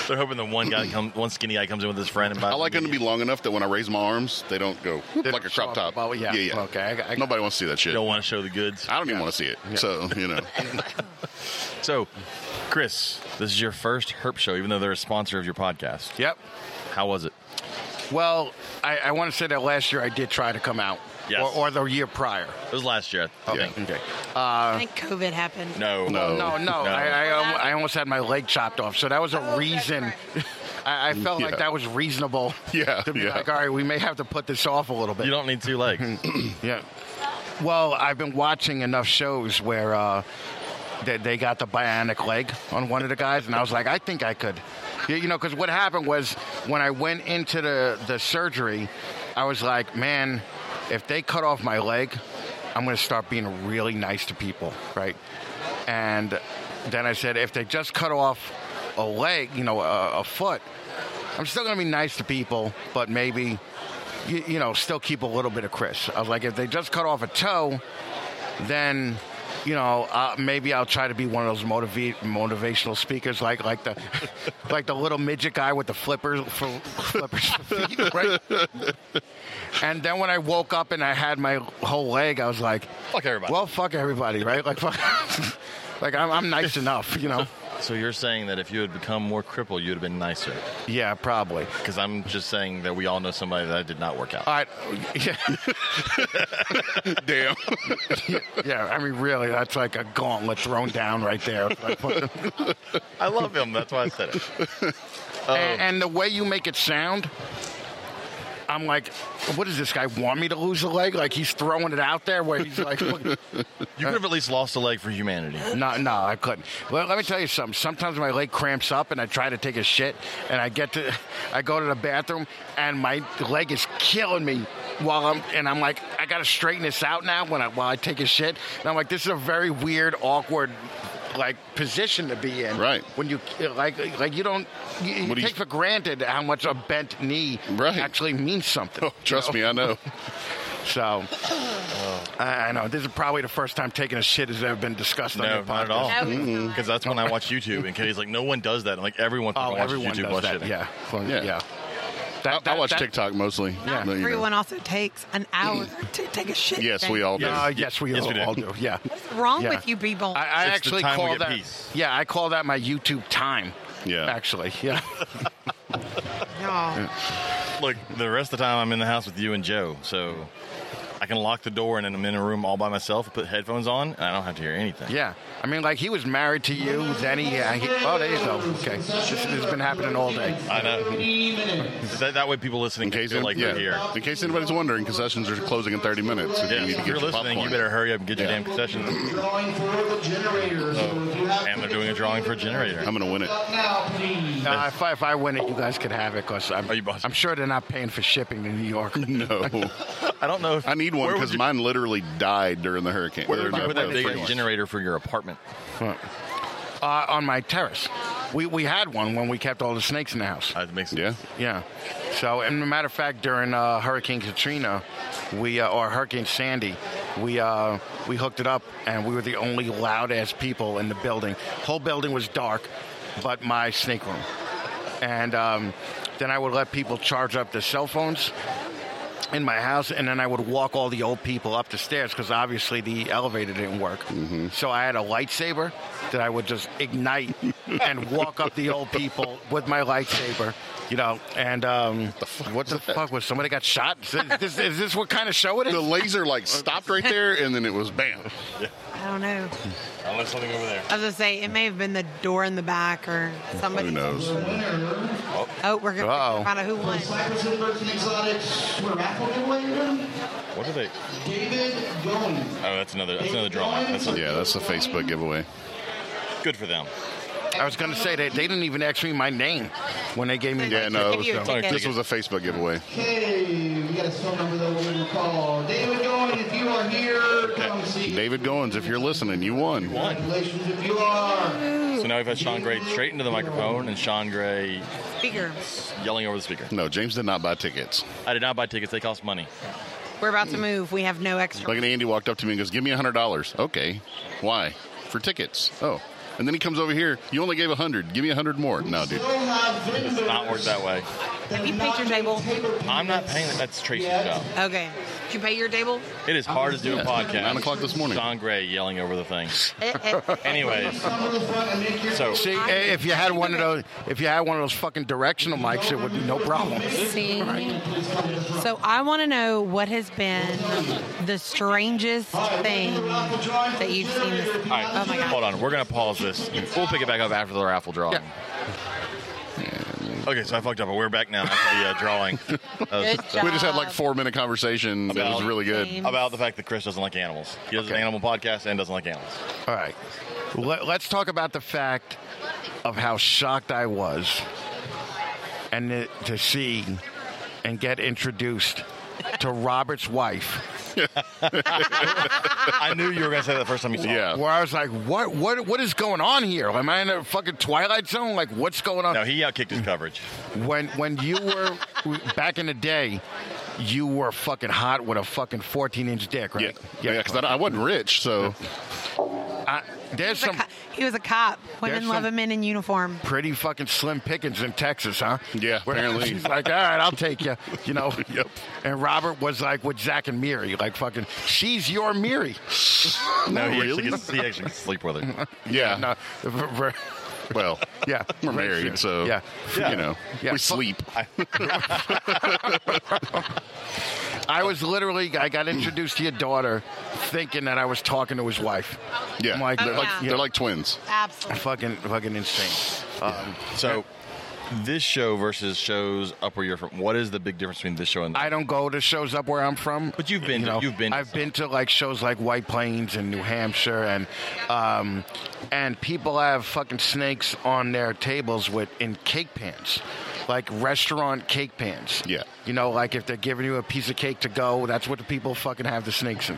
Speaker 1: They're hoping the one guy comes, one skinny guy comes in with his friend and buys.
Speaker 3: I like them to be
Speaker 1: medium.
Speaker 3: long enough that when I raise my arms, they don't go whoop,
Speaker 10: They
Speaker 3: like a
Speaker 10: don't show
Speaker 3: crop
Speaker 10: up
Speaker 3: top.
Speaker 10: above- yeah,
Speaker 3: yeah.
Speaker 10: okay, I got- I got-
Speaker 3: Nobody wants to see that shit.
Speaker 1: Don't want to show the goods.
Speaker 3: I don't even want to see it. So, you know.
Speaker 1: So, Chris, this is your first Herp show, even though they're a sponsor of your podcast.
Speaker 10: Yep.
Speaker 1: How was it?
Speaker 10: Well, I, I want to say that last year I did try to come out,
Speaker 1: Yes.
Speaker 10: or, or the year prior.
Speaker 1: It was last year. I
Speaker 3: Yeah.
Speaker 1: think.
Speaker 10: Okay.
Speaker 2: I think COVID happened.
Speaker 1: No,
Speaker 3: Oh, No.
Speaker 10: No, no,
Speaker 1: No.
Speaker 10: I, I, al- I almost had my leg chopped off, so that was
Speaker 2: Oh,
Speaker 10: a
Speaker 2: that's
Speaker 10: reason.
Speaker 2: right.
Speaker 10: *laughs* I, I felt
Speaker 3: Yeah.
Speaker 10: like that was reasonable.
Speaker 3: Yeah,
Speaker 10: To be
Speaker 3: yeah.
Speaker 10: like, all right, we may have to put this off a little bit.
Speaker 1: *laughs* You don't need two legs.
Speaker 10: yeah.
Speaker 7: Well, I've been watching enough shows where uh, they, they got the bionic leg on one of the guys, and I was like, I think I could. You, you know, because what happened was when I went into the, the surgery, I was like, man, if they cut off my leg, I'm going to start being really nice to people, right? And then I said, if they just cut off a leg, you know, a, a foot, I'm still going to be nice to people, but maybe you, you know, still keep a little bit of Chris. I was like, if they just cut off a toe, then, you know, uh, maybe I'll try to be one of those motiva- motivational speakers, like like the *laughs* like the little midget guy with the flippers fl- flippers *laughs* for feet, right? and then when I woke up and I had my whole leg, I was like,
Speaker 1: Fuck everybody.
Speaker 7: Well, fuck everybody, right? Like, fuck, *laughs* like I'm, I'm nice enough, you know.
Speaker 1: So you're saying that if you had become more crippled, you'd have been nicer?
Speaker 7: Yeah, probably.
Speaker 1: Because I'm just saying that we all know somebody that did not work out.
Speaker 7: All right. *laughs* Yeah. Damn. yeah, I mean, really, that's like a gauntlet thrown down right there.
Speaker 1: I love him. That's why I said it.
Speaker 7: and, and the way you make it sound, I'm like, what does this guy want me to lose a leg? Like he's throwing it out there where he's like, look,
Speaker 1: You could have at least lost a leg for humanity.
Speaker 7: no, no, I couldn't. Well, let me tell you something. Sometimes my leg cramps up and I try to take a shit and I get to, I go to the bathroom and my leg is killing me while I'm, and I'm like, I got to straighten this out now when I, while I take a shit. And I'm like, this is a very weird, awkward, like position to be in.
Speaker 3: Right.
Speaker 7: When you, like, like you don't, you, you
Speaker 3: What do you-
Speaker 7: take for granted how much a bent knee
Speaker 3: Right.
Speaker 7: actually
Speaker 3: *laughs*
Speaker 7: means something.
Speaker 3: *laughs* Trust
Speaker 7: you know?
Speaker 3: me, I know.
Speaker 7: So, I, I know this is probably the first time taking a shit has ever been discussed on
Speaker 1: No,
Speaker 7: your podcast.
Speaker 1: not at all.
Speaker 2: No, it's not.
Speaker 1: Because that's when I watch YouTube, and Katie's like, "No one does that." I'm like, "Everyone fucking
Speaker 7: Oh,
Speaker 1: watches
Speaker 7: everyone
Speaker 1: YouTube
Speaker 7: does
Speaker 1: while
Speaker 7: that.
Speaker 1: shitting."
Speaker 7: Yeah. Well,
Speaker 3: Yeah.
Speaker 7: yeah, That-
Speaker 3: I, I
Speaker 7: that-
Speaker 3: watch
Speaker 7: that-
Speaker 3: TikTok mostly.
Speaker 2: Not
Speaker 3: But, you know.
Speaker 2: everyone also takes an hour to take a shit.
Speaker 3: Yes,
Speaker 2: break.
Speaker 3: we all do.
Speaker 7: Uh, yes, we
Speaker 1: Yes,
Speaker 7: all,
Speaker 1: we do.
Speaker 7: all do. Yeah.
Speaker 2: What's wrong
Speaker 7: Yeah.
Speaker 2: with you, people?
Speaker 7: I, I
Speaker 1: It's the
Speaker 7: actually
Speaker 1: time we
Speaker 7: call
Speaker 1: get
Speaker 7: that.
Speaker 1: peace.
Speaker 7: Yeah, I call that my YouTube time.
Speaker 3: Yeah.
Speaker 7: Actually,
Speaker 1: *laughs*
Speaker 7: yeah.
Speaker 2: Y'all.
Speaker 1: Look, the rest of the time I'm in the house with you and Joe, so I can lock the door and then I'm in a room all by myself, put headphones on, and I don't have to hear anything.
Speaker 7: Yeah. I mean, like he was married to you. Then he. Uh, he oh, there you go. Okay. This, this has been happening all day.
Speaker 1: I know. that, that way, people listening
Speaker 3: In
Speaker 1: can
Speaker 3: case,
Speaker 1: feel like
Speaker 3: yeah,
Speaker 1: they're here.
Speaker 3: in case anybody's wondering, concessions are closing in 30 minutes. If
Speaker 1: Yeah,
Speaker 3: you need to
Speaker 1: if
Speaker 3: get
Speaker 1: you're
Speaker 3: your
Speaker 1: listening,
Speaker 3: popcorn.
Speaker 1: you better hurry up and get your
Speaker 3: Yeah.
Speaker 1: damn concession.
Speaker 11: Drawing for the generators.
Speaker 1: And they're doing a drawing for a generator.
Speaker 3: I'm
Speaker 1: *laughs*
Speaker 3: gonna win it.
Speaker 11: Now, please.
Speaker 7: Uh, if, I, if I win it, you guys could have it because I'm,
Speaker 1: Are you boss?
Speaker 7: I'm sure they're not paying for shipping to
Speaker 1: *laughs*
Speaker 7: New York.
Speaker 3: No,
Speaker 1: I don't know if
Speaker 3: I need one
Speaker 1: where would
Speaker 3: because
Speaker 1: you-
Speaker 3: mine literally died during the hurricane.
Speaker 1: Where would
Speaker 3: during
Speaker 1: you put
Speaker 3: the-
Speaker 1: that big
Speaker 3: freeze.
Speaker 1: generator for your apartment?
Speaker 7: uh, on my terrace. We, we had one when we kept all the snakes in the house.
Speaker 1: Uh, That makes sense.
Speaker 3: Yeah,
Speaker 7: Yeah. So, and a matter of fact, during uh, Hurricane Katrina, we uh, or Hurricane Sandy, we uh, we hooked it up, and we were the only loud ass people in the building. Whole building was dark, but my snake room. And um, then I would let people charge up their cell phones in my house, and then I would walk all the old people up the stairs because obviously the elevator didn't work. So I had a lightsaber that I would just *laughs* ignite and walk up the old people with my lightsaber, you know. And um, what the fuck, was somebody got shot? Is this, this- is this what kind of show it is?
Speaker 3: the laser like stopped right there, and then it was bam.
Speaker 2: I don't know.
Speaker 1: I left something over there.
Speaker 2: I was gonna say it may have been the door in the back or somebody.
Speaker 3: Who knows?
Speaker 2: Oh, we're gonna
Speaker 7: Uh-oh.
Speaker 2: find out who won.
Speaker 11: Cypress and Virgin Exotics. We're raffle giveaway item.
Speaker 1: What are they?
Speaker 11: David going.
Speaker 1: Oh, that's another. That's another drawing. That's a-
Speaker 3: Yeah, that's the Facebook giveaway.
Speaker 1: good for them.
Speaker 7: I was going to say that they didn't even ask me my name when they gave me.
Speaker 3: Yeah,
Speaker 7: that.
Speaker 3: no, it
Speaker 2: Give you a
Speaker 3: was-
Speaker 2: ticket.
Speaker 3: this was a Facebook giveaway.
Speaker 11: Okay, we got a phone number that we're going to call. David going, if you are here, come see.
Speaker 3: David Goins, if you're listening, you won.
Speaker 11: Congratulations if you are.
Speaker 1: So now we've had Sean Gray straight into the microphone and Sean Gray
Speaker 2: Speaker.
Speaker 1: yelling over the speaker.
Speaker 3: No, James did not buy tickets.
Speaker 1: I did not buy tickets. They cost money.
Speaker 2: We're about to move. We have no extra.
Speaker 3: Like, and Andy walked up to me and goes, "Give me a hundred dollars." Okay, why? For tickets? Oh, and then he comes over here. You only gave a hundred. Give me a hundred more. No, dude.
Speaker 11: We'll have vendors.
Speaker 1: Not work that way.
Speaker 2: Have you paid your table?
Speaker 1: I'm not paying it. That's Tracy's job.
Speaker 2: Okay. Did you pay your table?
Speaker 1: It is hard to do a
Speaker 3: Yeah,
Speaker 1: podcast.
Speaker 3: nine o'clock this morning.
Speaker 1: Sean Gray yelling over the thing.
Speaker 2: Eh, eh.
Speaker 1: Anyways,
Speaker 11: Come to the front and make your
Speaker 1: so
Speaker 7: See, eh, if you had one of those, if you had one of those fucking directional mics, it would be no problem.
Speaker 2: See? So I want to know what has been the strangest thing that you've seen this.
Speaker 1: all right,
Speaker 2: Oh my god!
Speaker 1: hold on. We're gonna pause this. We'll pick it back up after the raffle drawing.
Speaker 7: Yeah.
Speaker 1: Okay, so I fucked up, but we're back now after the uh, drawing.
Speaker 3: Good We just had, like, job. four minute conversation. It was really good. James.
Speaker 1: about the fact that Chris doesn't like animals. He does an animal podcast and doesn't like animals.
Speaker 7: All right. Let, let's talk about the fact of how shocked I was and to, to see and get introduced to Robert's wife.
Speaker 1: I knew you were gonna say that the first time you saw.
Speaker 3: Oh.
Speaker 7: Yeah. Where I was like, what, what, what is going on here? Am I in a fucking twilight zone? Like, what's going on?
Speaker 1: No, he outkicked his coverage.
Speaker 7: When, when you were back in the day, you were fucking hot with a fucking 14 inch dick, right?
Speaker 3: Yeah, because I, I wasn't rich, so
Speaker 7: I,
Speaker 2: He was
Speaker 7: there's
Speaker 2: a
Speaker 7: some
Speaker 2: co- he was a cop. Women
Speaker 7: There's
Speaker 2: love
Speaker 7: some-
Speaker 2: him men in uniform.
Speaker 7: pretty fucking slim pickings in Texas, huh?
Speaker 3: yeah,
Speaker 7: Where
Speaker 3: apparently.
Speaker 7: she's like, all right, I'll take you.
Speaker 3: *laughs*
Speaker 7: You know. yep. And Robert was like with Zach and Miri, like fucking, she's your Miri.
Speaker 1: No, he
Speaker 3: Oh, Really?
Speaker 1: actually gets, he actually gets to sleep with her.
Speaker 3: *laughs* Yeah.
Speaker 7: No, r- r- *laughs*
Speaker 3: Well,
Speaker 7: yeah,
Speaker 3: *laughs* we're married, so
Speaker 7: Yeah.
Speaker 3: you know,
Speaker 7: Yeah.
Speaker 3: we sleep.
Speaker 7: I was literally, I got introduced to your daughter, thinking that I was talking to his wife.
Speaker 3: Yeah,
Speaker 7: I'm like,
Speaker 3: they're, like
Speaker 2: yeah.
Speaker 3: they're like twins.
Speaker 2: Absolutely.
Speaker 7: fucking, fucking insane. Um,
Speaker 1: So, this show versus shows up where you're from. What is the big difference between this show and?
Speaker 7: I don't go to shows up where I'm from.
Speaker 1: But you've been
Speaker 7: You
Speaker 1: to-
Speaker 7: know,
Speaker 1: you've been to
Speaker 7: I've
Speaker 1: some.
Speaker 7: been to like shows like White Plains and New Hampshire, and um, and people have fucking snakes on their tables with in cake pans, like restaurant cake pans.
Speaker 3: Yeah.
Speaker 7: You know, like if they're giving you a piece of cake to go, that's what the people fucking have the snakes in.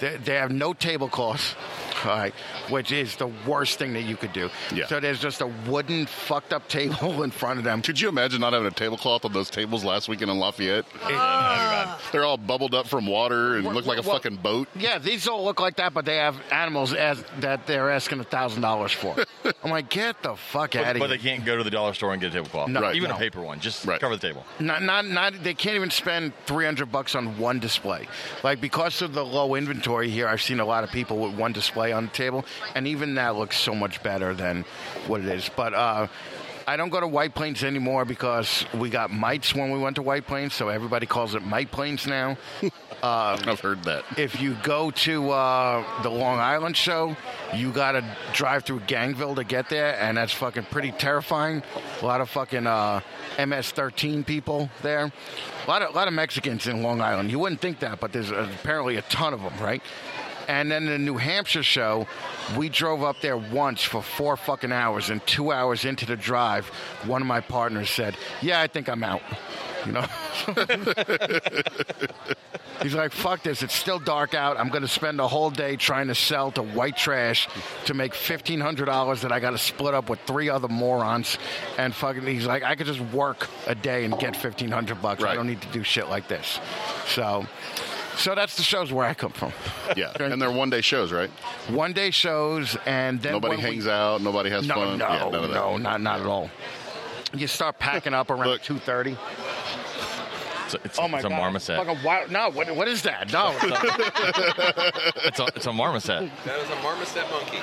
Speaker 7: they, they have no tablecloths, all right, which is the worst thing that you could do.
Speaker 3: Yeah.
Speaker 7: So there's just a wooden fucked up table *laughs* in front of them.
Speaker 3: Could you imagine not having a tablecloth on those tables last weekend in Lafayette? They're all bubbled up from water and look like a
Speaker 7: well-
Speaker 3: fucking boat.
Speaker 7: Yeah, these don't look like that, but they have animals as, that they're asking a thousand
Speaker 1: *laughs*
Speaker 7: dollars for. I'm like, get the fuck out
Speaker 1: But,
Speaker 7: of
Speaker 1: but they
Speaker 7: here!
Speaker 1: can't go to the dollar store and get a tablecloth.
Speaker 7: No,
Speaker 1: even
Speaker 7: no.
Speaker 1: a paper one. Just
Speaker 3: Right.
Speaker 1: cover the table.
Speaker 7: Not, not, not. They can't even spend 300 bucks on one display. Like because of the low inventory here, I've seen a lot of people with one display on the table, and even that looks so much better than what it is. But uh, I don't go to White Plains anymore because we got mites when we went to White Plains, so everybody calls it Mite Plains now. Um,
Speaker 3: I've heard that.
Speaker 7: if you go to uh, the Long Island show, you got to drive through Gangville to get there, and that's fucking pretty terrifying. A lot of fucking uh, MS-13 people there. A lot of lot of Mexicans in Long Island. You wouldn't think that, but there's uh, apparently a ton of them, right? And then the New Hampshire show, we drove up there once for four fucking hours, and two hours into the drive, one of my partners said, "Yeah, I think I'm out." You know. *laughs* He's like, fuck this. It's still dark out. I'm going to spend the whole day trying to sell to white trash to make $1,500 that I got to split up with three other morons. And fucking, he's like, I could just work a day and get 1500 bucks. I
Speaker 3: Right.
Speaker 7: don't need to do shit like this. So, so that's the shows where I come from.
Speaker 3: Yeah, and they're one day shows, right?
Speaker 7: One day shows and then.
Speaker 3: Nobody
Speaker 7: one
Speaker 3: hangs
Speaker 7: week-
Speaker 3: out. Nobody has
Speaker 7: No,
Speaker 3: fun.
Speaker 7: no,
Speaker 3: yeah, none of that.
Speaker 7: no, not, not at all. You start packing up around
Speaker 3: Look.
Speaker 7: 2.30.
Speaker 1: It's, it's,
Speaker 7: Oh my
Speaker 1: it's a
Speaker 7: God.
Speaker 1: marmoset.
Speaker 7: Fucking wild- No, what, what is that? No.
Speaker 1: *laughs* It's a, it's a marmoset.
Speaker 4: That is a marmoset monkey.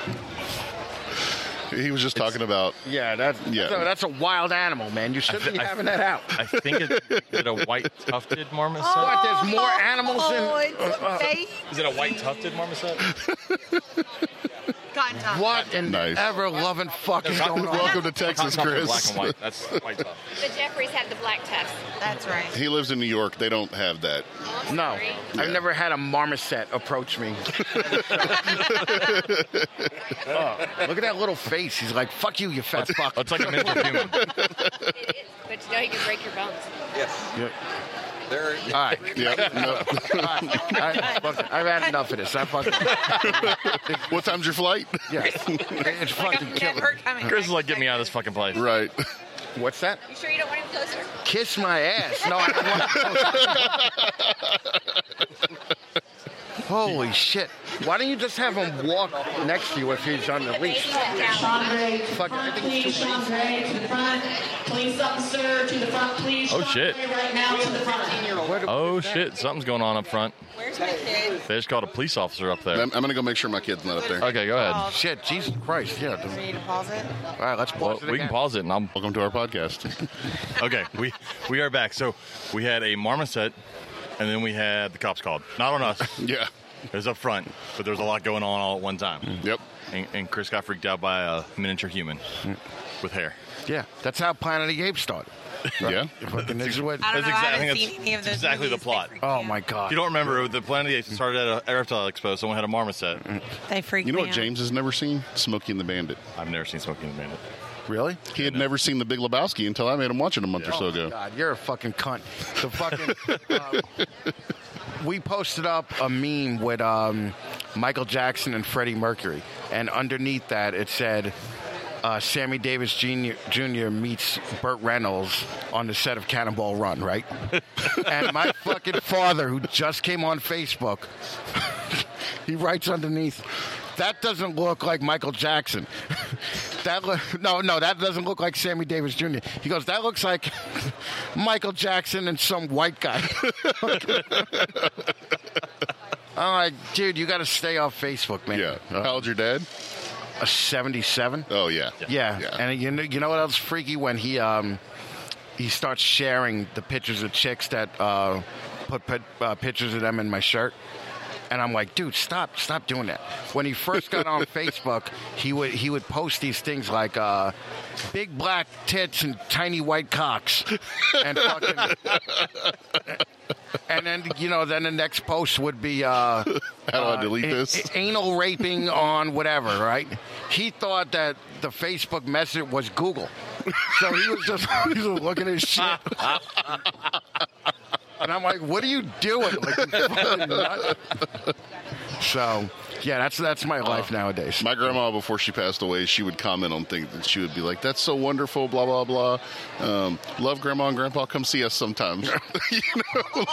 Speaker 3: He was just talking about.
Speaker 7: Yeah, that's
Speaker 3: Yeah.
Speaker 7: That's, a, that's a wild animal, man. You shouldn't be having
Speaker 2: *laughs*
Speaker 7: that out.
Speaker 1: I think it, is it a white tufted marmoset.
Speaker 7: What, there's more animals uh, in-
Speaker 2: Oh, it's fake.
Speaker 1: Is it a white tufted marmoset?
Speaker 2: Cotton top.
Speaker 7: What in
Speaker 3: Nice.
Speaker 7: ever loving fuck is going on?
Speaker 3: Welcome to Texas,
Speaker 1: Tufted black
Speaker 3: Chris.
Speaker 1: and white. That's white tuft.
Speaker 11: The Jeffries have the black tufts.
Speaker 2: That's right.
Speaker 3: *laughs* He lives in New York. They don't have that.
Speaker 11: Oh, I'm
Speaker 7: No,
Speaker 11: sorry.
Speaker 7: I've never had a marmoset approach
Speaker 1: *laughs*
Speaker 7: me. *laughs* Oh, look at that little face. He's like, "Fuck you, you fat fuck."
Speaker 1: It's like a miniature human.
Speaker 11: It is. But you know, you can break your bones.
Speaker 4: Yes.
Speaker 7: Yeah.
Speaker 4: They're
Speaker 7: All right. *laughs*
Speaker 3: Yeah. no.
Speaker 7: All right. All right. Fuck it. I've had enough of this. I fucking
Speaker 3: what time's your flight?
Speaker 1: *laughs*
Speaker 7: yeah. It's
Speaker 2: *laughs* Like,
Speaker 7: fucking
Speaker 2: I'm
Speaker 7: killing.
Speaker 2: never
Speaker 1: *laughs*
Speaker 2: coming
Speaker 1: Chris
Speaker 2: back.
Speaker 1: is like, get me out of this fucking place.
Speaker 3: Right.
Speaker 7: me. What's that?
Speaker 11: You sure you don't want him closer?
Speaker 7: Kiss my ass. No, I don't want Holy shit. Why don't you just have him walk next to you if he's on the leash?
Speaker 8: Sean Gray, to the
Speaker 7: Fuck, I
Speaker 8: front,
Speaker 7: think it's
Speaker 8: please.
Speaker 7: too
Speaker 8: Sean Gray, to the front. Police officer, to the front, please.
Speaker 1: Oh,
Speaker 8: Sean
Speaker 1: shit.
Speaker 8: Gray, right now, to the front.
Speaker 7: What-
Speaker 1: Oh shit, something's going on up front.
Speaker 11: Where's my kid?
Speaker 1: They just called a police officer up there.
Speaker 3: *laughs* I'm, I'm gonna go make sure my kid's not up there.
Speaker 1: Okay, go
Speaker 11: Oh,
Speaker 1: ahead.
Speaker 7: Shit, Jesus Christ. Yeah.
Speaker 2: Do we
Speaker 7: the-
Speaker 2: need to pause it?
Speaker 7: All right, let's
Speaker 1: Well,
Speaker 7: pause it
Speaker 1: we can
Speaker 7: again.
Speaker 1: pause it and I'm
Speaker 3: Welcome to our podcast.
Speaker 1: *laughs* okay. We we are back. So we had a marmoset, and then we *laughs* had the cops called. Not on us.
Speaker 3: *laughs* yeah.
Speaker 1: It was up front, but there was a lot going on all at one time.
Speaker 3: Yep.
Speaker 1: And, and Chris got freaked out by a miniature human with hair.
Speaker 7: Yeah, that's how Planet of the Apes started.
Speaker 1: Yeah.
Speaker 7: Fucking this is what-
Speaker 2: I don't know. I haven't
Speaker 1: that's
Speaker 2: seen any of those
Speaker 1: exactly the plot.
Speaker 7: Oh my god!
Speaker 1: You don't remember the Planet of the Apes it started at a reptile expo. Someone had a marmoset.
Speaker 2: They freaked
Speaker 7: Oh,
Speaker 3: You know
Speaker 2: me
Speaker 3: what
Speaker 2: out.
Speaker 3: James has never seen? Smokey and the Bandit.
Speaker 1: I've never seen Smokey and the Bandit.
Speaker 7: Really?
Speaker 3: He had never seen The Big Lebowski until I made him watch it a month or so
Speaker 7: Oh my
Speaker 3: ago.
Speaker 7: God, you're a fucking cunt. The fucking. um, we posted up a meme with um, Michael Jackson and Freddie Mercury, and underneath that it said. Uh, Sammy Davis Jr. Jr. meets Burt Reynolds on the set of Cannonball Run, right? *laughs* and my fucking father, who just came on Facebook, he writes underneath, "That doesn't look like Michael Jackson." *laughs* that lo- no, no, that doesn't look like Sammy Davis Jr. He goes, "That looks like *laughs* Michael Jackson and some white guy." *laughs* I'm like, dude, you got to stay off Facebook, man.
Speaker 3: Yeah. How old's your dad?
Speaker 7: A 77.
Speaker 3: Oh yeah.
Speaker 7: Yeah. And you know, you know what else freaky when he um he starts sharing the pictures of chicks that uh put, put uh, pictures of them in my shirt. And I'm like, dude, stop, stop doing that. When he first got on Facebook, he would he would post these things like uh, big black tits and tiny white cocks, and fucking, *laughs* and then you know, then the next post would be uh, how do
Speaker 3: I delete this?
Speaker 7: anal raping on whatever, right? He thought that the Facebook message was Google. So he was just, *laughs* he was just looking at shit. *laughs* and I'm like, what are you doing? Like, you fucking nut. So, yeah, that's that's my life nowadays.
Speaker 3: My grandma, before she passed away, she would comment on things and she would be like, "That's so wonderful," blah blah blah. Um, Love grandma and grandpa. Come see us sometimes. *laughs* you know,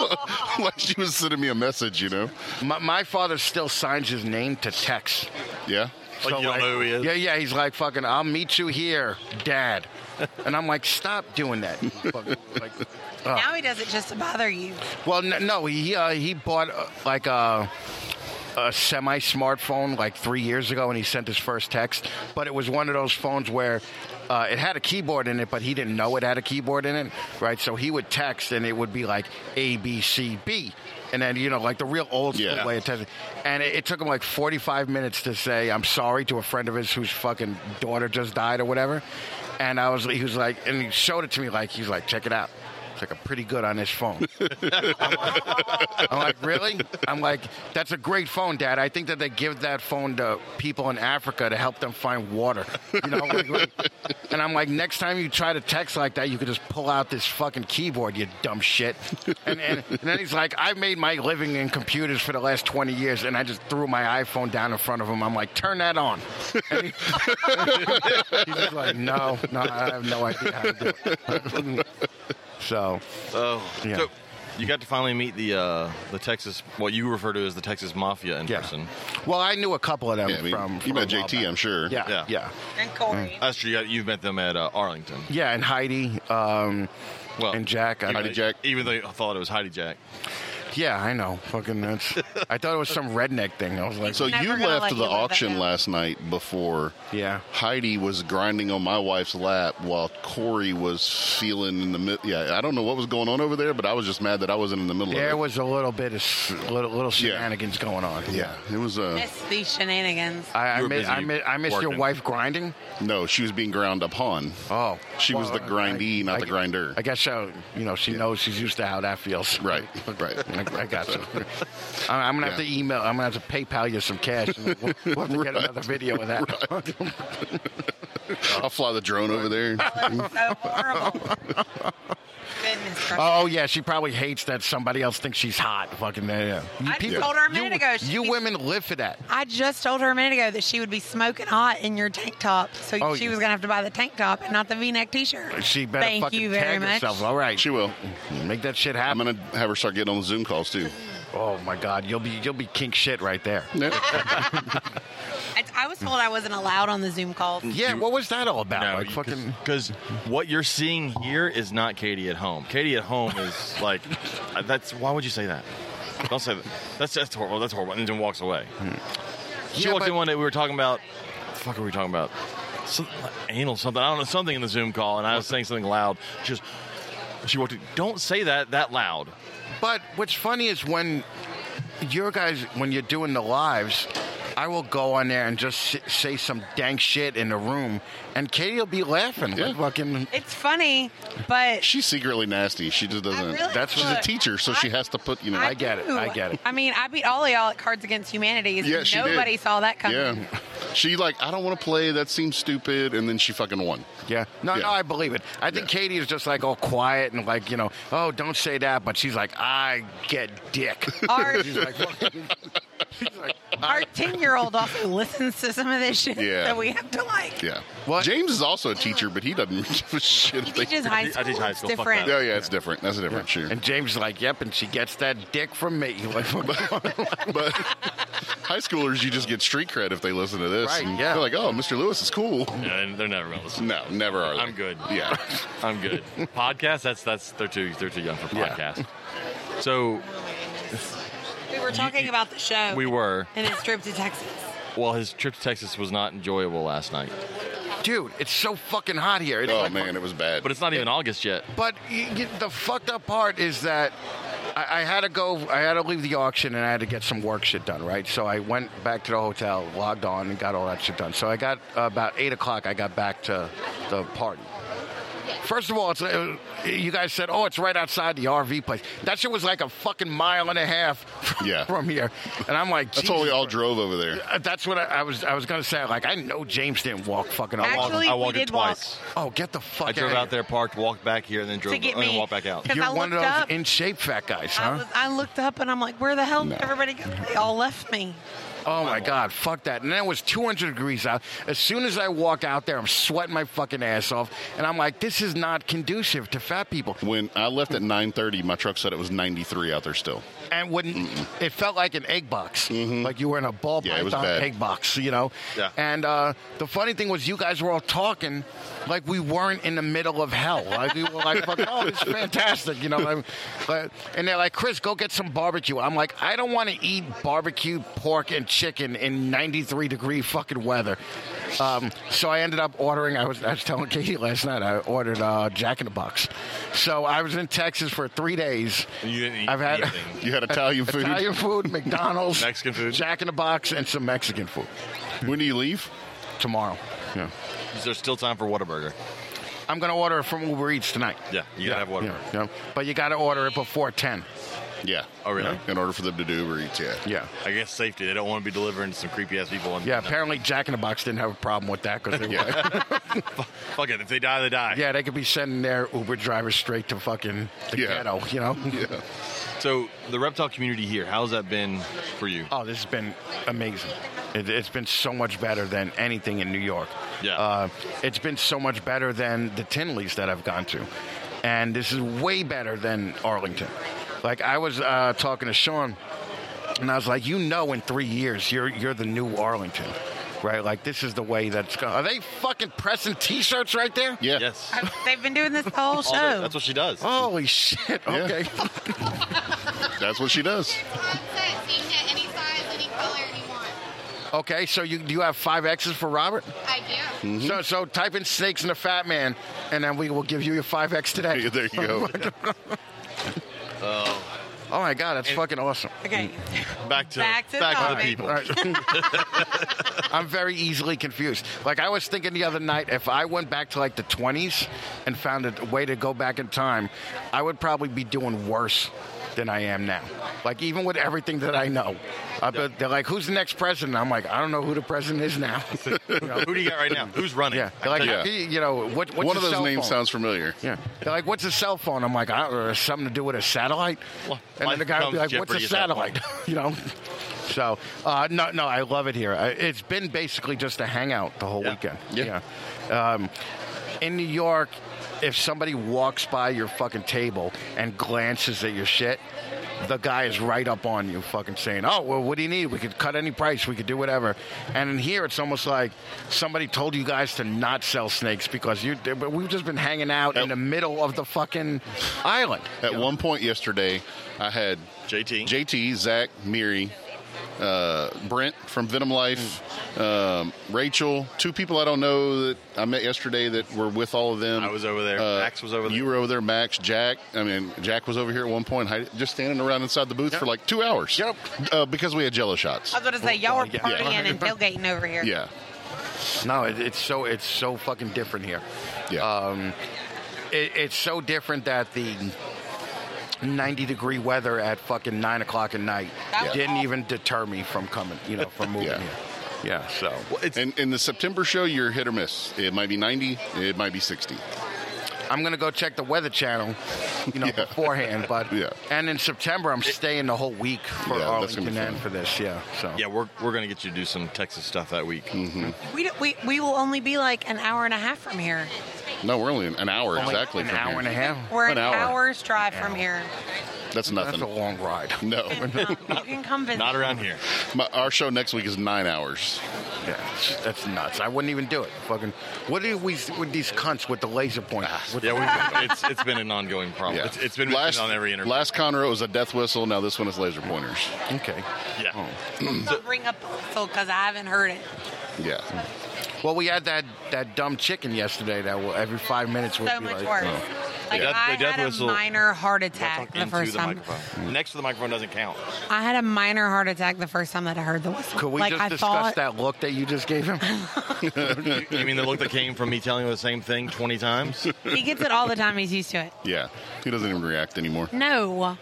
Speaker 3: *laughs* like she was sending me a message. You know.
Speaker 7: My, my father still signs his name to text.
Speaker 3: Yeah.
Speaker 7: So, Yeah, yeah. He's like, fucking, I'll meet you here, dad. And I'm like, stop doing that. you fucking- like, ugh.
Speaker 2: Now he does it just to bother you.
Speaker 7: Well, no, no he uh, he bought uh, like a a semi smartphone like three years ago, and he sent his first text. But it was one of those phones where uh, it had a keyboard in it, but he didn't know it had a keyboard in it, right? So he would text, and it would be like A B C B, and then you know like the real old school
Speaker 3: Yeah.
Speaker 7: way of texting. And it, it took him like forty five minutes to say I'm sorry to a friend of his whose fucking daughter just died or whatever. And I was he was like, and he showed it to me like he's like, check it out. It's like I'm pretty good on this phone. I'm like, really? I'm like, that's a great phone, Dad. I think that they give that phone to people in Africa to help them find water. You know, like, like- and I'm like, next time you try to text like that, you could just pull out this fucking keyboard, you dumb shit. And, and, and then he's like, I've made my living in computers for the last 20 years, and I just threw my iPhone down in front of him. I'm like, turn that on. And he- *laughs* he's just like, no, no, I have no idea how to do it. *laughs* so,
Speaker 1: Oh,
Speaker 7: Yeah.
Speaker 1: so you got to finally meet the uh, the Texas, what you refer to as the Texas Mafia in person.
Speaker 7: well, I knew a couple of them
Speaker 1: Yeah, I mean,
Speaker 7: from,
Speaker 1: you
Speaker 7: from
Speaker 1: met
Speaker 7: a while
Speaker 1: JT,
Speaker 7: back.
Speaker 1: I'm sure.
Speaker 7: Yeah,
Speaker 1: Yeah.
Speaker 7: yeah, yeah,
Speaker 2: And Corey.
Speaker 1: That's true. You got, you've met them at uh, Arlington.
Speaker 7: and Heidi, um, and Jack. I-
Speaker 1: Even though- Even though I thought it was Heidi Jack.
Speaker 7: Yeah, I know. Fucking that's.
Speaker 3: *laughs*
Speaker 7: I thought it was some redneck thing. I was like,
Speaker 3: So you left the auction last night before.
Speaker 7: Yeah.
Speaker 3: Heidi was grinding on my wife's lap while Corey was feeling in the middle. Yeah, I don't know what was going on over there, but I was just mad that I wasn't in the middle
Speaker 7: There
Speaker 3: of it.
Speaker 7: was a little bit of s- little, little shenanigans going on.
Speaker 3: Yeah, it was. Uh,
Speaker 2: Miss these shenanigans. *laughs*
Speaker 7: I, I, miss, I, miss, I miss your
Speaker 3: working.
Speaker 7: wife grinding.
Speaker 3: No, she was being ground upon.
Speaker 7: Oh,
Speaker 3: she was
Speaker 7: well,
Speaker 3: the grindee, not the grinder.
Speaker 7: I guess so. You know, she knows she's used to how that feels.
Speaker 3: Right, *laughs* right.
Speaker 7: I, I got you.
Speaker 3: *laughs*
Speaker 7: I'm, I'm gonna have
Speaker 3: Yeah.
Speaker 7: to email. I'm gonna have to PayPal you some cash. And we'll, we'll have
Speaker 3: *laughs*
Speaker 7: to get another video of that.
Speaker 3: I'll fly the drone over there.
Speaker 7: *laughs*
Speaker 2: Goodness gracious.
Speaker 7: Oh yeah, she probably hates that somebody else thinks she's hot. Fucking yeah, yeah. You
Speaker 2: I just told her a minute
Speaker 7: you,
Speaker 2: ago she-
Speaker 7: You women live for that.
Speaker 2: I just told her a minute ago that she would be smoking hot in your tank top, so
Speaker 7: Oh,
Speaker 2: she
Speaker 7: yeah.
Speaker 2: was gonna have to buy the tank top and not the V-neck T-shirt.
Speaker 7: She better
Speaker 2: Thank
Speaker 7: fucking
Speaker 2: you
Speaker 7: tag
Speaker 2: very much.
Speaker 7: herself. All right,
Speaker 3: she will
Speaker 7: make that shit happen.
Speaker 3: I'm gonna have her start getting on Zoom calls too.
Speaker 7: Oh my God, you'll be you'll be kink shit right there.
Speaker 2: I, I was told I wasn't allowed on the Zoom call.
Speaker 7: Yeah, what was that all about? like fucking.
Speaker 1: Because what you're seeing here is not Katie at home. Katie at home is *laughs* like, uh, that's why would you say that? Don't say that. That's that's horrible. That's horrible. And then walks away. She
Speaker 7: Yeah,
Speaker 1: walked
Speaker 7: but-
Speaker 1: in one day. We were talking about, what the fuck, are we talking about? Some, like, anal something. I don't know something in the Zoom call, and I was saying something loud. She just she walked. in, Don't say that that loud.
Speaker 7: But what's funny is when your guys when you're doing the lives. I will go on there and just si- say some dank shit in the room, and Katie will be laughing. Like fucking.
Speaker 2: It's funny, but
Speaker 3: She's secretly nasty. She just doesn't.
Speaker 2: really-
Speaker 3: that's she's a
Speaker 2: look,
Speaker 3: teacher, so she has to put. You know, I, get
Speaker 2: Ooh. I mean, I beat all of y'all at Cards Against Humanity.
Speaker 3: Yeah, she did.
Speaker 2: Nobody saw that coming.
Speaker 3: Yeah, she like I don't want to play. That seems stupid, and then she fucking won.
Speaker 7: Yeah, No, no, I believe it. I think Katie is just like all quiet and like you know, oh, don't say that. But she's like, I get dick.
Speaker 2: *laughs*
Speaker 3: *laughs*
Speaker 2: Our-
Speaker 7: she's like,
Speaker 2: Our 10 year old also listens to some of this shit
Speaker 3: Yeah.
Speaker 2: that we have to like.
Speaker 3: Yeah. Well, James is also a teacher, but he doesn't give a shit.
Speaker 2: *laughs*
Speaker 3: He
Speaker 2: teaches high I teach- I teach school. high It's school. Fuck different. that.
Speaker 3: Yeah, yeah, it's different. That's a different shoe.
Speaker 7: And James is like, yep, and she gets that dick from me. *laughs* Like,
Speaker 3: but high schoolers, you just get street cred if they listen to this.
Speaker 7: Right,
Speaker 3: and
Speaker 7: yeah.
Speaker 3: They're like, oh, Mr. Lewis is cool. *laughs*
Speaker 1: Yeah, they're never gonna listen.
Speaker 3: No, never are. They.
Speaker 1: I'm good.
Speaker 3: Yeah,
Speaker 1: I'm good. Podcast. That's that's they're too they're too young for podcast. So
Speaker 2: We were talking about the show.
Speaker 1: we were.
Speaker 2: And his trip to Texas.
Speaker 1: Well, his trip to Texas was not enjoyable last night.
Speaker 7: dude, it's so fucking hot here. It's
Speaker 1: Oh,
Speaker 7: like-
Speaker 3: man, it was bad.
Speaker 1: But it's not even August yet.
Speaker 7: But y- y- the fucked up part is that I, I had to go. I had to leave the auction and I had to get some work shit done. Right, so I went back to the hotel, logged on, and got all that shit done. So I got uh, about eight o'clock. I got back to the party. First of all, it's, uh, you guys said, "Oh, it's right outside the RV place." That shit was like a fucking mile and a half *laughs* from,
Speaker 3: Yeah.
Speaker 7: from here, and I'm like,
Speaker 3: That's how we
Speaker 7: Jesus
Speaker 3: all drove over there.
Speaker 7: uh, That's what I, I was. I was gonna say. Like, I know James didn't walk fucking.
Speaker 1: I walked- Actually, I we walked it did walk. twice.
Speaker 7: Oh, get the fuck!
Speaker 1: I drove
Speaker 7: outta
Speaker 1: out there, parked, walked back here, and then drove
Speaker 2: get
Speaker 1: and then
Speaker 2: me.
Speaker 1: walked back out.
Speaker 2: 'Cause
Speaker 7: You're
Speaker 2: I
Speaker 7: one of
Speaker 2: looked
Speaker 7: those
Speaker 2: up.
Speaker 7: in shape fat guys,
Speaker 2: I,
Speaker 7: huh?
Speaker 2: was, I looked up and I'm like, where the hell
Speaker 7: No.
Speaker 2: did everybody go? They all left me.
Speaker 7: Oh my god, fuck that! And then it was 200 degrees out. As soon as I walk out there, I'm sweating my fucking ass off, and I'm like, this is not conducive to fat people.
Speaker 3: When I left at 9:30, my truck said it was 93 out there still.
Speaker 7: And wouldn't it felt like an egg box, like you were in a ball
Speaker 3: Mm-hmm. Yeah, it was
Speaker 7: python
Speaker 3: bad.
Speaker 7: egg box, you know?
Speaker 3: Yeah.
Speaker 7: And uh, the funny thing was, you guys were all talking like we weren't in the middle of hell. Like we were like, fucking, oh, it's fantastic, you know? I'm- but- and they're like, Chris, go get some barbecue. I'm like, I don't want to eat barbecue pork and chicken in 93 degree fucking weather. Um, so I ended up ordering. I was I was telling Katie last night. I ordered uh, Jack in the Box. So I was in Texas for three days.
Speaker 1: You didn't eat
Speaker 7: I've had
Speaker 1: anything.
Speaker 3: You had Italian food?
Speaker 7: Italian food, McDonald's,
Speaker 1: Mexican food?
Speaker 7: Jack in the Box, and some Mexican food.
Speaker 3: When do you leave?
Speaker 7: Tomorrow. Yeah.
Speaker 1: *laughs* Is there still time for Whataburger?
Speaker 7: I'm gonna order it from Uber Eats tonight.
Speaker 1: Yeah, you gotta have Whataburger.
Speaker 7: Yeah, yeah. But you gotta order it before ten.
Speaker 3: Yeah.
Speaker 1: Oh, really?
Speaker 3: In order for them to do Uber Eats, yeah.
Speaker 7: Yeah.
Speaker 1: I guess safety. They don't want to be delivering some creepy ass people. On,
Speaker 7: Yeah. Apparently, Jack in the Box didn't have a problem with that
Speaker 1: *laughs*
Speaker 7: because they were. like-
Speaker 1: fuck it. If they die, they die.
Speaker 7: *laughs* yeah, they could be sending their Uber drivers straight to fucking the
Speaker 1: Yeah.
Speaker 7: ghetto. You know.
Speaker 3: Yeah.
Speaker 1: So the reptile community here, how's that been for you?
Speaker 7: Oh, this has been amazing. It, it's been so much better than anything in New York. Yeah. Uh, it's been so much better than the Tinleys that I've gone to. And this is way better than Arlington. Like, I was uh, talking to Sean, and I was like, you know, in three years, you're, you're the new Arlington. Right, like this is the way that's going. Are they fucking pressing T-shirts right there?
Speaker 3: Yeah.
Speaker 1: Yes.
Speaker 2: They've been doing this the whole show.
Speaker 1: that's what she does.
Speaker 7: Holy shit!
Speaker 3: Yeah.
Speaker 7: Okay. *laughs*
Speaker 3: That's what she does. *laughs*
Speaker 8: any size, any color you want.
Speaker 7: Okay, so you do you have five X's for Robert?
Speaker 8: I do.
Speaker 3: Mm-hmm.
Speaker 7: So, so type in snakes and a fat man, and then we will give you your five
Speaker 3: *laughs*
Speaker 7: X today.
Speaker 3: there you go.
Speaker 1: Oh.
Speaker 7: oh my god, that's fucking awesome.
Speaker 2: *laughs* Okay.
Speaker 1: Back to
Speaker 2: Back to topic.
Speaker 1: people.
Speaker 7: *laughs* I'm very easily confused. Like I was thinking the other night, if I went back to like the 20s and found a way to go back in time, I would probably be doing worse than I am now. Like even with everything that I know, I, but they're like, "Who's the next president?" I'm like, "I don't know who the president is
Speaker 3: *laughs*
Speaker 7: now." *laughs* You know?
Speaker 1: Who do you got right now? *laughs* Who's running?
Speaker 7: Yeah, they're like,
Speaker 3: Yeah.
Speaker 7: you know, what, what's
Speaker 3: One of
Speaker 7: your
Speaker 3: those
Speaker 7: cell
Speaker 3: names
Speaker 7: phone?
Speaker 3: sounds familiar.
Speaker 7: Yeah. They're like, what's a cell phone? I'm like, I don't know, something to do with a satellite. and then the guy would be like,
Speaker 1: becomes
Speaker 7: what's
Speaker 1: Jeopardy
Speaker 7: a
Speaker 1: at that
Speaker 7: satellite? *laughs* you know? So, uh, no, no, I love it here. I, it's been basically just a hangout the whole weekend. Yeah. Um, in New York, if somebody walks by your fucking table and glances at your shit, the guy is right up on you, fucking saying, "Oh, well, what do you need? We could cut any price. We could do whatever." And in here, it's almost like somebody told you guys to not sell snakes because you. But we've just been hanging out in the middle of the fucking island.
Speaker 3: At one point yesterday, I had
Speaker 1: JT,
Speaker 3: JT, Zach, Miri, uh, Brent from Venom Life, um, Rachel, two people I don't know that I met yesterday that were with all of them. I
Speaker 1: was over there. Max was over there.
Speaker 3: You were over there, Max, Jack. I mean, Jack was over here at one point, hi- just standing around inside the booth for like two hours. Yep. Uh, because we had jello shots.
Speaker 2: I was going to say, y'all were
Speaker 3: Yeah.
Speaker 2: partying
Speaker 3: *laughs*
Speaker 2: and tailgating over here.
Speaker 3: Yeah.
Speaker 7: No, it, it's so it's so fucking different here.
Speaker 3: Yeah.
Speaker 7: Um, it, it's so different that the 90 degree weather at fucking nine o'clock at night
Speaker 3: That was
Speaker 7: didn't even deter me from coming. You know, from moving here. Yeah. So.
Speaker 3: and in the September show, you're hit or miss. It might be 90. It might be 60.
Speaker 7: I'm gonna go check the Weather Channel, you know, beforehand. But
Speaker 3: Yeah.
Speaker 7: and in September, I'm staying the whole week for
Speaker 1: Yeah, that's gonna be
Speaker 7: Arlington
Speaker 1: fun.
Speaker 7: and for this. Yeah. So.
Speaker 1: Yeah, we're, we're going to get you to do some Texas stuff that week.
Speaker 2: We, don't- we, we will only be like an hour and a half from here.
Speaker 3: No, we're only an hour
Speaker 7: Only
Speaker 3: exactly.
Speaker 7: an
Speaker 3: from
Speaker 7: hour
Speaker 3: here.
Speaker 7: and a half?
Speaker 2: We're an, hour's drive from here.
Speaker 3: That's nothing.
Speaker 7: That's a long ride. *laughs*
Speaker 3: No. *laughs*
Speaker 2: *laughs* You can come visit.
Speaker 1: around here.
Speaker 3: My, our show next week is nine hours.
Speaker 7: Yeah, that's nuts. I wouldn't even do it. Fucking, what are we with these cunts with the laser pointers? What the-
Speaker 1: yeah, we, it's, it's been an ongoing problem.
Speaker 3: Yeah.
Speaker 1: Oh, It's, it's been
Speaker 3: last
Speaker 1: mentioned on every interview.
Speaker 3: Last Conroe was a death whistle. Now this one is laser pointers.
Speaker 7: Okay.
Speaker 1: Yeah.
Speaker 2: Don't bring up Phil because I haven't heard it.
Speaker 3: Yeah.
Speaker 7: Well, we had that that dumb chicken yesterday. That will, every five minutes would
Speaker 2: So
Speaker 7: be
Speaker 2: much
Speaker 7: like,
Speaker 2: worse. Like,
Speaker 1: Yeah.
Speaker 2: I
Speaker 1: The death
Speaker 2: had a
Speaker 1: whistle-
Speaker 2: minor heart attack the
Speaker 1: Into
Speaker 2: first
Speaker 1: the
Speaker 2: time.
Speaker 1: microphone. Next to the microphone doesn't count.
Speaker 2: I had a minor heart attack the first time that I heard the whistle.
Speaker 7: Could we
Speaker 2: like,
Speaker 7: just
Speaker 2: I
Speaker 7: discuss
Speaker 2: thought,
Speaker 7: that look that you just gave
Speaker 2: *laughs*
Speaker 7: him?
Speaker 1: you, you mean the look that came from me telling you the same thing 20 times?
Speaker 2: He gets it all the time. He's used to it.
Speaker 3: Yeah. He doesn't even react anymore.
Speaker 2: No.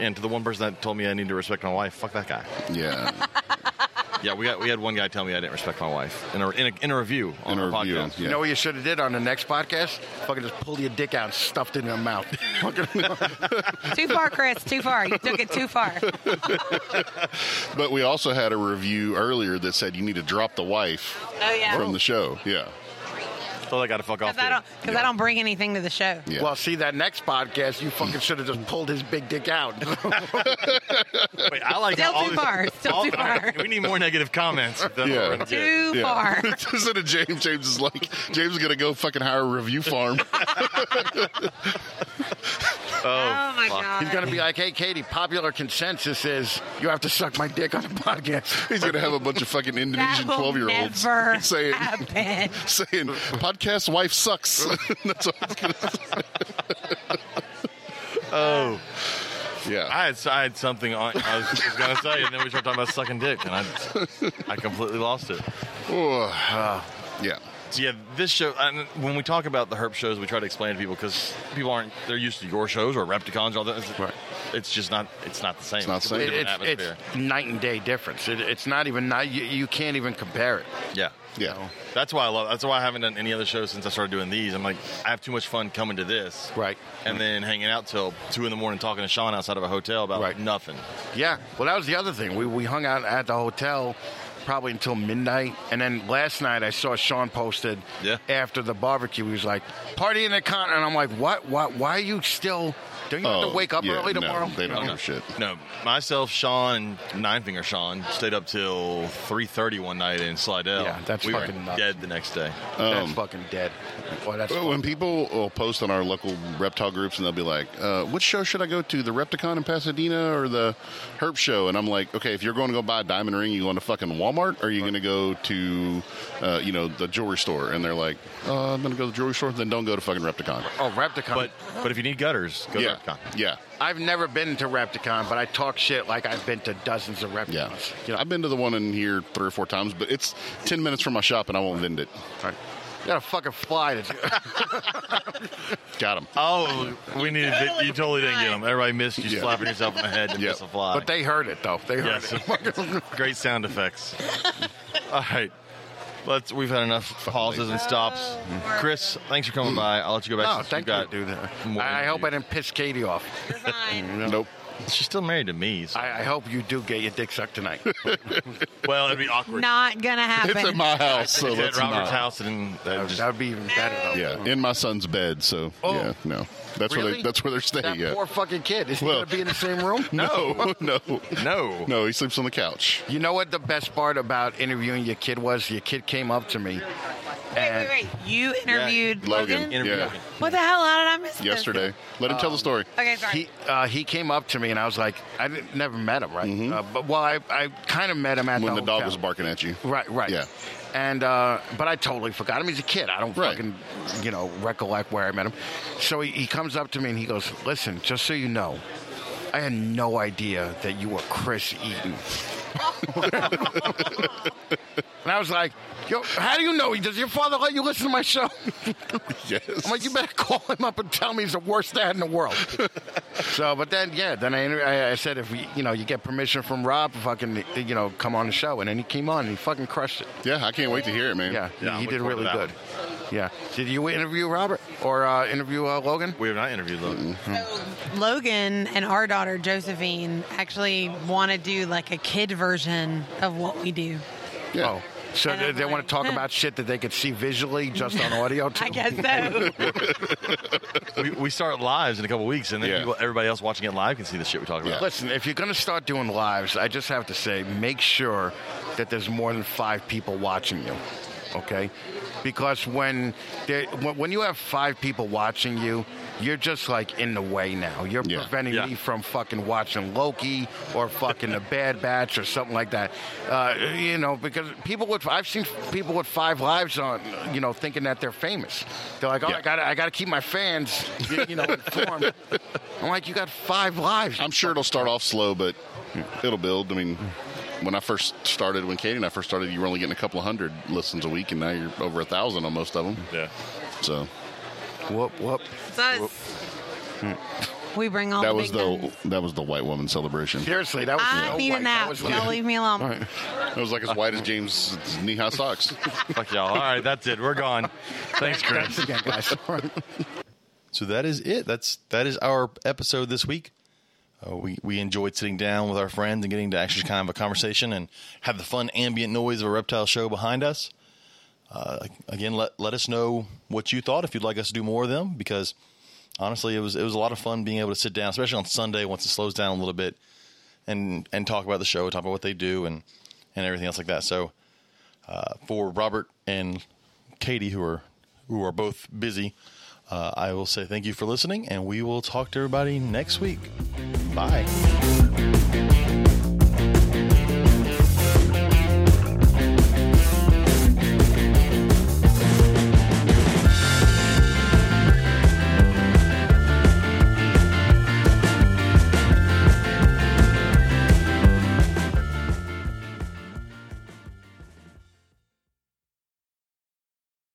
Speaker 1: And to the one person that told me I need to respect my wife, fuck that guy. *laughs*
Speaker 3: Yeah.
Speaker 1: Yeah, we got we had one guy tell me I didn't respect my wife in a in a, in a review on
Speaker 3: In a
Speaker 1: our
Speaker 3: review,
Speaker 1: podcast.
Speaker 7: You know what you should have did on the next podcast? Fucking just pulled your dick out and stuffed it in your mouth.
Speaker 2: Too far, Chris. Too far. You took it too far.
Speaker 3: But we also had a review earlier that said you need to drop the wife
Speaker 2: Oh, yeah.
Speaker 3: from the show. Yeah.
Speaker 1: So I got to fuck
Speaker 2: Because I don't, because I don't bring anything to the show.
Speaker 7: Well, see that next podcast, you fucking should have just pulled his big dick out. *laughs*
Speaker 1: Wait, I like how
Speaker 2: Still
Speaker 1: all
Speaker 2: too
Speaker 1: this-
Speaker 2: far.
Speaker 1: *laughs*
Speaker 2: Still
Speaker 1: all-
Speaker 2: too far.
Speaker 1: We need more negative comments. That's what we're gonna get.
Speaker 2: Too far.
Speaker 3: *laughs* Instead of James, James is like, James is going to go fucking hire a
Speaker 2: *laughs*
Speaker 3: review farm.
Speaker 2: Oh, my God.
Speaker 7: He's gonna be like, "Hey, Katie, popular consensus is you have to suck my dick on
Speaker 1: *laughs*
Speaker 7: a podcast."
Speaker 3: He's going to have a bunch of fucking Indonesian
Speaker 2: That will
Speaker 3: 12 year olds
Speaker 2: never
Speaker 3: *laughs* saying,
Speaker 2: happen.
Speaker 3: saying, podcast wife sucks. *laughs* That's what I was going to say.
Speaker 1: *laughs* Oh,
Speaker 3: Yeah.
Speaker 1: I had I had something on, I was, was gonna say, and then we started talking about sucking dick, and I I completely lost it.
Speaker 3: Ooh. uh, yeah.
Speaker 1: So yeah, this show. And when we talk about the Herp shows, we try to explain to people because people aren't they're used to your shows or Repticons or all that. It's, it's just not it's not the same.
Speaker 3: not the
Speaker 1: a
Speaker 3: same.
Speaker 1: completely
Speaker 7: It-
Speaker 1: different
Speaker 7: it's,
Speaker 1: atmosphere.
Speaker 7: it's night and day difference. It, it's not even night. You, you can't even compare it.
Speaker 1: yeah.
Speaker 3: Yeah.
Speaker 1: That's why I love. That's why I haven't done any other shows since I started doing these. I'm like, I have too much fun coming to this,
Speaker 7: Right.
Speaker 1: and then hanging out till two in the morning talking to Sean outside of a hotel about
Speaker 7: Right.
Speaker 1: nothing.
Speaker 7: Yeah. Well, that was the other thing. We we hung out at the hotel probably until midnight, and then last night I saw Sean posted
Speaker 1: Yeah.
Speaker 7: after the barbecue. He was like, "Party in the con," and I'm like, "What? What? Why are you still? Don't you have
Speaker 3: Oh,
Speaker 7: to wake up
Speaker 3: yeah,
Speaker 7: early
Speaker 3: no,
Speaker 7: tomorrow?"
Speaker 3: they don't
Speaker 7: You know?
Speaker 3: give a shit.
Speaker 1: No, myself, Sean, and Nine Finger Sean stayed up till three thirty one night in Slidell.
Speaker 7: Yeah, that's
Speaker 1: we
Speaker 7: fucking
Speaker 1: were
Speaker 7: nuts.
Speaker 1: dead the next day.
Speaker 7: That's fucking dead. Boy, that's
Speaker 3: Um, Well, when people will post on our local reptile groups and they'll be like, uh, which show should I go to? The Repticon in Pasadena or the Herp Show? And I'm like, okay, if you're going to go buy a diamond ring, you going to fucking Walmart or are you going to go to, uh, you know, the jewelry store? And they're like, uh, I'm going to go to the jewelry store. Then don't go to fucking Repticon.
Speaker 7: oh Repticon.
Speaker 1: But but if you need gutters, go
Speaker 3: yeah.
Speaker 1: to Repcon.
Speaker 3: Yeah.
Speaker 7: I've never been to Repticon, but I talk shit like I've been to dozens of Repticons.
Speaker 3: Yeah.
Speaker 7: You know,
Speaker 3: I've been to the one in here three or four times, but it's 10 minutes from my shop and I won't vend it.
Speaker 7: Right. You got a fucking fly.
Speaker 3: *laughs*
Speaker 7: To,
Speaker 3: Got him.
Speaker 1: Oh, we needed. you totally didn't get them. Everybody missed you
Speaker 3: Yeah.
Speaker 1: slapping yourself in the head to
Speaker 3: Yeah.
Speaker 1: miss a fly.
Speaker 7: but they heard it though. They heard
Speaker 1: Yes.
Speaker 7: it.
Speaker 1: Great sound effects. All right. Let's. We've had enough pauses and stops. Chris, thanks for coming by. I'll let you go back.
Speaker 7: No,
Speaker 1: since
Speaker 7: Oh, thank
Speaker 1: you've
Speaker 7: you,
Speaker 1: got
Speaker 7: dude.
Speaker 1: more
Speaker 7: I, I hope I
Speaker 1: interviews.
Speaker 7: didn't piss Katie off.
Speaker 3: *laughs*
Speaker 2: You're fine.
Speaker 3: Nope.
Speaker 1: She's still married to me. So.
Speaker 7: I, I hope you do get your dick
Speaker 3: *laughs*
Speaker 7: sucked tonight.
Speaker 1: well, it'd be awkward.
Speaker 2: Not gonna happen.
Speaker 3: It's at my house, so
Speaker 1: It's
Speaker 3: let's
Speaker 1: at Robert's
Speaker 3: not.
Speaker 1: house, and that
Speaker 7: that
Speaker 1: just-
Speaker 7: would be even better though.
Speaker 3: Yeah, *laughs* in my son's bed. So
Speaker 7: Mm. Oh.
Speaker 3: yeah, no, that's where
Speaker 7: Really?
Speaker 3: they, that's where they're staying.
Speaker 7: That
Speaker 3: yeah.
Speaker 7: poor fucking kid. Is he
Speaker 3: Well-
Speaker 7: gonna be in the same
Speaker 3: *laughs*
Speaker 7: room?
Speaker 3: no, no,
Speaker 1: no.
Speaker 3: no. He sleeps on the couch.
Speaker 7: You know what the best part about interviewing your kid was? Your kid came up to me
Speaker 2: Wait, wait, wait. You interviewed Logan.
Speaker 3: Logan.
Speaker 1: Interview
Speaker 3: Yeah.
Speaker 1: Logan.
Speaker 2: What the hell? How did I miss this?
Speaker 3: Yesterday. Let him tell
Speaker 7: Um,
Speaker 3: the story.
Speaker 2: Okay, sorry.
Speaker 7: He uh, he came up to me and I was like, I didn't, never met him, right? Uh, but well, I, I kind of met him at
Speaker 3: Mm-hmm. When
Speaker 7: the
Speaker 3: the dog
Speaker 7: hotel.
Speaker 3: was barking at you.
Speaker 7: Right, right.
Speaker 3: Yeah.
Speaker 7: And uh, but I totally forgot him. He's a kid. I don't fucking you know recollect where I met him. So he, he comes up to me and he goes, "Listen, just so you know, I had no idea that you were Chris Eaton." *laughs* and I was like, "Yo, how do you know? Does your father let you listen to my show?"
Speaker 3: *laughs* Yes.
Speaker 7: I'm like, "You better *laughs* call him up and tell me he's the worst dad in the world." so, but then yeah, then I inter- I, I said, "If we, you know, you get permission from Rob, fucking, you know, come on the show." And then he came on and he fucking crushed it.
Speaker 3: Yeah, I can't wait to hear it, man.
Speaker 7: Yeah,
Speaker 12: Yeah, I'm
Speaker 7: he, he
Speaker 12: looking
Speaker 7: did
Speaker 12: forward to
Speaker 7: really
Speaker 12: that
Speaker 7: good. Yeah. Did you interview Robert or uh, interview uh, Logan?
Speaker 12: We have not interviewed Logan.
Speaker 2: Logan and our daughter Josephine actually want to do like a kid version of what we do.
Speaker 7: Oh. So
Speaker 2: And
Speaker 7: they,
Speaker 2: I'm
Speaker 7: they want
Speaker 2: like,
Speaker 7: to
Speaker 2: *laughs*
Speaker 7: talk
Speaker 2: huh.
Speaker 7: about shit that they could see visually just on audio
Speaker 2: *laughs*
Speaker 7: too?
Speaker 2: I guess
Speaker 3: *laughs*
Speaker 2: so.
Speaker 12: we, we start lives in a couple weeks, and then
Speaker 3: Yeah.
Speaker 12: people, everybody else watching it live can see the shit we talk about.
Speaker 7: Listen, if you're going to start doing lives, I just have to say, make sure that there's more than five people watching you, okay? Because when there- when when you have five people watching you, you're just like in the way now. You're
Speaker 3: Yeah.
Speaker 7: preventing
Speaker 12: Yeah.
Speaker 7: me from fucking watching Loki or fucking The Bad Batch or something like that. Uh, you know, because people with I've seen people with five lives on, you know, thinking that they're famous. They're like, oh, I got to I got to keep my fans, you, you know, informed. I'm like, you got five lives.
Speaker 3: I'm sure it'll start off slow, but it'll build. I mean, when I first started, when Katie and I first started, you were only getting a couple of hundred listens a week, and now you're over a thousand on most of them.
Speaker 12: Yeah.
Speaker 3: So
Speaker 7: Whoop whoop.
Speaker 2: It's us. We bring all
Speaker 3: Hmm. that
Speaker 2: Oh, the
Speaker 3: was
Speaker 2: big
Speaker 3: the Oh,
Speaker 2: guns.
Speaker 3: that was the white woman celebration.
Speaker 7: Seriously, that was
Speaker 2: I
Speaker 7: so
Speaker 2: need
Speaker 7: white.
Speaker 2: a
Speaker 7: That
Speaker 2: nap.
Speaker 7: was
Speaker 2: Y'all leave me alone.
Speaker 3: It was like as white as James' knee-high socks.
Speaker 12: Fuck y'all. All right, that's it. We're gone. Thanks, Chris.
Speaker 7: again, guys.
Speaker 1: So that is it. That's that is our episode this week. Uh, we we enjoyed sitting down with our friends and getting to actually kind of have a conversation and have the fun ambient noise of a reptile show behind us. Uh, again, let let us know what you thought if you'd like us to do more of them because honestly, it was it was a lot of fun being able to sit down, especially on Sunday once it slows down a little bit, and and talk about the show, talk about what they do, and and everything else like that. So uh, for Robert and Katie, who are who are both busy, uh, I will say thank you for listening, and we will talk to everybody next week. Bye.